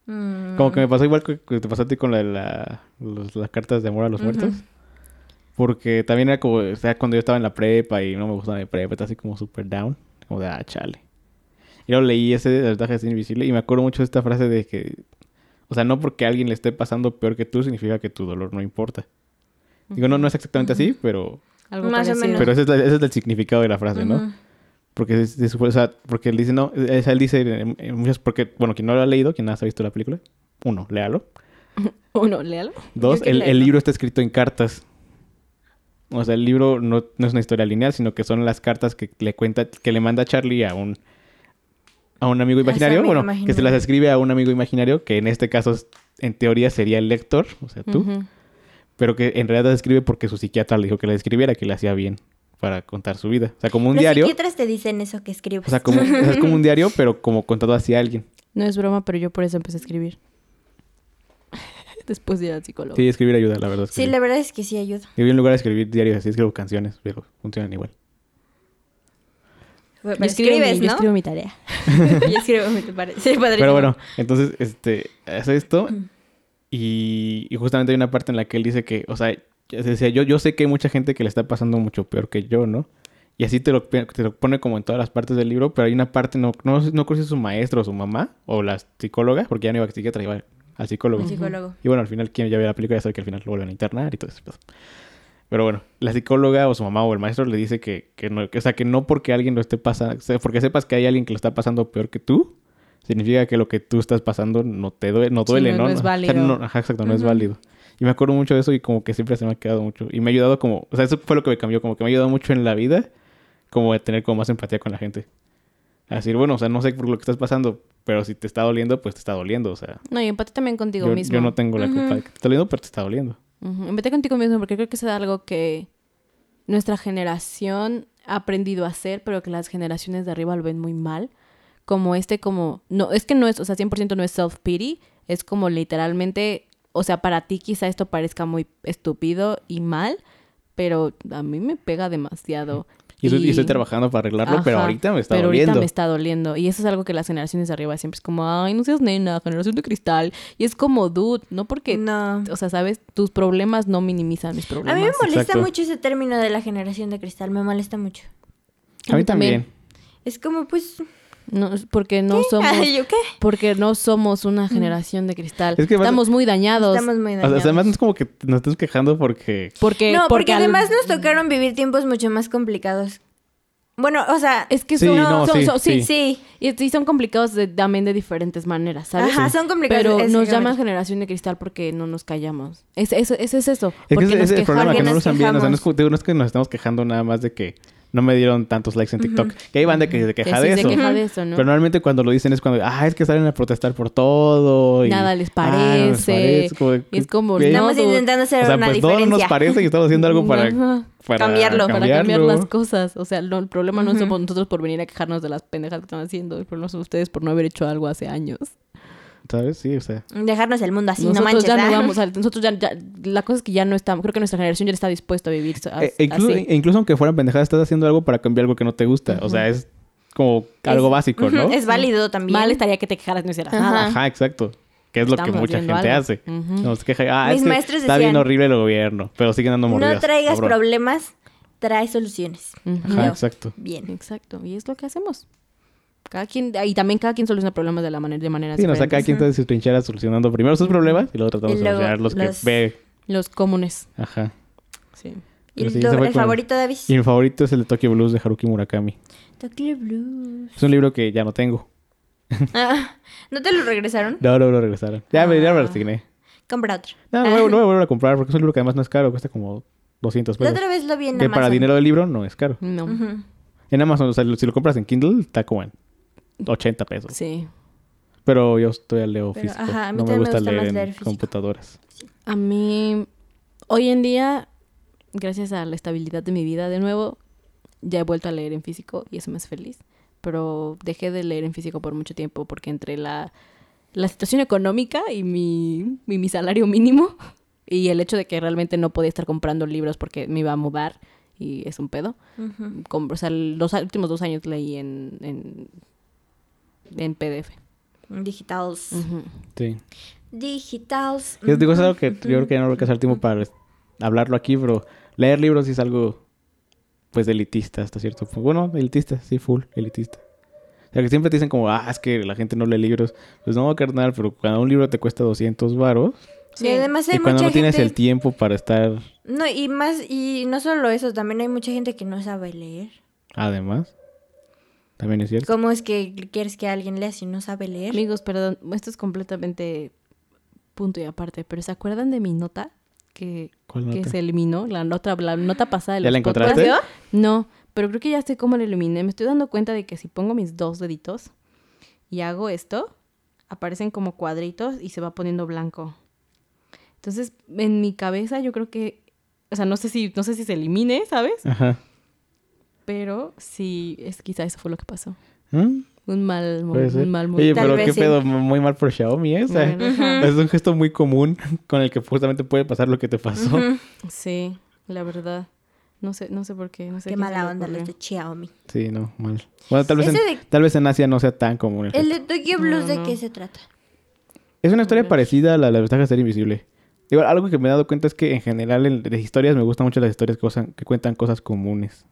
S2: Como que me pasó igual que que te pasó a ti con la, la- los- las cartas de amor a los muertos. Porque también era como, o sea, cuando yo estaba en la prepa y no me gustaba mi prepa, estaba así como super down. Como de, ah, chale. Y luego leí ese de las ventajas de ser invisible y me acuerdo mucho de esta frase de que, o sea, no porque a alguien le esté pasando peor que tú significa que tu dolor no importa. Digo, no, no es exactamente así, pero,
S3: Algo
S1: Más o
S3: parecido.
S1: menos.
S2: pero ese, es la- ese es el significado de la frase, ¿no?
S1: Ujú.
S2: Porque, se- se supone- o sea, porque él dice, no, eh, o sea, él dice, en- en muchas, porque, bueno, quien no lo ha leído, quien nada más ha visto la película, uno, léalo.
S3: Uno, léalo.
S2: Dos,
S1: quiero
S2: el, el
S1: leerlo.
S2: libro está escrito en cartas. O sea, el libro no, no es una historia lineal, sino que son las cartas que le cuenta, que le manda Charlie a un, a un amigo
S1: A su
S2: imaginario,
S1: amigo
S2: bueno, que se
S1: imaginario.
S2: las escribe a un amigo imaginario, que en este caso, es- en teoría, sería el lector, o sea, tú,
S3: Ujú.
S2: pero que en realidad las escribe porque su psiquiatra le dijo que la escribiera, que le hacía bien para contar su vida. O sea, como un
S1: Los
S2: diario.
S1: psiquiatras te dicen eso que escribas.
S2: O sea, como, o sea, es como un diario, pero como contado hacia alguien.
S3: No es broma, pero yo por eso empecé a escribir. Después de ir al psicólogo.
S2: Sí, escribir ayuda, la verdad.
S1: Sí,
S2: escribir.
S1: la verdad es que sí ayuda.
S2: Yo vi un lugar de escribir diarios así, escribo canciones, pero funcionan igual.
S1: Pero
S3: Yo escribo
S1: escribes,
S3: mi- yo
S1: ¿no?
S3: escribo mi tarea.
S1: Yo escribo, me parece. Sí, padrísimo.
S2: Pero bueno, entonces, este, hace esto y, y justamente hay una parte en la que él dice que, o sea, ya se decía, yo, yo sé que hay mucha gente que le está pasando mucho peor que yo, ¿no? Y así te lo, pe- te lo pone como en todas las partes del libro, pero hay una parte, no, no, no creo si es su maestro o su mamá o la psicóloga, porque ya no iba a psiquiatra, iba al psicólogo.
S1: Un psicólogo.
S2: Y bueno, al final quien ya ve la película ya sabe que al final lo vuelven a internar y todo eso. Pero bueno, la psicóloga o su mamá o el maestro le dice que, que no, que- o sea, que no porque alguien lo esté pasando, porque sepas que hay alguien que lo está pasando peor que tú, significa que lo que tú estás pasando no te duele, no
S3: Sí,
S2: duele,
S3: no-
S2: ¿no?
S3: no es
S2: O sea,
S3: válido.
S2: no- ajá, exacto, no es válido. Y me acuerdo mucho de eso y como que siempre se me ha quedado mucho. Y me ha ayudado como, o sea, eso fue lo que me cambió, como que me ha ayudado mucho en la vida, como a tener como más empatía con la gente. A decir, bueno, o sea, no sé por lo que estás pasando, pero si te está doliendo, pues te está doliendo, o sea.
S3: No, y empate también contigo
S2: Yo,
S3: mismo.
S2: yo no tengo la
S1: Ujú.
S2: culpa de que te está doliendo, pero te está doliendo.
S3: Ujú, Empecé contigo mismo porque creo que es algo que nuestra generación ha aprendido a hacer, pero que las generaciones de arriba lo ven muy mal. Como este, como... No, es que no es, o sea, 100% no es self-pity. Es como literalmente... O sea, para ti quizá esto parezca muy estúpido y mal, pero a mí me pega demasiado.
S2: Y, estoy- y estoy trabajando para arreglarlo, pero
S3: Ajá,
S2: ahorita me está
S3: pero
S2: doliendo.
S3: ahorita me está doliendo. Y eso es algo que las generaciones de arriba siempre es como, ay, no seas nena, generación de cristal. Y es como, dude, no porque
S1: No.
S3: o sea, ¿sabes? Tus problemas no minimizan mis
S1: A
S3: problemas.
S1: mí me molesta
S2: Exacto.
S1: mucho ese término de la generación de cristal, me molesta mucho.
S2: A mí también.
S1: Es como, pues,
S3: No, es porque no somos...
S1: ay, ¿yo qué?
S3: Porque no somos una generación de cristal.
S2: Es que además-
S3: Estamos muy dañados.
S1: Estamos muy
S2: O sea,
S1: dañados.
S2: además no es como que nos estemos quejando porque...
S3: Porque,
S1: no, porque,
S3: al-
S1: además nos tocaron vivir tiempos mucho más complicados. Bueno, o sea,
S3: Es que
S2: Sí,
S3: son,
S2: no,
S3: son-
S2: sí,
S3: son- sí,
S1: sí.
S3: sí. Y, y son complicados de- también de diferentes maneras, ¿sabes?
S1: Ajá, son complicados.
S3: Pero
S1: es
S3: nos
S1: que-
S3: llaman generación de cristal porque no nos callamos. Es, eso es, es eso.
S2: Es que
S3: porque
S2: ese ese
S3: nos
S2: es el problema,
S3: quejamos.
S1: porque
S2: que no lo
S1: nos
S2: usan bien. O sea, no es,
S1: quejamos.
S2: como- digo, no es que nos estemos quejando nada más de que no me dieron tantos likes en TikTok. Que hay banda que se
S3: Que
S2: queja
S3: sí
S2: de
S3: se
S2: eso.
S3: queja de eso, ¿no?
S2: Pero normalmente cuando lo dicen es cuando... Ah, es que salen a protestar por todo. Y,
S3: Nada les
S2: "Ah, no
S3: parece".
S2: de-
S3: Y es como,
S2: güey,
S3: no,
S1: estamos
S3: dude.
S1: intentando hacer
S2: o sea,
S1: una
S2: pues todo no
S1: diferencia.
S2: nos parece y estamos haciendo algo para...
S3: Ajá.
S2: para
S1: Cambiarlo. Para
S3: para cambiar
S2: cambiarlo.
S3: las cosas. O sea, no, el problema no somos nosotros por venir a quejarnos de las pendejas que están haciendo. El problema son ustedes por no haber hecho algo hace años.
S2: ¿Sabes? Sí, o sea...
S1: Dejarnos el mundo así,
S3: nosotros
S1: no manches.
S3: ya no
S1: ¿ah?
S3: vamos a... Nosotros ya, ya- La cosa es que ya no estamos... Creo que nuestra generación ya está dispuesta a vivir so- as-
S2: E- e incluso,
S3: así.
S2: e incluso aunque fueran pendejadas, estás haciendo algo para cambiar algo que no te gusta. O sea, es como algo
S1: Es-
S2: básico,
S1: Ujú,
S2: ¿no?
S1: Es válido también.
S3: Mal estaría que te quejaras y no hicieras
S1: Ajá.
S3: nada.
S2: Ajá, exacto. Que es lo que
S3: Estamos
S2: mucha gente
S3: haciendo algo.
S2: hace.
S3: Ujú.
S2: Nos queja, ah,
S1: Mis
S2: es que
S1: maestros
S2: está bien
S1: decían,
S2: horrible el gobierno, pero siguen dando mordidas.
S1: no traigas
S2: cabrón".
S1: problemas, trae soluciones.
S3: Ujú.
S2: Ajá,
S1: Yo,
S2: exacto.
S1: Bien.
S3: Exacto. Y es lo que hacemos. Cada quien... Y también cada quien soluciona problemas de la manera de manera
S2: Sí, nos saca quien está de su trinchera solucionando primero sus problemas y luego tratamos
S1: Y
S2: de
S1: luego
S2: solucionar los que
S1: los-
S2: ve.
S3: Los comunes.
S2: Ajá.
S3: Sí.
S1: ¿Y
S2: Pero sí,
S1: tu-
S2: ese fue
S1: el
S2: con-
S1: favorito, David?
S2: Y mi favorito es el de Tokyo Blues de Haruki Murakami.
S1: Tokyo Blues.
S2: Es un libro que ya no tengo.
S1: Ah, ¿No te lo regresaron?
S2: No, no me lo regresaron. Ya, me, ya
S1: Ah.
S2: me lo resigné.
S1: Compra otro.
S2: No, no, me- no me vuelvo a comprar porque es un libro que además no es caro, cuesta como 200
S1: La
S2: pesos.
S1: otra vez lo vi en
S2: Que
S1: Amazon.
S2: para dinero de libro no es caro.
S3: No.
S1: Ujú.
S2: En Amazon, o sea, lo- si lo compras en Kindle, está como en 80 pesos.
S3: Sí.
S2: Pero yo todavía leo
S1: Pero,
S2: físico.
S1: ajá, a mí
S2: no me
S1: también me
S2: gusta,
S1: gusta más
S2: leer, en
S1: leer físico.
S2: computadoras.
S3: A mí, hoy en día, gracias a la estabilidad de mi vida de nuevo, ya he vuelto a leer en físico y eso me hace feliz. Pero dejé de leer en físico por mucho tiempo porque entre la la situación económica y mi, y mi salario mínimo y el hecho de que realmente no podía estar comprando libros porque me iba a mudar y es un pedo.
S1: Ujú.
S3: Com- o sea, los últimos dos años leí en, en, en PDF.
S1: Digitals.
S3: Ujú.
S2: Sí.
S1: Digitals.
S2: Yo digo, es
S1: ujú,
S2: algo que yo creo que ya no va a alcanzar tiempo para hablarlo aquí, pero leer libros sí es algo, pues, elitista hasta cierto punto. Bueno, elitista, sí, full, elitista. O sea, que siempre te dicen como, ah, es que la gente no lee libros. Pues no, carnal, pero cuando un libro te cuesta 200 varos
S1: Y además hay
S2: y cuando
S1: mucha
S2: no tienes
S1: gente-
S2: el tiempo para estar,
S1: No, y más, y no solo eso, también hay mucha gente que no sabe leer.
S2: además, también es cierto.
S1: ¿Cómo es que quieres que alguien lea si no sabe leer?
S3: Amigos, perdón, esto es completamente punto y aparte, pero ¿se acuerdan de mi nota? Que,
S2: ¿Cuál
S3: que
S2: nota?
S3: se eliminó, la nota, la nota pasada. de
S2: ¿Ya
S3: los
S2: la
S3: podcasts.
S2: encontraste?
S3: No, pero creo que ya sé cómo la eliminé. Me estoy dando cuenta de que si pongo mis dos deditos y hago esto, aparecen como cuadritos y se va poniendo blanco. Entonces, en mi cabeza yo creo que, o sea, no sé si, no sé si se elimine, ¿sabes?
S2: Ajá.
S3: Pero sí, es, quizá eso fue lo que pasó.
S2: ¿Mm?
S3: Un mal, mo-
S2: Puede ser.
S3: un mal
S2: Oye, pues,
S3: momento.
S1: Tal
S2: pero
S1: vez
S2: qué
S1: sí.
S2: pedo, muy mal por Xiaomi esa.
S3: Bueno, ajá.
S2: Es un gesto muy común con el que justamente puede pasar lo que te pasó.
S1: Ujú.
S3: Sí, la verdad. No sé, no sé por qué. No sé
S1: Qué
S3: quién se
S1: mala
S3: le
S1: onda los
S3: ocurrió.
S1: de Xiaomi.
S2: Sí, no, mal. Bueno, tal vez, en,
S1: Ese de-
S2: tal vez en Asia no sea tan común. el
S1: El
S2: gesto.
S1: de Tokyo Blues,
S3: No,
S1: ¿de
S3: no.
S1: qué se trata?
S2: Es una historia
S3: Ujú.
S2: parecida a la, de la ventaja de ser invisible. Digo, algo que me he dado cuenta es que en general en- de historias me gustan mucho las historias que, usan- que cuentan cosas comunes.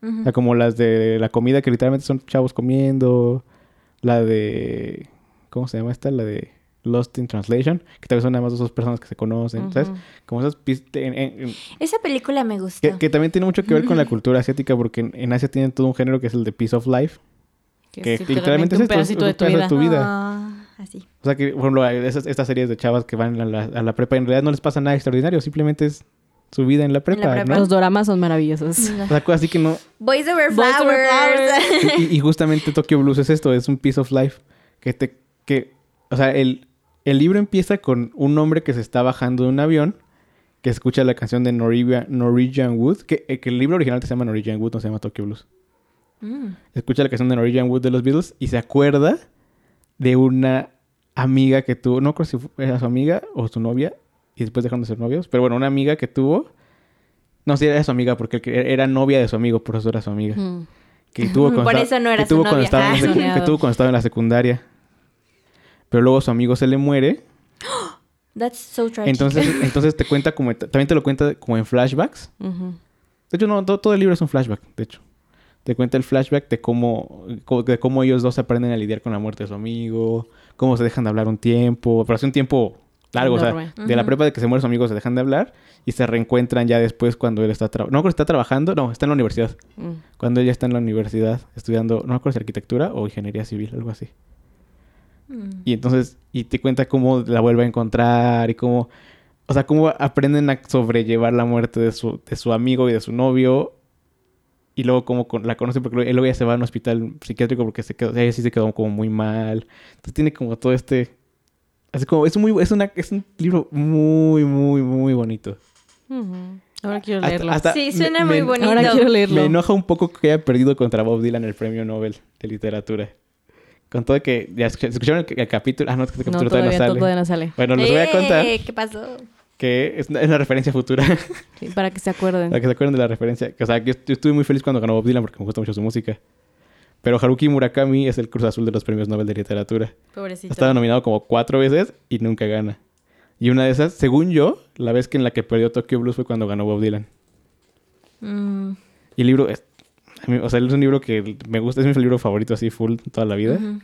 S2: O sea, como las de la comida que literalmente son chavos comiendo. La de... ¿Cómo se llama esta? La de Lost in Translation. Que tal vez son nada más dos personas que se conocen. ¿Sabes?
S3: Ujú.
S2: Como esas pistas... en- en- en-
S1: Esa película me
S2: Que,
S1: gustó.
S2: que también tiene mucho que ver con la cultura asiática, porque en, en Asia tienen todo un género que es el de Peace of Life. Que
S3: es
S2: literalmente es
S3: un
S2: esto, es
S3: pedacito
S2: un
S3: de tu
S2: pedazo de
S3: vida.
S2: tu vida.
S1: Ah, así.
S2: O sea que, por ejemplo, hay esas- estas series de chavas que van a la, a la prepa, en realidad no les pasa nada extraordinario, simplemente es su vida en la prepa,
S1: prepa.
S2: ¿no?
S3: Los doramas son maravillosos.
S2: O sea, cosas así que no...
S1: Boys Over
S3: Boys
S1: Flowers.
S3: Over Flowers.
S2: Y, y- y justamente Tokyo Blues es esto, es un piece of life que te... Que, o sea, el, el libro empieza con un hombre que se está bajando de un avión, que escucha la canción de Norwegian, Norwegian Wood, que, eh, que el libro original se llama Norwegian Wood, no se llama Tokyo Blues.
S1: Mm.
S2: escucha la canción de Norwegian Wood de los Beatles y se acuerda de una amiga que tuvo, no creo si fu- era su amiga o su novia, y después dejaron de ser novios, pero bueno, una amiga que tuvo, no sé, era su amiga porque el que era- era novia de su amigo, por eso era su amiga,
S3: Ujú.
S2: que tuvo cuando
S1: Por
S2: estaba-
S1: eso no era
S2: que
S1: su
S2: tuvo cuando
S1: novia.
S2: estaba en la
S3: Ah,
S2: secu- que
S3: soñado.
S2: tuvo cuando estaba en la secundaria. Pero luego su amigo se le muere,
S1: That's so tragic.
S2: entonces entonces te cuenta como también te lo cuenta como en flashbacks.
S3: Ujú.
S2: De hecho, no, todo, todo el libro es un flashback, de hecho. Te cuenta el flashback de cómo, co- de cómo ellos dos aprenden a lidiar con la muerte de su amigo, cómo se dejan de hablar un tiempo, pero hace un tiempo largo, o sea,
S3: Enorme.
S2: de la
S1: Ujú.
S2: prepa de que se muere su amigo se dejan de hablar y se reencuentran ya después cuando él está trabajando. No, cuando está trabajando, no, está en la universidad.
S3: Mm.
S2: Cuando ella está en la universidad estudiando, no me acuerdo si arquitectura o ingeniería civil, algo así.
S1: Mm.
S2: Y entonces, y te cuenta cómo la vuelve a encontrar y cómo, o sea, cómo aprenden a sobrellevar la muerte de su, de su amigo y de su novio. Y luego cómo con- la conoce porque luego- él luego ya se va a un hospital psiquiátrico porque se quedó, ella sí se quedó como muy mal. Entonces tiene como todo este... Es como, es, muy, es, una, es un libro muy, muy, muy bonito.
S3: Ujú. Ahora quiero
S2: Hasta-
S3: leerlo.
S2: hasta
S1: Sí, suena muy bonito.
S3: Ahora quiero leerlo.
S2: Me enoja un poco que haya perdido contra Bob Dylan el premio Nobel de literatura. Con todo que... ¿Ya escuch- escucharon el, el capítulo? Ah, no, es que el
S3: no,
S2: capítulo
S3: todavía,
S2: todavía no sale.
S3: todavía no sale.
S2: Bueno, les voy a contar
S1: Eh, ¿Qué pasó?
S2: que es una, es una referencia futura,
S3: Sí, para que se acuerden.
S2: para que se acuerden de la referencia. O sea, que yo, yo estuve muy feliz cuando ganó Bob Dylan porque me gusta mucho su música. Pero Haruki Murakami es el Cruz Azul de los Premios Nobel de Literatura.
S3: Pobrecito.
S2: Ha estado nominado como cuatro veces y nunca gana. Y una de esas, según yo, la vez que en la que perdió Tokyo Blues fue cuando ganó Bob Dylan.
S1: Mm.
S2: Y el libro es... a mí- O sea, es un libro que me gusta, es mi libro favorito así full toda la vida.
S1: Ujú.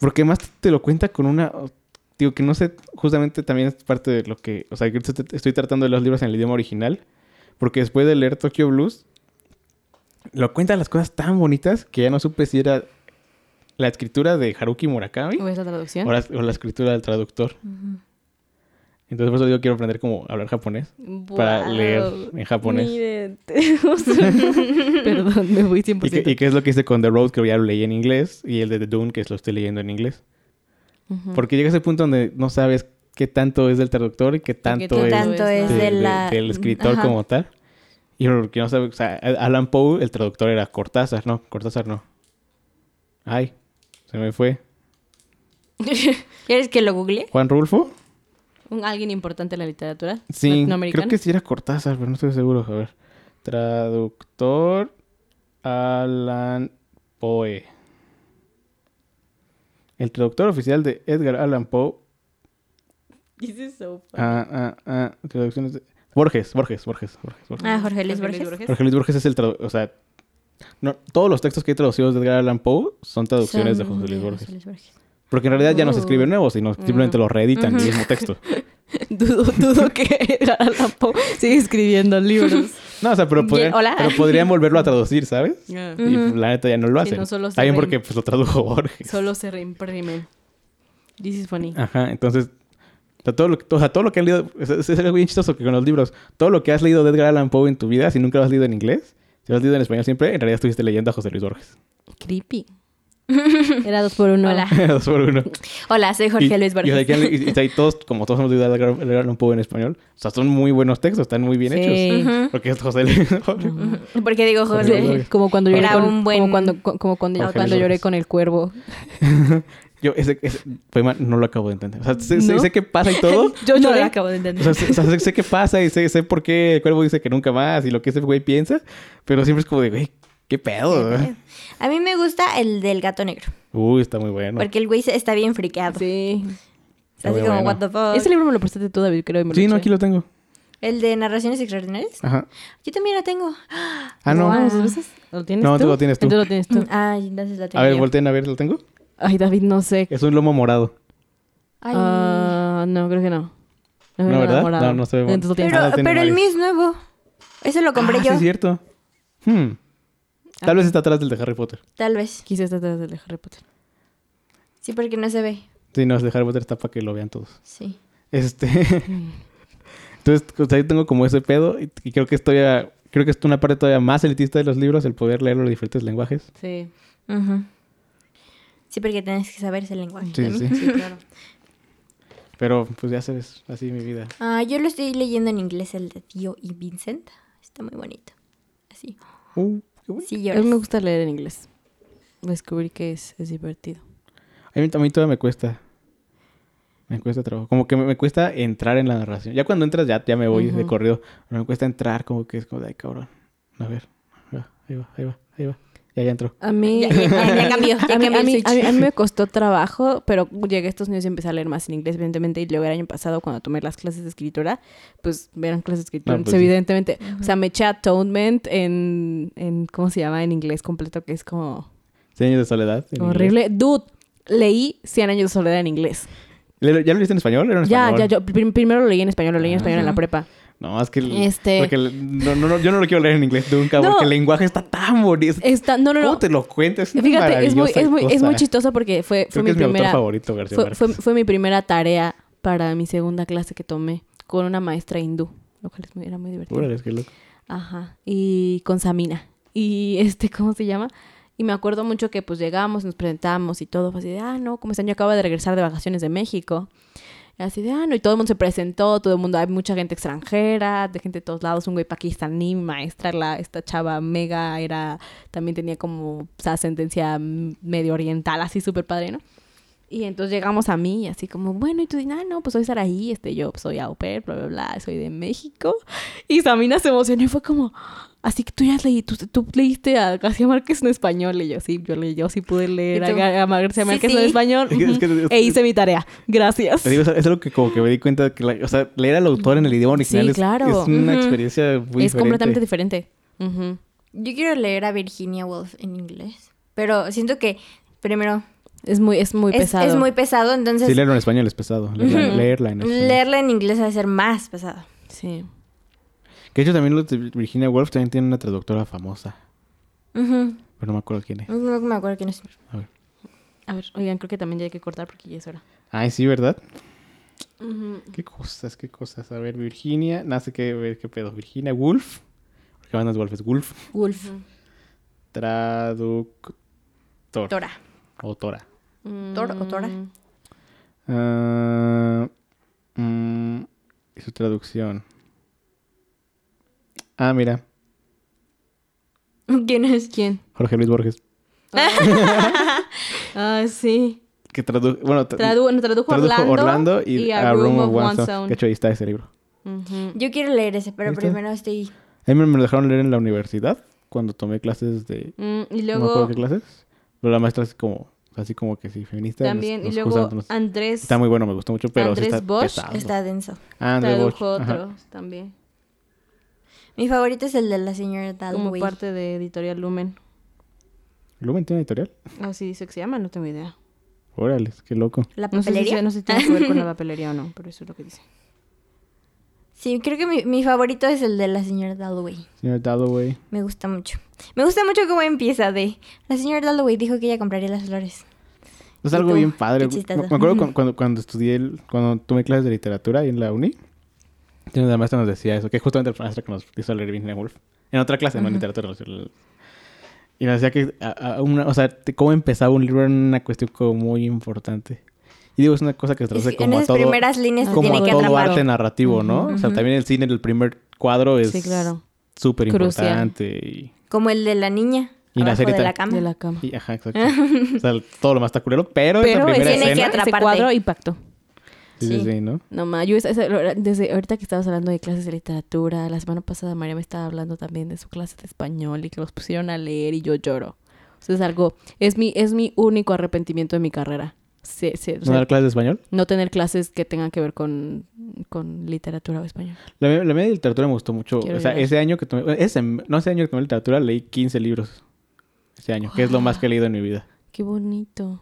S2: Porque más te lo cuenta con una... Digo, que no sé, justamente también es parte de lo que... O sea, que estoy- estoy tratando de los libros en el idioma original. Porque después de leer Tokyo Blues, lo cuenta las cosas tan bonitas que ya no supe si era la escritura de Haruki Murakami
S3: ¿O es la traducción?
S2: o la, o la escritura del traductor.
S1: Ujú.
S2: Entonces, por eso yo quiero aprender cómo hablar japonés. Para
S3: Wow.
S2: leer en japonés.
S3: Miren. Perdón, me voy
S2: ¿Y
S3: 100%.
S2: qué, y qué es lo que hice con The Road, que ya lo leí en inglés, y el de The Dune, que lo estoy leyendo en inglés.
S3: Ujú.
S2: Porque llega ese punto donde no sabes qué tanto es del traductor y qué tanto
S3: Pues,
S2: es
S1: Tanto es
S2: de-
S1: de
S2: de-
S1: la...
S2: del escritor
S1: Ajá.
S2: como tal. Y porque no sabe, o sea, Alan Poe, el traductor era Cortázar, no, Cortázar no. Ay, se me fue.
S1: ¿Quieres que lo googlee?
S2: ¿Juan Rulfo?
S3: Un- alguien importante en la literatura
S2: Sí, creo
S3: latinoamericana.
S2: que sí era Cortázar, pero no estoy seguro. A ver. Traductor Alan Poe. El traductor oficial de Edgar Allan Poe.
S3: This is so funny.
S2: Ah, ah, ah, traducciones de... Borges, Borges, Borges, Borges. Borges.
S1: Ah, Jorge Luis Borges.
S2: Jorge Luis Borges es el traductor. O sea, no, todos los textos que hay traducidos de Edgar Allan Poe son traducciones de
S1: Son
S2: José Luis Borges.
S1: Luis Borges.
S2: Porque en realidad ya no se
S3: Oh.
S2: escribe nuevo, sino simplemente lo reeditan el
S1: Ujú.
S2: mismo texto.
S3: Dudo, dudo que Edgar Allan Poe sigue escribiendo libros.
S2: No, o sea, pero, podrían-
S1: hola.
S2: pero podrían volverlo a traducir, ¿sabes?
S3: Yeah.
S2: Y
S1: Ujú.
S2: la neta ya no lo
S3: Sí,
S2: hacen.
S3: no solo se
S2: También
S3: ven.
S2: porque pues, lo tradujo Borges.
S3: Solo se reimprimen. This is funny.
S2: Ajá, entonces. o sea, todo lo, que- o sea, todo lo que han leído. Es, es- es algo bien chistoso que con los libros. Todo lo que has leído de Edgar Allan Poe en tu vida, si nunca lo has leído en inglés, si lo has leído en español siempre, en realidad estuviste leyendo a José Luis Borges.
S3: Creepy. Era dos por uno.
S1: Hola.
S2: Dos por uno.
S1: Hola, soy Jorge
S2: Y-
S1: Luis
S2: Y, o sea,
S1: Borges.
S2: que han le- y- y- y todos, como todos hemos leído a Edgar Edgar Allan Poe en español, o sea, son muy buenos textos, están muy bien
S3: Sí.
S2: hechos.
S1: Ujú.
S2: Porque es José Luis Borges.
S1: Ujú. ¿Por qué digo
S2: Jorge Luis
S1: José?
S2: Borges.
S3: Como cuando lloré
S1: Era
S3: con,
S1: un buen-
S3: como cuando, co- como cuando,
S2: Jorge
S3: cuando
S2: Luis
S3: lloré
S2: Borges.
S3: con el cuervo.
S2: Yo ese, ese poema no lo acabo de entender. O sea, sé, sé-
S3: ¿No?
S2: sé qué pasa y todo.
S3: Yo
S1: no
S3: lloré.
S1: lo acabo de
S2: O
S1: entender.
S2: sea, sé, o sea, sé- sé qué pasa y sé, sé por qué el cuervo dice que nunca más y lo que ese güey piensa. Pero siempre es como de, güey, qué pedo.
S1: Eh, A mí me gusta el del gato negro.
S2: Uy, está muy bueno.
S1: Porque el güey se- está bien friqueado.
S3: Sí.
S1: O sea,
S2: Está
S1: Así
S2: muy
S1: como,
S2: bueno.
S1: what the fuck.
S3: Ese libro me lo prestaste tú, David, creo. y me
S2: Sí, no,
S3: eché.
S2: aquí lo tengo.
S1: ¿El de narraciones extraordinarias?
S2: Ajá.
S1: Yo también lo tengo.
S2: Ah, no.
S1: Guau.
S3: ¿Lo tienes
S2: No,
S3: tú?
S2: tú lo tienes tú.
S3: Entonces lo tienes tú.
S1: Ay, entonces la tengo.
S2: A ver,
S1: yo.
S2: volteen a ver, ¿lo tengo?
S3: Ay, David, no sé.
S2: Es un lomo morado.
S1: Ay.
S3: Ah, no, creo que no.
S2: No,
S3: era
S2: ¿verdad?
S3: morado.
S2: No, no se ve morado.
S3: Entonces lo tienes
S1: pero
S2: Ah, tiene
S1: pero el mío
S2: varios.
S1: es nuevo. Ese lo compré
S2: Ah,
S1: yo.
S2: Sí, es cierto. Hmm. Tal vez está atrás del de Harry Potter.
S1: Tal vez.
S3: Quizás está atrás del de Harry Potter.
S1: Sí, porque no se ve.
S2: Sí, no, el de Harry Potter está para que lo vean todos.
S1: Sí.
S2: Este. Entonces, o sea, yo tengo como ese pedo y, y creo que estoy a- Creo que es una parte todavía más elitista de los libros el poder leerlo en diferentes lenguajes.
S3: Sí.
S1: Ujú. Sí, porque tienes que saber ese lenguaje.
S2: Sí,
S1: también.
S2: sí.
S3: claro.
S2: Pero pues ya sabes, así mi vida.
S1: Ah, yo lo estoy leyendo en inglés, el de Tío y Vincent. Está muy bonito. Así.
S2: Uh, qué bueno.
S1: Sí,
S3: A
S1: lloras.
S3: mí me gusta leer en inglés. Descubrí que es, es divertido.
S2: A mí, a mí todavía me cuesta. Me cuesta trabajo. Como que me, me cuesta entrar en la narración. Ya cuando entras, ya, ya me voy de
S3: Ujú.
S2: corrido. Pero me cuesta entrar, como que es como de, ay, cabrón. A ver. ahí va, Ahí va, ahí va, ahí va. Ya, ya entró.
S3: A mí...
S1: Ya- ya- ya- ya cambió, ya
S3: a, mí,
S1: cambió
S3: a,
S1: el
S3: mí,
S1: switch.
S3: a mí- a mí me costó trabajo, pero llegué a Estados Unidos y empecé a leer más en inglés, evidentemente. Y luego el año pasado, cuando tomé las clases de escritura, pues eran clases de escritura.
S2: Ah, pues
S3: entonces,
S2: sí.
S3: evidentemente, o sea, me eché Atonement en, en... ¿Cómo se llama? En inglés completo, que es como...
S2: Cien años de soledad. en inglés.
S3: Horrible. Dude, leí 100 años de soledad en inglés.
S2: ¿Le- ¿Ya lo leíste en español? ¿Era en
S3: Ya,
S2: español? Ah,
S3: ya, yo prim- primero lo leí en español, lo leí en español en la prepa.
S2: No, es que. el-
S3: Este-
S2: porque el- no, no, no, yo no lo quiero leer en inglés nunca,
S3: No.
S2: porque el lenguaje está tan bonito.
S3: Está, no, no,
S2: ¿Cómo
S3: no.
S2: te lo cuentas? Es
S3: Fíjate, es muy,
S2: maravillosa
S3: es, muy, es
S2: cosa.
S3: muy chistoso porque fue, fue
S2: Creo que
S3: mi
S2: es mi autor
S3: primera.
S2: favorito, García
S3: fue,
S2: Márquez.
S3: fue- fue mi primera tarea para mi segunda clase que tomé con una maestra hindú, lo cual es muy- era muy divertido.
S2: Órale, es que loco.
S3: Ajá. Y con Samina. Y este, ¿cómo se llama? Y me acuerdo mucho que pues llegamos, nos presentamos y todo. Fue así de, ah, no, ¿cómo están? Yo acabo de regresar de vacaciones de México. Y así de, ah, no. Y todo el mundo se presentó, todo el mundo, hay mucha gente extranjera, de gente de todos lados. Un güey pakistaní, mi maestra, la, esta chava mega, era, también tenía como, o sea, sentencia mm, medio oriental, así súper padre, ¿no? Y entonces llegamos a mí, y así como, bueno, y tú dices, ah, no, pues soy Saraí, este, yo pues, soy au pair, bla, bla, bla, soy de México. Y Samina se emocionó y fue como, así que tú ya has leído, tú, tú leíste a García Márquez en español. Y yo, sí, yo, leí, yo sí pude leer
S1: ¿Y tú?
S3: a, a García
S1: Sí,
S3: Márquez
S1: sí.
S3: en español.
S2: Es que- es que-
S3: ujú, e hice mi tarea. Gracias.
S2: Te digo, es, es algo que como que me di cuenta que, la- o sea, leer al autor en el idioma original
S3: Sí,
S2: es,
S3: claro.
S2: es una
S1: Ujú.
S2: experiencia muy
S3: es completamente
S2: diferente.
S3: diferente. Ujú.
S1: Yo quiero leer a Virginia Woolf en inglés. Pero siento que, primero,
S3: Es muy, es muy
S1: es,
S3: pesado.
S1: es muy pesado, entonces
S2: Sí, leerlo en español es pesado. Leerla,
S1: Ujú.
S2: leerla en español.
S1: leerla en inglés va a ser más pesado.
S3: Sí.
S2: Que de hecho también los de Virginia Woolf también tiene una traductora famosa.
S1: Ujú.
S2: Pero no me acuerdo quién es.
S1: No me acuerdo quién es.
S2: A ver.
S3: A ver, oigan, creo que también ya hay que cortar porque ya es hora.
S2: Ay, sí, ¿verdad? Qué cosas, qué cosas. A ver, Virginia. No sé qué, ver qué pedo. Virginia Woolf. Porque van las Woolf. Es Woolf.
S1: Wolf.
S2: Traductor.
S1: Tora.
S2: Autora.
S1: Tor- o tora.
S3: Mm,
S2: Ah, mm, y su traducción. Ah, mira.
S1: ¿Quién es?
S3: ¿Quién?
S2: Jorge Luis Borges.
S3: Ah, sí.
S2: que tradujo, bueno, tra-
S3: Tradu- no, tradujo,
S2: tradujo
S3: Orlando,
S2: Orlando y, A Room of One Song. De hecho, ahí está ese libro.
S3: Ujú.
S1: Yo quiero leer ese, pero
S2: Ahí está.
S1: primero estoy...
S2: A mí me me lo dejaron leer en la universidad cuando tomé clases de...
S3: Mm, y
S2: No me acuerdo
S3: luego
S2: qué clases. Pero la maestra es como... Así como que sí, feminista. nos-
S3: también,
S2: nos
S3: y luego
S2: juzga, nos-
S3: Andrés
S2: Está muy bueno, me gustó mucho, pero sí
S3: Andrés
S2: está
S3: Bosch
S2: pesado.
S1: Está denso.
S2: Ah, Andrés Bosch,
S3: tradujo
S2: ajá.
S3: otros también,
S1: Mi favorito es el de la señora
S3: como
S1: Dalloway.
S3: parte de Editorial Lumen.
S2: ¿Lumen tiene editorial?
S3: Así dice que se llama, no tengo idea.
S2: Órale, qué loco.
S1: ¿La
S3: No sé, si,
S1: papelería?
S3: sea- no sé si tiene que ver con la papelería o no, pero eso es lo que dice.
S1: Sí, creo que mi, mi favorito es el de la señora Dalloway.
S2: Señor Dalloway.
S1: Me gusta mucho. Me gusta mucho cómo empieza de... La señora Dalloway dijo que ella compraría las flores.
S2: Es
S1: ¿Y
S2: algo
S1: tú?
S2: bien padre.
S1: Qué chistoso.
S2: Me me acuerdo cu- cuando, cuando estudié, el- cuando tomé clases de literatura ahí en la uni, tiene la maestra nos decía eso, que justamente la maestra que nos hizo leer Virginia Woolf, en otra clase, no en
S3: Ujú.
S2: literatura. nos- Y nos decía que, a- a una- o sea, te- cómo empezaba un libro era una cuestión como muy importante. Y digo, es una cosa que se
S1: Es
S2: traduce
S1: que en
S2: como a
S1: esas
S2: todo,
S1: primeras líneas te
S2: como
S1: tiene
S2: a
S1: que
S2: todo
S1: atrapar.
S2: arte narrativo, ¿no? O sea,
S1: Ujú.
S2: también el cine, el primer cuadro es
S3: Sí, claro,
S2: súper
S3: Crucial.
S2: importante. Y,
S1: Como el de la niña.
S2: Y la
S1: abajo
S2: serie
S1: de la
S2: tam-
S1: cama.
S3: de la cama.
S2: y- ajá, exacto. o sea, todo lo más está culero, pero, esa
S3: Pero
S2: primera
S1: tiene que
S2: escena...
S3: ese
S1: atraparte.
S3: cuadro impactó.
S2: Sí, sí,
S1: Sí.
S2: sí, ¿no?
S3: No ma, yo esa- esa- desde ahorita que estabas hablando de clases de literatura, la semana pasada María me estaba hablando también de su clase de español y que los pusieron a leer y yo lloro. O sea, es algo, es mi, es mi único arrepentimiento de mi carrera. Sí, sí, o
S2: ¿No
S3: sea,
S2: dar clases de español?
S3: no tener clases que tengan que ver con, con literatura o español.
S2: La, mía- la media de literatura me gustó mucho.
S3: Quiero
S2: o sea,
S3: llorar.
S2: ese año que tomé... bueno, Ese, no, ese año que tomé literatura leí 15 libros. Ese año, que es lo más que he leído en mi vida.
S3: Qué bonito.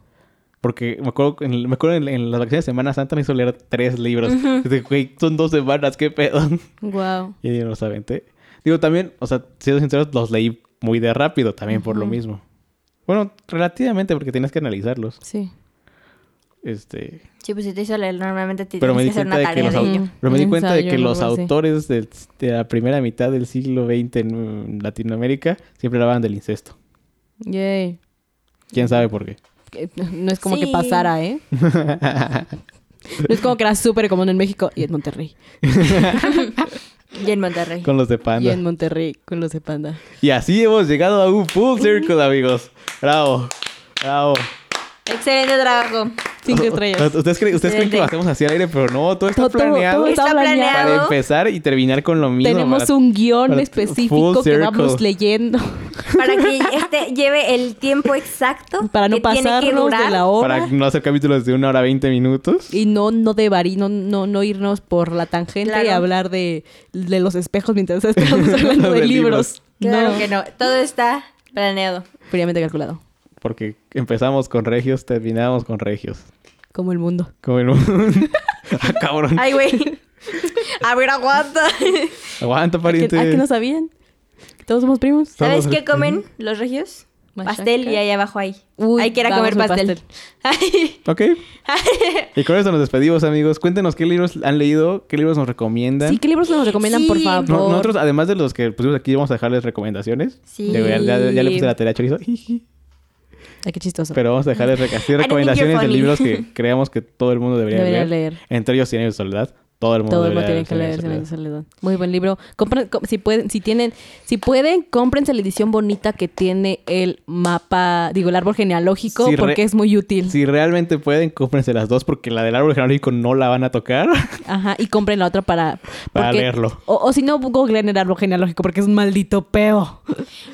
S2: Porque me acuerdo, que en, me acuerdo en, en las vacaciones de Semana Santa me hizo leer tres libros. Y dije, güey, son dos semanas, qué pedo.
S3: Wow.
S2: Y yo los aventé. Digo, también, o sea, siendo sinceros, los leí muy de rápido también por lo
S3: Ujú.
S2: mismo. Bueno, relativamente, porque tienes que analizarlos.
S3: Sí.
S2: Este...
S1: Sí, pues si te hizo leer, normalmente te
S2: Pero me
S1: tienes
S2: di
S1: que hacer
S2: cuenta
S1: una
S2: de que
S1: tarea
S2: los,
S1: de
S2: au-
S1: ello.
S3: ello.
S2: pero me di cuenta de
S3: Ensayo,
S2: que los
S3: algo así.
S2: autores del- de la primera mitad del siglo XX en mm, Latinoamérica siempre hablaban del incesto.
S3: Yay.
S2: ¿Quién sabe por qué?
S3: Eh, No es como que
S1: Sí.
S3: pasara, ¿eh? No es como que era súper común en México y en Monterrey.
S1: Y en Monterrey.
S2: Con los de
S3: Y
S2: Panda.
S3: en Monterrey con los de panda.
S2: Y así hemos llegado a un full circle, amigos. Bravo. Bravo.
S1: Excelente trabajo.
S3: Cinco estrellas.
S2: U- Ustedes, creen, ustedes creen que lo hacemos así al aire, pero no, todo está
S3: Todo- todo-
S2: planeado
S3: todo
S1: Está planeado.
S2: para empezar y terminar con lo mismo.
S3: Tenemos
S2: para-
S3: un guión
S2: para- full
S3: específico que
S2: circle.
S3: vamos leyendo
S1: Para que este lleve el tiempo exacto
S3: para no
S1: que tiene que
S3: pasarnos de
S1: durar.
S3: la
S2: Para
S3: hora
S2: no hacer capítulos de una hora 20 minutos.
S3: y no no debarí, no, no, no irnos por la tangente y
S1: Claro.
S3: hablar de, de los espejos mientras estamos hablando de,
S2: De
S3: libros.
S1: Claro
S3: No,
S1: que no. Todo está planeado.
S3: fríamente calculado,
S2: Porque empezamos con regios, terminamos con regios.
S3: como el mundo.
S2: Como en un... ah, cabrón.
S1: Ay, güey. A ver, aguanta.
S2: Aguanta,
S3: ¿A que,
S2: pariente.
S3: a que no sabían? ¿Que todos somos primos?
S1: ¿Sabes
S2: Estamos-
S1: qué comen los regios?
S3: Machaca.
S1: Pastel y ahí abajo hay.
S3: Uy,
S1: hay que ir a
S3: vamos
S1: comer
S3: por
S1: pastel. Ay,
S2: Ok. y con esto nos despedimos, amigos. Cuéntenos qué libros han leído, qué libros nos recomiendan.
S3: Sí, ¿qué libros nos recomiendan,
S1: Sí.
S3: por
S1: No,
S3: favor?
S2: No- nosotros, además de los que pusimos aquí, vamos a dejarles recomendaciones.
S1: Sí.
S2: Digo, Ya, ya- ya le puse la tarea a chorizo. jiji.
S3: Ay, qué chistoso.
S2: Pero vamos a dejarles reca- sí,
S1: I don't think
S2: recomendaciones
S1: you're
S2: de
S1: funny.
S2: libros que creamos que todo el mundo debería,
S3: Debería
S2: leer.
S3: leer.
S2: Entre ellos, Cien años de soledad. Todo el mundo
S3: Todo el mundo
S2: debería
S3: tiene que
S2: Cien años
S3: leer
S2: de
S3: Cien años
S2: soledad.
S3: de soledad. Muy buen libro. Compren, com- si pueden, si tienen, si pueden, cómprense la edición bonita que tiene el mapa, digo, el árbol genealógico,
S2: Sí, re-
S3: porque es muy útil.
S2: Si realmente pueden, cómprense las dos porque la del árbol genealógico no la van a tocar.
S3: Ajá. Y compren la otra para,
S2: Para
S3: porque-
S2: leerlo.
S3: O, o si no, googleen el árbol genealógico porque es un maldito peo.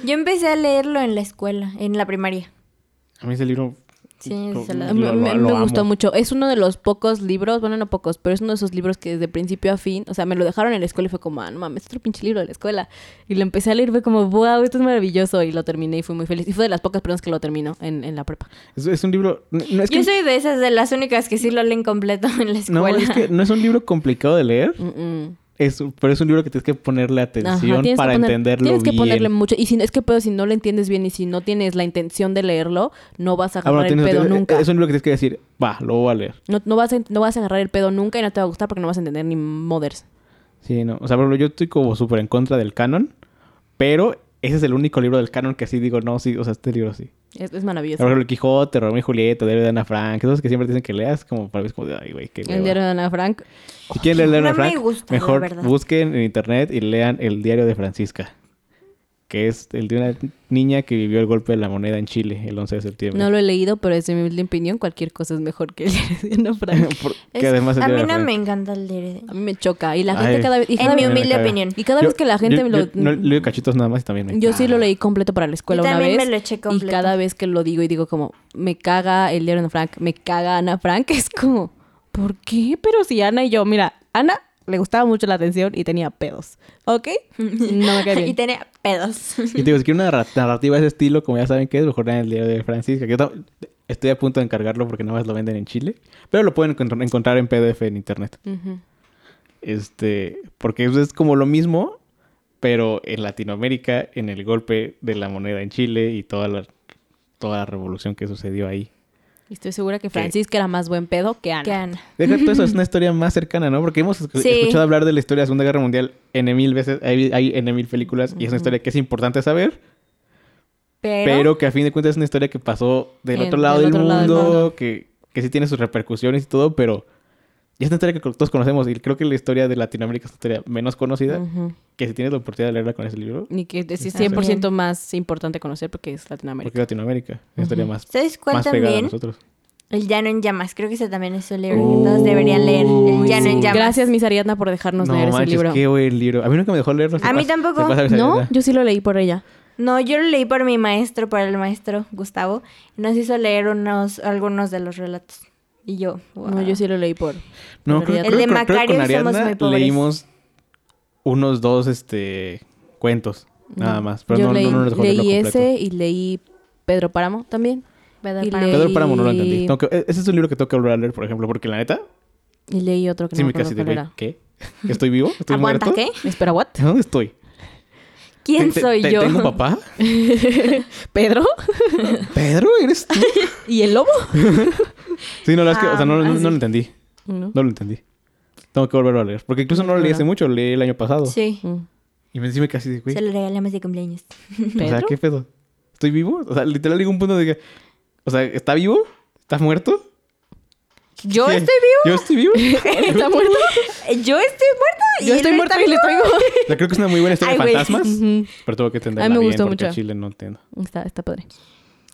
S1: Yo empecé a leerlo en la escuela, en la primaria.
S2: A mí ese libro
S1: Sí,
S2: Lo-
S1: se
S2: lo-
S1: la-
S3: Me, me-
S2: lo
S3: me
S2: amo.
S3: gustó mucho. Es uno de los pocos libros, bueno, no pocos, pero es uno de esos libros que desde principio a fin, o sea, me lo dejaron en la escuela y fue como, ah, no mames, otro pinche libro de la escuela. Y lo empecé a leer, fue como, wow, esto es maravilloso. Y lo terminé y fui muy feliz. Y fue de las pocas personas que lo terminó en, en la prepa.
S2: es, es un libro. no- no, es que-
S1: Yo soy de esas, de las únicas que sí lo leen completo en la
S2: No,
S1: escuela.
S2: es que no es un libro complicado de leer,
S3: Mm-mm.
S2: es, pero es un libro que tienes que ponerle
S3: Mm, Ajá,
S2: atención
S3: tienes que
S2: para
S3: poner-
S2: entenderlo
S3: Tienes que
S2: bien.
S3: ponerle mucho. Y si, no- es que pero si no lo entiendes bien y si no tienes la intención de leerlo, no vas a
S2: Ah, bueno,
S3: agarrar
S2: tienes-
S3: el pedo
S2: tienes-
S3: nunca.
S2: Es un libro que tienes que decir, va, lo voy a leer.
S3: No, no vas a, no vas a agarrar el pedo nunca y no te va a gustar porque no vas a entender ni mothers.
S2: Sí, no. O sea, por ejemplo, yo estoy como súper en contra del canon, pero ese es el único libro del canon que sí digo, no, sí, o sea, este libro sí.
S3: Es, es maravilloso.
S2: Por ejemplo, El Quijote, Romeo y Julieta, Diario de Ana Frank, esos que siempre dicen que leas, como para mí es como de, ay, güey, qué
S3: El diario
S2: hueva.
S3: de Ana Frank.
S2: Si quieren leer
S1: No
S2: Ana
S1: me
S2: Frank,
S1: gusta, la
S2: mejor
S1: verdad.
S2: busquen en internet y lean El Diario de Francisca. que es el de una niña que vivió el golpe de la moneda en Chile el 11 de septiembre.
S3: No lo he leído, pero desde mi humilde opinión, cualquier cosa es mejor que leer a Frank.
S2: Por-
S1: Es-
S2: que además el
S1: a
S2: día de
S1: mí
S2: la
S1: no
S2: fe.
S1: me encanta eh. el de...
S3: A mí me choca. Y la gente
S2: Ay.
S3: cada vez. Y
S1: En
S3: cada,
S1: mi
S2: me
S1: humilde
S2: caga.
S1: opinión.
S3: y cada
S2: Yo-
S3: vez que la gente
S2: yo-
S3: me lo.
S2: yo no leo cachitos nada más y también me
S3: Yo sí lo
S2: caga.
S3: leí completo para la escuela
S1: Yo
S3: una
S1: también
S3: vez.
S1: me lo eché completo.
S3: Y cada vez que lo digo y digo como, me caga el diario de Ana Frank, me caga Ana Frank, es como, ¿por qué? Pero si Ana y yo, mira, Ana le gustaba mucho la atención y tenía pedos, ¿ok? No me cae
S1: y
S3: bien.
S1: tenía pedos.
S2: Y te digo, si quieren una narra- narrativa de ese estilo, como ya saben que es, mejor lean el diario de Francisca. que Yo tam- estoy a punto de encargarlo porque nada más lo venden en Chile. Pero lo pueden encontr- encontrar en PDF en internet.
S3: Ujú.
S2: Este, porque eso es como lo mismo, pero en Latinoamérica, en el golpe de la moneda en Chile y toda la, toda la revolución que sucedió ahí.
S3: Y estoy segura que Francisca era más buen pedo que Ana.
S1: Que Ana.
S2: Deja todo eso, es una historia más cercana, ¿no? Porque hemos escu-
S1: Sí.
S2: escuchado hablar de la historia de la Segunda Guerra Mundial N mil veces, hay, hay N mil películas y es una historia que es importante saber,
S1: Pero,
S2: pero, que a fin de cuentas es una historia que pasó del
S3: En-
S2: otro lado,
S3: del
S2: del,
S3: otro
S2: mundo,
S3: lado del mundo.
S2: Que, que sí tiene sus repercusiones y todo, pero ya es una historia que todos conocemos y creo que la historia de Latinoamérica es una historia menos conocida,
S3: Ujú.
S2: que si tienes la oportunidad de leerla con ese libro,
S3: Ni que es
S2: Ah,
S3: 100% más importante conocer porque es Latinoamérica.
S2: Porque Latinoamérica es una historia más,
S1: ¿Ustedes cuál
S2: más pegada a
S1: también?
S2: nosotros.
S1: El Llano en Llamas. Creo que ese también es un libro que todos deberían leer. El
S2: Uy,
S1: Llano en
S2: sí.
S1: Llamas.
S3: Gracias, Miss Ariadna, por dejarnos leer ese
S2: manches,
S3: libro.
S2: qué buen libro. A mí nunca me dejó leerlo. se
S1: A mí
S2: pasa-
S1: tampoco.
S2: se pasa esa
S3: No,
S2: idea.
S3: yo sí lo leí por ella.
S1: No, yo lo leí por mi maestro, por el maestro Gustavo. y Nos hizo leer unos, algunos de los relatos. Y yo,
S3: No,
S1: wow.
S3: yo sí lo leí por.
S2: No,
S3: por
S2: creo,
S3: Ariadna.
S1: El de
S2: creo- creo que
S1: Macario
S2: con
S1: somos
S2: Ariadna
S1: muy pobres.
S2: leímos unos dos este, cuentos, nada
S3: No,
S2: más. Pero
S3: yo
S2: no, no,
S3: leí,
S2: no nos dejó
S3: leí
S2: leerlo completo.
S3: ese y leí Pedro Páramo también.
S1: Pedro
S3: y
S1: Páramo.
S3: leí-
S2: Pedro Páramo no lo entendí. Tengo que- e- ese es un libro que tengo que volver a leer, por ejemplo, porque la neta,
S3: Y leí otro que
S2: sí
S3: no
S2: me
S3: me acuerdo
S2: casi de,
S3: cuál
S2: güey,
S3: era.
S2: ¿qué? ¿Estoy vivo? ¿Estoy
S1: Aguanta,
S2: muerto?
S1: ¿qué?
S3: Espera, ¿what?
S2: ¿Dónde estoy?
S1: ¿Quién
S2: ¿Te- te-
S1: soy
S2: te-
S1: yo?
S2: ¿Tengo papá?
S3: ¿Pedro?
S2: ¿Pedro? ¿Eres tú?
S3: ¿Y el lobo?
S2: Sí, no, la verdad es que, o sea, no, no-
S1: Ah,
S2: no lo
S1: sí.
S2: entendí.
S3: No.
S2: No lo entendí. Tengo que volverlo a leer. Porque incluso no lo leí hace mucho, lo leí el año pasado.
S1: Sí.
S3: Mm.
S2: Y me encima casi de, güey,
S1: Se lo regalamos de cumpleaños.
S2: o sea,
S3: ¿Pedro?
S2: ¿qué pedo? ¿Estoy vivo? O sea, literal llegó un punto de que, o sea, ¿está vivo? ¿Estás muerto?
S1: ¿Yo
S2: ¿Qué?
S1: estoy
S2: ¿Yo estoy vivo? o
S3: ¿Él está muerto?
S1: vivo? ¿Yo estoy muerto? y
S3: Yo
S1: él
S3: estoy
S1: no
S3: muerto
S1: está
S3: y le
S1: vivo?
S3: traigo.
S2: sea, creo que es una muy buena historia de
S1: Ay, güey.
S2: fantasmas.
S3: Ujú.
S2: Pero tengo que entenderla
S3: A mí me
S2: bien
S3: gustó
S2: porque
S3: mucho.
S2: en Chile no entiendo.
S3: Está, está padre.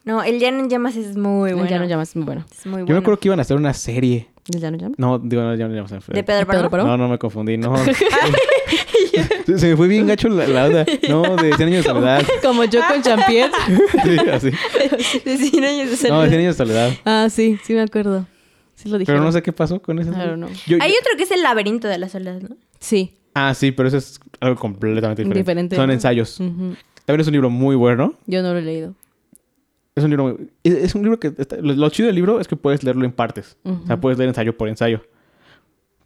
S1: No, el Llano en Llamas es muy bueno.
S3: El Llano Llamas es muy bueno.
S1: Es muy bueno.
S2: Yo me acuerdo que iban a hacer una serie.
S3: ¿El Llano Llamas?
S2: No, digo, no, ya no llamamos a
S1: ¿De Pedro Páramo?
S3: Pedro Páramo?
S2: No, no me confundí, no. se, se me fue bien gacho la, la onda. No, de 100 años de soledad.
S3: Como yo con Champiet.
S2: Sí, así.
S1: De 100 años de
S2: No,
S1: soledad.
S2: de 100 años de soledad.
S3: Ah, sí, sí me acuerdo. Sí lo dije.
S2: Pero no sé qué pasó con ese.
S3: Claro, no.
S2: Yo-
S1: Hay
S2: yo-
S1: otro que es el laberinto de la soledad, ¿no?
S3: Sí.
S2: Ah, sí, pero eso es algo completamente diferente.
S3: Diferente. Mm.
S2: Son ensayos.
S3: Ujú.
S2: También es un libro muy bueno.
S3: Yo no lo he leído.
S2: Es un libro muy... Es, es un libro que... está- Lo, lo chido del libro es que puedes leerlo en partes. O sea,
S3: Ujú.
S2: puedes leer ensayo por ensayo.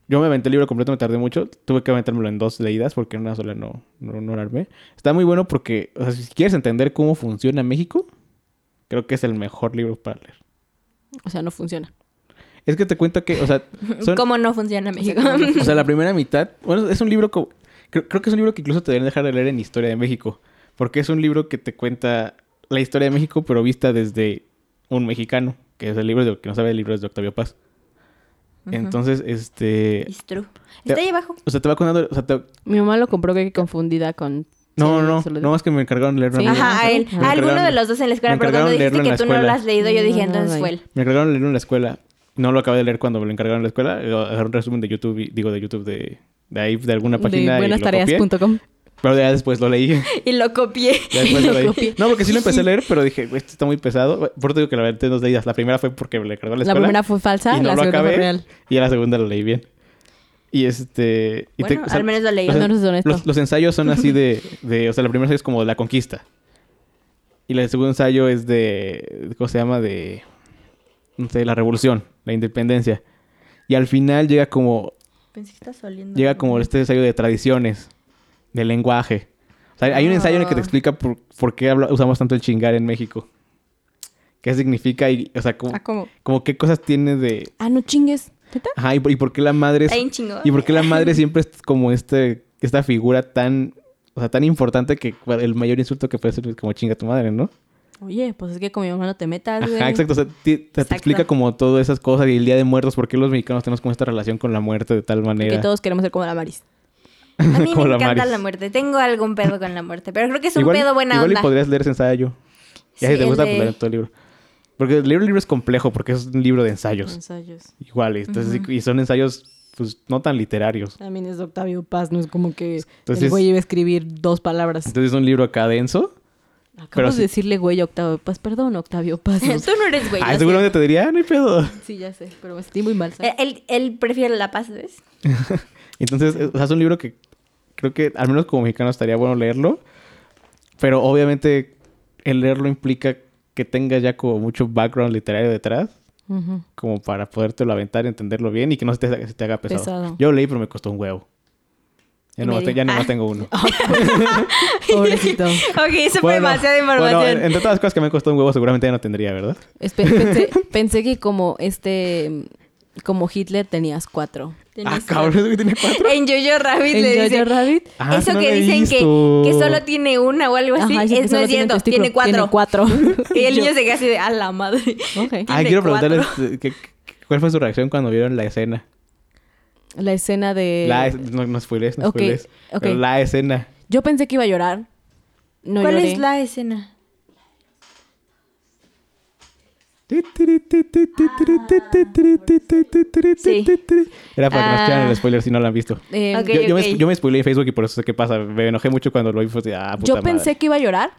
S2: Yo me aventé el libro completo, me tardé mucho. Tuve que aventármelo en dos leídas porque en una sola no, no, no la armé. Está muy bueno porque... O sea, si quieres entender cómo funciona México, creo que es el mejor libro para leer.
S3: O sea, no funciona.
S2: Es que te cuento que... O sea, son-
S1: ¿Cómo no funciona México?
S2: O sea, la primera mitad. Bueno, es un libro. co- Creo, creo que es un libro que incluso te deberían dejar de leer en Historia de México. Porque es un libro que te cuenta la historia de México, pero vista desde un mexicano. Que es el libro de, que no sabe el libro es de Octavio Paz. Entonces, este.
S1: It's true. Está ahí abajo.
S2: O sea, te va contando. O sea, te-
S3: Mi mamá lo compró que confundida con.
S2: no,
S3: Sí,
S2: no,
S3: se
S2: no.
S3: lo-
S2: No, es que me encargaron de leerlo. a mí.
S3: Sí.
S1: Ajá, a él.
S2: Me
S1: A alguno
S2: encargaron-
S1: de los dos en la escuela,
S2: me
S1: pero cuando dijiste
S2: encargaron leerlo en
S1: que
S2: la
S1: tú no lo
S2: escuela.
S1: has leído, yo dije,
S3: No, no,
S1: entonces
S3: no,
S1: fue
S3: ahí.
S1: él.
S2: Me encargaron de leerlo en la escuela. No lo acabé de leer cuando me lo encargaron en la escuela. Agarré un resumen de YouTube, y- digo, de YouTube de, de ahí, de alguna página.
S3: de
S2: y lo copié.
S3: buenastareas.com.
S2: Pero ya después lo leí.
S1: Y lo copié.
S2: Ya después
S3: Lo
S2: lo leí.
S3: copié.
S2: No, porque sí lo empecé a leer, pero dije, "Güey, esto está muy pesado. Bueno, Por eso digo que la aventé en dos leídas. La primera fue porque me le cargó la
S3: La
S2: escuela.
S3: primera fue falsa,
S2: y no
S3: la
S2: lo
S3: segunda
S2: acabé,
S3: fue real.
S2: Y a la segunda la leí bien. Y este... y te-
S1: Bueno,
S2: o sea,
S1: al menos lo leí.
S3: Al menos es honesto.
S2: los, los ensayos son así de, de- O sea, la primera ensayo es como la conquista. Y el segundo ensayo es de... ¿Cómo se llama? De... No sé, la revolución, la independencia. Y al final llega como...
S1: Pensé que estás oliendo.
S2: Llega como este ensayo de tradiciones, de lenguaje. O sea, hay un ensayo en el que te
S1: Ah.
S2: explica por, por qué habla- usamos tanto el chingar en México. ¿Qué significa? Y, o sea, como,
S3: Ah,
S1: Ah.
S3: ¿cómo?
S2: como qué cosas tiene de...
S3: Ah, no chingues. ¿Neta?
S2: Ajá, y, por- y por qué la madre... es-
S1: Está bien chingón.
S2: y por qué la madre siempre es como este, esta figura tan... O sea, tan importante que el mayor insulto que puede ser es como chinga tu madre, ¿no?
S3: Oye, pues es que con mi mamá no te metas, güey.
S2: Ajá, exacto. O sea, ti- te, te
S1: Exacto.
S2: explica como todas esas cosas y el Día de Muertos, por qué los mexicanos tenemos como esta relación con la muerte de tal
S3: Que
S2: manera.
S3: todos queremos ser como la Maris.
S1: A mí me
S2: Como la
S1: encanta
S2: Maris.
S1: la muerte. Tengo algún pedo con la muerte, pero creo que es un
S2: igual,
S1: pedo buena
S2: igual
S1: onda.
S2: y podrías leer ese ensayo. Y así
S1: Sí,
S2: te
S1: el
S2: gusta, pues,
S1: de-
S2: leer todo el libro. Porque el libro, el libro es complejo, porque es un libro de ensayos.
S3: Ensayos.
S2: Iguales. Entonces,
S1: Ujú.
S2: Y son ensayos, pues, no tan literarios.
S3: También es de Octavio Paz, no es como que
S2: Entonces-
S3: el güey iba a escribir dos palabras.
S2: Entonces es un libro acá denso.
S3: Acabas
S2: pero sí.
S3: de decirle güey a Octavio Paz, perdón Octavio Paz. no sé.
S1: Tú no eres güey.
S2: ah,
S1: lo
S2: seguramente te diría, ah, no hay pedo.
S3: sí, ya sé, pero me sentí muy mal.
S1: siento.
S3: ¿sabes?
S1: Eh, Él, él prefiere la paz, ¿ves?
S2: Entonces, eh, o sea, es un libro que creo que al menos como mexicano estaría bueno leerlo. Pero obviamente el leerlo implica que tengas ya como mucho background literario detrás,
S3: Ujú.
S2: como para podértelo aventar, entenderlo bien y que no se te, se te haga pesado.
S3: Pesado.
S2: Yo lo leí, pero me costó un huevo. Ya
S1: Y
S2: no,
S1: medio.
S2: ya no
S1: Ah.
S2: tengo uno.
S3: Pobrecito.
S1: Ok, eso fue
S2: Bueno,
S1: demasiada
S2: bueno,
S1: información.
S2: entre todas las cosas que me costó un huevo, seguramente ya no tendría, ¿verdad?
S3: Espe- pensé, pensé que como este, como Hitler tenías cuatro.
S2: Ah,
S1: Tenías-
S2: cabrón, ¿eso que tiene cuatro?
S1: En Jojo Rabbit
S3: ¿En
S1: le
S3: Jojo
S1: dicen-
S3: Rabbit?
S2: Ah,
S1: eso
S2: no
S1: que
S2: lo he
S1: dicen que,
S2: visto.
S1: que solo tiene una o algo así,
S3: Ajá, sí,
S1: es-
S3: que
S1: no
S3: solo
S1: es cierto,
S3: un testículo.
S1: tiene cuatro.
S3: Tiene cuatro.
S1: Y el
S3: Yo-
S1: niño se queda así de a la madre.
S3: Ok.
S2: Ah,
S1: Tiene
S2: quiero preguntarles
S1: cuatro.
S2: eh, ¿qué- qué- cuál fue su reacción cuando vieron la escena.
S3: La escena
S1: Eh,
S3: de...
S2: La es- no, no spoilees, no
S3: ok,
S2: spoilees.
S3: ok.
S2: Pero La escena.
S1: Ah.
S3: Yo pensé que iba a llorar. No
S1: ¿Cuál
S3: lloré.
S1: es la escena?
S2: Era para que nos
S1: Ah.
S2: echaran el spoiler si no lo han visto.
S3: Eh,
S1: Ok.
S2: Yo, yo me, yo me spoileé en Facebook y por eso sé qué pasa. Me enojé mucho cuando lo vi. fue así, ah, puta
S3: Yo pensé
S2: madre.
S3: que iba a llorar.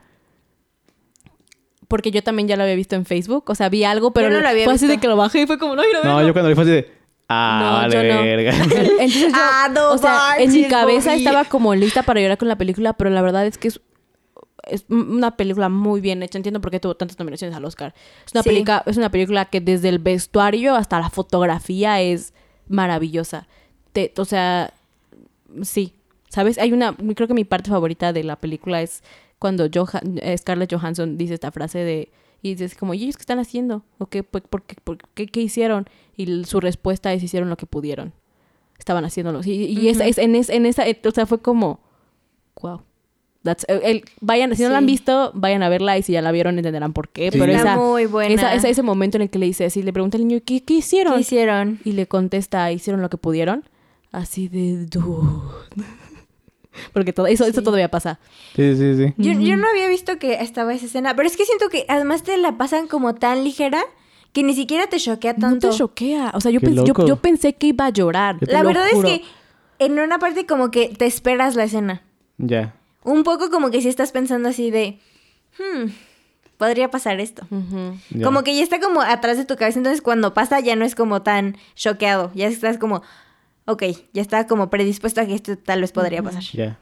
S3: Porque yo también ya lo había visto en Facebook. O sea, vi algo, pero
S1: Yo no lo había
S3: fue así de
S1: visto.
S3: que lo bajé y fue como, no, quiero verlo".
S2: No, yo cuando lo vi fue así de.
S3: No,
S2: Ah,
S3: yo
S2: vale,
S3: no.
S2: verga.
S3: Entonces yo,
S1: Ah, no
S3: o sea, en mi
S1: manches,
S3: cabeza
S1: Bobby.
S3: estaba como lista para llorar con la película, pero la verdad es que es, es una película muy bien hecha. Entiendo por qué tuvo tantas nominaciones al Oscar. Es una,
S1: Sí.
S3: película, es una película que desde el vestuario hasta la fotografía es maravillosa. Te- o sea, sí. ¿Sabes? Hay una, creo que mi parte favorita de la película es cuando Joha- eh, Scarlett Johansson dice esta frase de y dices como, "¿Y ellos qué están haciendo? ¿O qué, por, por qué, por qué- qué hicieron?" Y l- su respuesta es hicieron lo que pudieron. Estaban haciéndolo. Y, y esa-
S1: Ujú.
S3: es, en, es- en esa eh, o sea, fue como wow. That's- el- el- vayan, si no la han
S1: Sí.
S3: visto, vayan a verla y si ya la vieron entenderán por qué,
S2: Sí.
S3: pero
S1: Está
S3: esa,
S1: muy buena.
S3: esa- esa- ese momento en el que le dice así, le pregunta al niño, "¿Qué, qué hicieron?"
S1: ¿Qué hicieron?
S3: Y le contesta, hicieron lo que pudieron. Así de dude. Porque todo, eso, eso
S1: Sí.
S3: todavía pasa.
S2: Sí, sí, sí.
S1: Yo, yo
S3: Ujú.
S1: no había visto que estaba esa escena, pero es que siento que además te la pasan como tan ligera que ni siquiera te choquea tanto.
S3: No te choquea. O sea, yo,
S2: Qué
S3: pens- yo-
S2: loco.
S3: yo pensé que iba a llorar.
S2: Yo te
S1: la
S2: lo
S1: verdad
S2: juro.
S1: es que en una parte como que te esperas la escena.
S2: Ya.
S1: Un poco como que si estás pensando así de, hmm, podría pasar esto.
S3: Ujú.
S2: ya.
S1: Como que ya está como atrás de tu cabeza, entonces cuando pasa ya no es como tan choqueado, ya estás como, ok, ya está como predispuesto a que esto tal vez podría pasar.
S2: Ya.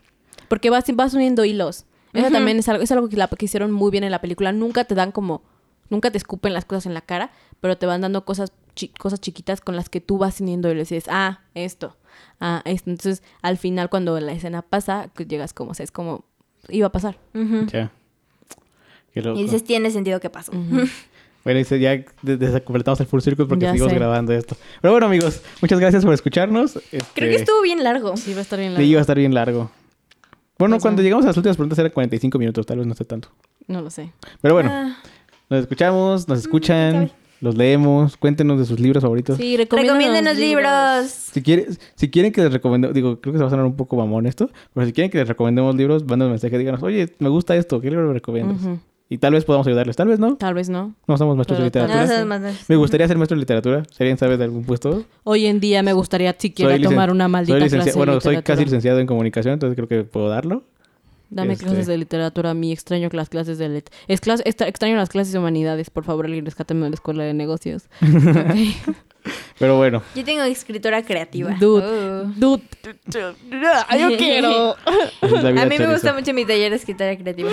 S3: Porque vas, vas uniendo hilos. Eso
S1: Ujú.
S3: también es algo, es algo que, la- que hicieron muy bien en la película. Nunca te dan como... Nunca te escupen las cosas en la cara, pero te van dando cosas, chi- cosas chiquitas con las que tú vas uniendo hilos y dices, ah, esto, ah, esto. Entonces, al final, cuando la escena pasa, que llegas como, o sea, es como, iba a pasar.
S1: Ujú.
S2: Ya. Qué loco.
S1: Mm. Y dices, tiene sentido que pasó.
S3: Ujú.
S2: Bueno, y se- ya de- de- completamos el full circle porque
S3: Ya
S2: seguimos
S3: sé.
S2: grabando esto. Pero bueno, amigos, muchas gracias por escucharnos.
S1: Creo que
S2: Este,
S1: estuvo bien largo.
S3: Sí, va a estar bien
S2: Sí,
S3: largo.
S2: iba a estar bien largo. Bueno,
S3: Pues
S2: cuando
S3: no.
S2: llegamos a las últimas preguntas eran 45 minutos, tal vez no esté tanto.
S3: No lo sé.
S2: Pero bueno,
S1: Ah.
S2: nos escuchamos, nos escuchan,
S1: sabe.
S2: los leemos, cuéntenos de sus libros favoritos.
S3: Sí,
S1: Recomiéndenos libros.
S2: Si, quieres, si quieren que les recomendemos, digo, creo que se va a sonar un poco mamón esto, pero si quieren que les recomendemos libros, manden un mensaje, díganos, oye, me gusta esto, ¿qué libro me recomiendas?
S3: Ujú.
S2: Y tal vez podamos ayudarles, tal vez no,
S3: Tal vez no.
S2: no somos maestros de
S3: Pero tal
S2: literatura.
S1: No,
S3: vez.
S1: esas más-
S2: Me gustaría ser maestro de literatura, si alguien sabe de algún puesto.
S3: Hoy en día me gustaría siquiera
S2: Soy licen-
S3: tomar una maldita
S2: soy
S3: clase
S2: licencia-
S3: de
S2: Bueno, soy
S3: literatura.
S2: casi licenciado en comunicación, entonces creo que puedo darlo.
S3: Dame
S2: este-
S3: clases de literatura a mí, extraño que las clases de lit- es clas- extra- extraño las clases de humanidades, por favor, alguien rescátame de la escuela de negocios. Ok.
S2: Pero bueno,
S1: Yo tengo escritora creativa.
S3: Dude.
S1: Uh.
S3: Dude, yo quiero.
S2: así es la vida
S1: A mí me
S2: chorizo.
S1: gusta mucho mi taller de escritora creativa.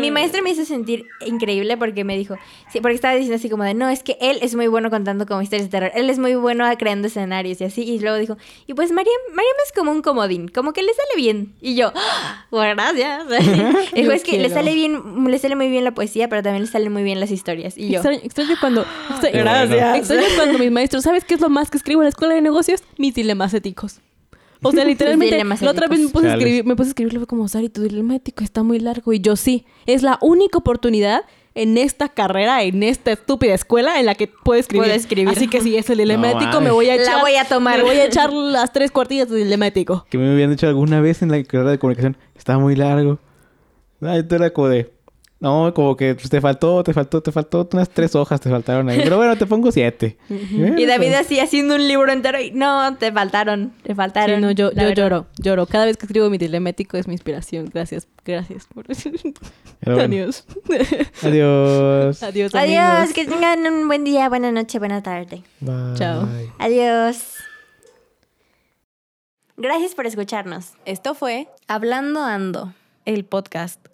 S1: Mi maestra me hizo sentir increíble porque me dijo, sí, porque estaba diciendo así como de, no, es que él es muy bueno contando como historias de terror, él es muy bueno creando escenarios y así, y luego dijo, y pues Mariam, Mariam es como un comodín, como que le sale bien. Y yo, "Ah, gracias. dijo, es que le
S3: quiero.
S1: sale bien, le sale muy bien la poesía, pero también le salen muy bien las historias. Y yo, ah.
S3: Extraño, extraño cuando extra-
S2: Qué bueno. Gracias.
S3: extraño cuando mis maestros, ¿sabes qué es lo más que escribo en la escuela de negocios? Mis dilemas éticos. O sea, literalmente,
S1: dilemas
S3: la otra vez me
S1: éticos.
S3: puse a
S2: Chales.
S3: escribir, me puse a escribir, le fue como, Sari, tu dilema ético está muy largo. Y yo, sí, es la única oportunidad en esta carrera, en esta estúpida escuela en la que puedo escribir.
S1: Puedo escribir.
S3: Así que si es el dilema
S2: No
S3: ético, me
S2: mames.
S3: voy a
S1: La
S3: echar.
S1: voy a tomar.
S3: Me voy a echar las tres cuartillas del dilema ético.
S2: Que me habían dicho alguna vez en la carrera de comunicación, está muy largo. Ah, esto era como de, no, como que pues, te faltó, te faltó, te faltó, unas tres hojas te faltaron ahí. Pero bueno, te pongo siete. ¿Eh?
S1: Y David así haciendo un libro entero y no, te faltaron, te faltaron.
S3: Sí, no, yo,
S1: la
S3: yo
S1: verdad.
S3: lloro, lloro. Cada vez que escribo mi dilema ético es mi inspiración. Gracias, gracias. Por...
S2: Pero bueno,
S3: Adiós.
S2: Adiós.
S1: Adiós,
S3: Adiós. amigos.
S1: que tengan un buen día, buena noche, buena tarde.
S2: Bye.
S3: Chao.
S1: Adiós. Gracias por escucharnos.
S4: Esto fue
S1: Hablando Ando.
S4: el podcast